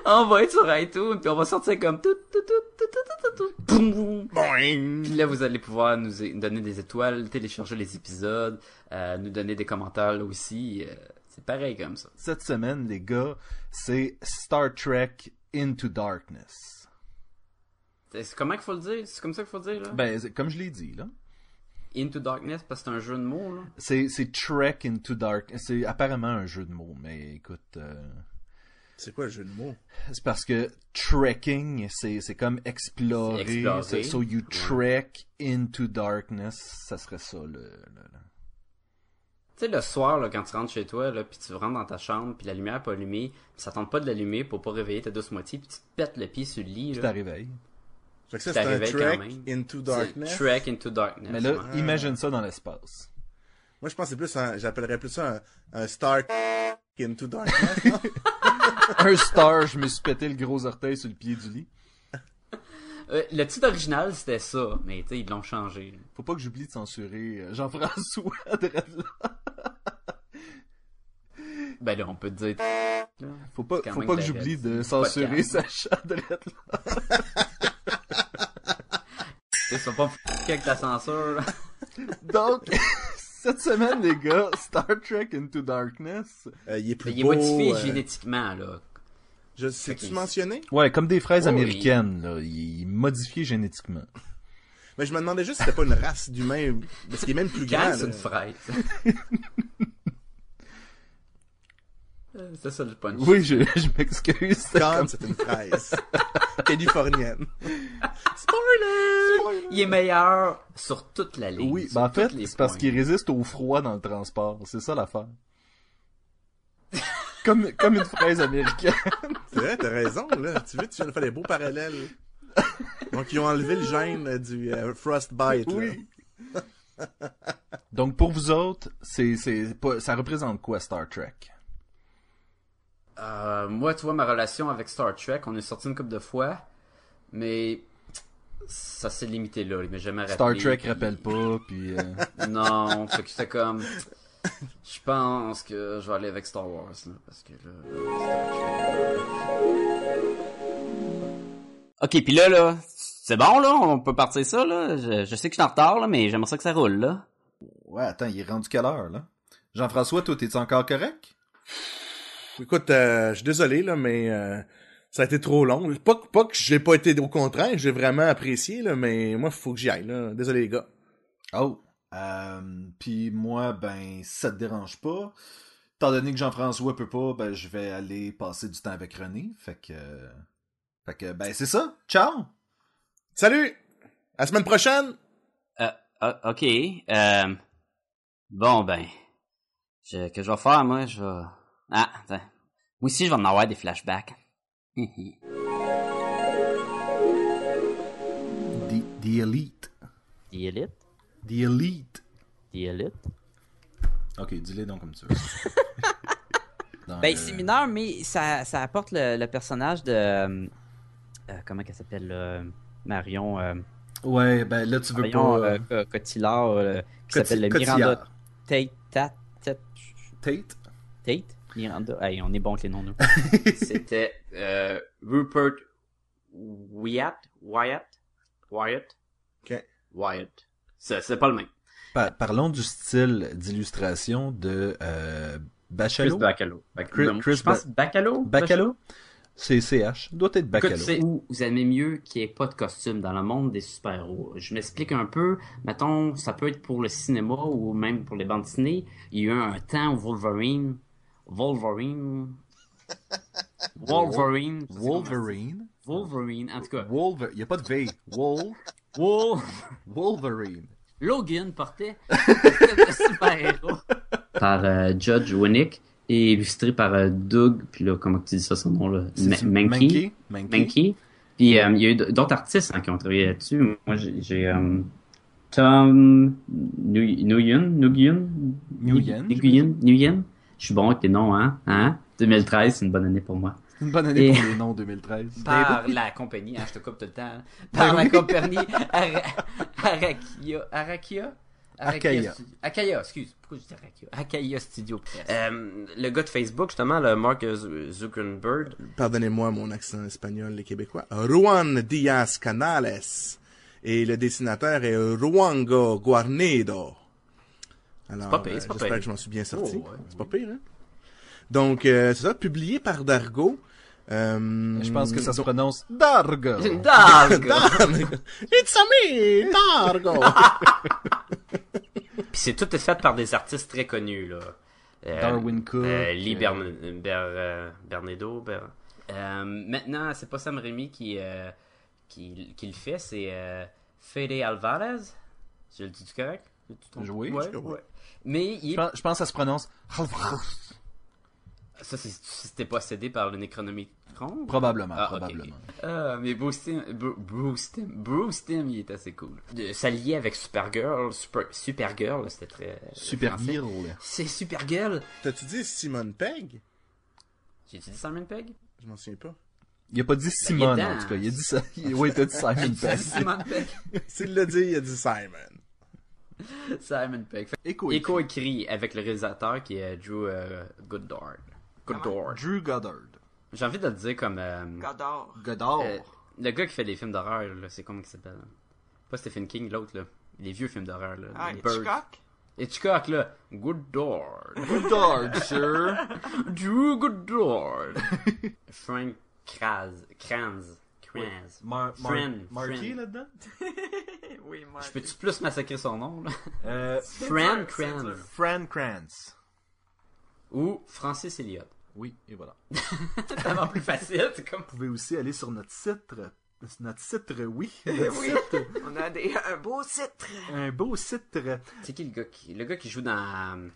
I: on va être sur iTunes, puis on va sortir comme tout, tout, tout, tout, tout, tout, boum, boum. Puis là, vous allez pouvoir nous donner des étoiles, télécharger les épisodes, euh, nous donner des commentaires là aussi. Euh, c'est pareil comme ça.
J: Cette semaine, les gars, c'est Star Trek Into Darkness.
I: C'est comment qu'il faut le dire? C'est comme ça qu'il faut le dire, là?
J: Ben, comme je l'ai dit, là.
I: Into Darkness parce que c'est un jeu de mots là.
J: C'est Trek Into Darkness. C'est apparemment un jeu de mots, mais écoute. Euh...
B: C'est quoi le jeu de mots
J: C'est parce que trekking, c'est comme explorer. explorer. So you trek ouais. into darkness, ça serait ça le. le...
I: Tu sais, le soir, là, quand tu rentres chez toi, là, puis tu rentres dans ta chambre, puis la lumière n'est pas allumée, pis ça tente pas de l'allumer pour pas réveiller ta douce moitié, puis tu te pètes le pied sur le lit.
J: Tu t'arriveilles.
B: Fait que ça, c'est un trek into darkness.
I: Trek into darkness.
J: Mais là, ah. imagine ça dans l'espace.
B: Moi, je pense que c'est plus un, j'appellerais plus ça un, un star into darkness.
J: un star, je me suis pété le gros orteil sur le pied du lit.
I: Euh, le titre original, c'était ça, mais tu sais, ils l'ont changé.
J: Faut pas que j'oublie de censurer euh, Jean-François *laughs* de
I: Ben là, on peut te dire.
J: Faut pas, faut pas que j'oublie de censurer Sacha de
I: Ils sont pas f***és avec la
J: *laughs*
I: censure.
J: Donc, *laughs* cette semaine, les gars, Star Trek Into Darkness.
B: Euh, il est plus
I: *laughs* il
B: beau,
I: est modifié euh... génétiquement, là.
B: Je sais-tu okay. mentionné?
J: Ouais, comme des fraises oh, américaines, oui. là. Il est modifié génétiquement.
B: Mais je me demandais juste si c'était pas une race d'humains, parce qu'il est même plus grand.
I: c'est une fraise.
J: *laughs*
I: C'est Euh, ça le punch.
J: *laughs* Oui, je, je m'excuse.
B: Quand c'est une fraise. *laughs* Californienne.
I: Spoiler! Spoiler! Il est meilleur sur toute la ligne.
J: Oui, ben en fait, c'est parce qu'il résiste au froid dans le transport. C'est ça l'affaire. comme, comme une fraise américaine.
B: c'est vrai, t'as raison, là. Tu vois, tu viens de faire des beaux parallèles. euh, Donc, ils ont enlevé le gène du euh, Frostbite,
J: oui.
B: là.
J: *laughs* Donc pour vous autres, c'est, c'est pas- ça représente quoi Star Trek
I: Euh, moi, tu vois, ma relation avec Star Trek, on est sorti une couple de fois, mais ça s'est limité là. Il m'a jamais rappelé.
J: Star Trek
I: puis-
J: rappelle pas, puis euh,
I: Non, fait que c'était comme. Je pense que je vais aller avec Star Wars, là, parce que là.
D: Ok, puis là, là, c'est bon, là, on peut partir ça, là. Je, je sais que je suis en retard, là, mais j'aimerais ça que ça roule, là.
J: ouais, attends, il est rendu quelle heure là *laughs* Jean-François, toi, t'es encore correct
S: Écoute, euh, je suis désolé, là, mais euh, ça a été trop long. Pas, que- pas que j'ai pas été au contraire, j'ai vraiment apprécié, là, mais moi, faut que j'y aille. Là. Désolé, les gars.
J: Oh, euh, puis moi, ben, si ça te dérange pas, étant donné que Jean-François peut pas, ben, je vais aller passer du temps avec René. Fait que, fait que, ben, c'est ça. Ciao.
S: Salut. À la semaine prochaine.
D: Euh, ah, ok. Euh, bon, ben. je- que je vais faire, moi, je vais. Ah, attends. Moi aussi, je vais en avoir des flashbacks.
J: The, the Elite.
D: The Elite?
J: The Elite.
D: The Elite?
J: Ok, dis-les donc comme tu *laughs* veux. Dans
D: Ben,
J: le-
D: c'est mineur, mais ça, ça apporte le, le personnage de. euh, euh, comment qu'elle s'appelle euh, Marion. euh,
J: Ouais, ben là, tu veux
D: Marion,
J: pas.
D: euh, Co- Cotillard, euh, qui
J: Coti-
D: s'appelle le
J: Cotillard.
D: Miranda Tate. Tate. Tate.
J: Tate.
D: Tate? Miranda. Hey, on est bon avec les noms,
J: *laughs*
D: nous.
I: C'était euh, Rupert Wyatt. Wyatt. Wyatt.
B: Ok.
I: Wyatt. C'est c'est pas le même.
J: Par- parlons du style d'illustration de euh, Bachelot.
I: Chris Bacalo. Bac-
J: Chris-
I: non,
J: Chris
I: je pense
J: Ba-
I: Bacalo.
J: Bacalo? C'est CH. Doit être
I: Écoute,
J: Bacalo.
I: tu sais où vous aimez mieux qu'il n'y ait pas de costume dans le monde des super-héros. Je m'explique un peu. Mettons, ça peut être pour le cinéma ou même pour les bandes dessinées. Il y a eu un temps où Wolverine. *laughs* Wolverine. Oh, Wolverine. je sais comment ça se dit.
C: Wolverine.
I: Wolverine, en tout cas.
C: Wolver... Il n'y a pas de V. Wol.
I: *laughs* Wol.
C: Wolverine.
I: Logan portait *laughs* le super-héros. Par euh, Judge Winnick et illustré par euh, Doug, puis là, comment tu dis ça son nom là
C: C'est-
I: Ma- Mankey.
C: Mankey.
I: Mankey. Puis euh, il y a eu d- d'autres artistes hein, qui ont travaillé là-dessus. Moi, j'ai- j'ai euh, Tom Nu- Nguyen, Nguyen,
C: Nguyen,
I: Nguyen, Nguyen. Je suis bon avec les noms, hein? hein? 2013, c'est une bonne année pour moi.
C: Une bonne année
I: Et-
C: pour les noms 2013.
I: par la compagnie, hein, je te coupe tout le temps, hein. par la *laughs* compagnie Ara- Arakia, Arakia,
C: Akaya.
I: Stu- Akaya, excuse, pourquoi je dis Arakia, Akaya Studio. Euh, le gars de Facebook, justement, le Mark Z- Zuckerberg,
B: Pardonnez-moi mon accent espagnol, les Québécois. Juan Díaz Canales. Et le dessinateur est Ruango Guarnedo. Alors,
I: pas pire,
B: euh,
I: c'est pas
B: j'espère
I: pire.
B: que je m'en suis bien sorti.
I: Oh, ouais,
B: c'est pas pire, hein? Donc, euh, c'est ça, publié par Dargo.
S: *laughs*
B: Euh,
J: Je pense que ça se
B: donc-
J: prononce Dargo.
I: *laughs* Dargo.
B: Dargo. It's a me, Dargo.
I: puis c'est tout fait par des artistes très connus, là. Euh,
J: Darwin Cook.
I: euh, Lee
J: euh,
I: Bern- Ber- euh, Bernardo, Ber- Euh, maintenant, c'est pas Sam Raimi qui, euh, qui, qui le fait, c'est euh, Fede Alvarez. Je le dis correct? Je le dis-tu
J: Joué,
I: Ouais,
J: je crois,
I: ouais. Mais il
J: Je
I: est-
J: pense, je pense que ça se prononce
I: ça, c'est- c'était possédé par le Necronomicon.
J: probablement,
I: Ah, ok,
J: probablement.
I: ok. Ah, mais Bruce Tim, Bru- Bruce Tim, Bruce Tim, il est assez cool. De s'allier avec Supergirl, Super, Supergirl, c'était très.
J: Super
I: français.
J: Girl.
I: C'est Supergirl.
B: *laughs* T'as-tu dit Simone Pegg?
I: J'ai-tu dit Simon Pegg?
B: Je m'en souviens pas.
J: Il a pas dit Simone,
I: dedans.
J: en tout cas. Il a dit ça. *laughs* il- Oui, il a dit Simon
I: J'ai dit *laughs*
J: Pegg.
I: Simon Pegg.
B: S'il l'a dit, il a dit Simon.
I: Simon Pegg. Fait-
C: Écho.
I: Éco-écrit avec le réalisateur qui est Drew euh, Goddard.
H: Ah
I: Goddard.
C: Drew Goddard.
I: J'ai envie de le dire comme. euh,
H: Godard.
C: Goddard.
I: Euh, le gars qui fait des films d'horreur, là, c'est comment il s'appelle hein? Pas Stephen King, l'autre, là. Les vieux films d'horreur, là.
H: Ah,
I: Bird.
H: Hitchcock.
I: Hitchcock, là. Good
J: *laughs*
I: Lord.
C: Goddard, sir.
I: Drew Good
J: *laughs*
I: Lord. Frank Kraz. Kranz. Kranz.
C: Mar- Mar-
I: Friend,
C: Marquis
I: friend. *laughs*
C: là-dedans?
H: oui, moi.
I: Je peux-tu plus massacrer son nom,
H: *laughs*
I: là?
C: Euh,
I: Fran
H: dur, c'est
I: Kranz.
H: dur.
C: Fran Kranz.
I: Ou Francis Elliott.
C: Oui, et voilà. Vous
I: C'est tellement plus facile, c'est comme...
C: pouvez aussi aller sur notre site. euh, Notre site, euh, *laughs* oui. Notre
H: Oui,
C: site, euh,
H: on a des, un beau titre.
C: un beau site. euh,
I: *laughs* C'est qui le gars qui... Le gars qui joue dans...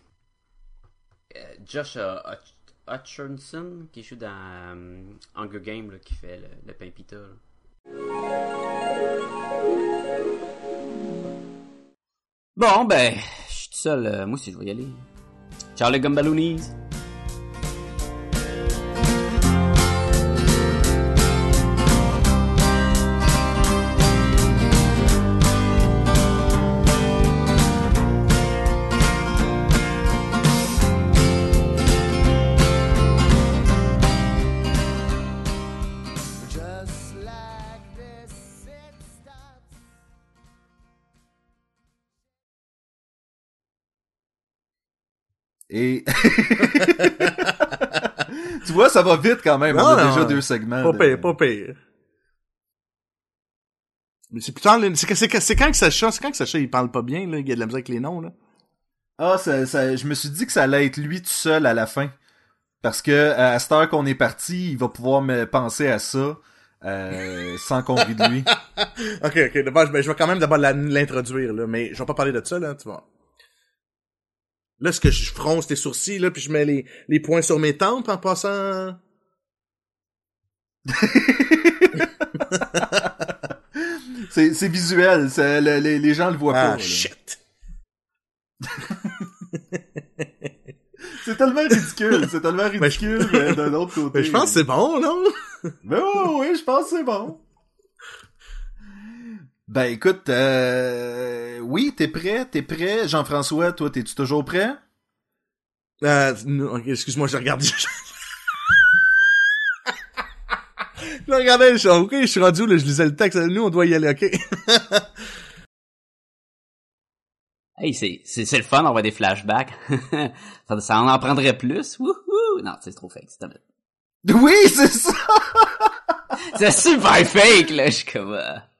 I: euh, Josh euh, Hutch- Hutcherson, qui joue dans euh, Hunger Games, là, qui fait le, le pain pita, là.
D: Bon, ben, je suis seul. Euh, moi aussi, je vais y aller. Ciao les Gumballoonies!
J: Et. *laughs* tu vois, ça va vite quand même.
B: Non,
J: On a
B: non,
J: déjà
B: non.
J: deux segments.
B: Pas
J: de-
B: pire, pas pire. Mais c'est plus tard, là, c'est, que- c'est que- c'est quand que Sacha, c'est quand que Sacha, il parle pas bien, là, il y a de la musique avec les noms, là.
J: Ah, ça, ça- je me suis dit que ça allait être lui tout seul à la fin. Parce que à cette heure qu'on est parti, il va pouvoir me penser à ça euh, sans qu'on rit de
B: *laughs*
J: lui.
B: Ok, ok, d'abord, je, ben, je vais quand même d'abord la- l'introduire, là, mais je vais pas parler de ça, là, tu vois. Là, ce que je fronce tes sourcils, là, puis je mets les, les points sur mes tempes en passant.
J: C'est c'est visuel, c'est- le- les, les gens le voient
B: Ah,
J: pas. là.
B: shit.
J: C'est tellement ridicule, c'est tellement
B: Mais je-
J: ridicule mais d'un autre côté.
B: *laughs* Mais je pense que c'est bon, non?
J: Ben oui, oui, je pense que c'est bon. Ben écoute, euh, oui, t'es prêt, t'es prêt. Jean-François, toi, t'es-tu toujours prêt?
B: Euh, non, ok, excuse-moi, *laughs* je regarde. je regardais le show, ok, je suis rendu, où, là, je lisais le texte, nous, on doit y aller, ok.
D: Hey, c'est, c'est, c'est le fun, on voit des flashbacks. *laughs* ça, ça en en prendrait plus. Wouhou! Non, c'est trop fake, c'est dommage.
J: Oui, c'est ça!
D: C'est super fake, là, je suis comme... euh,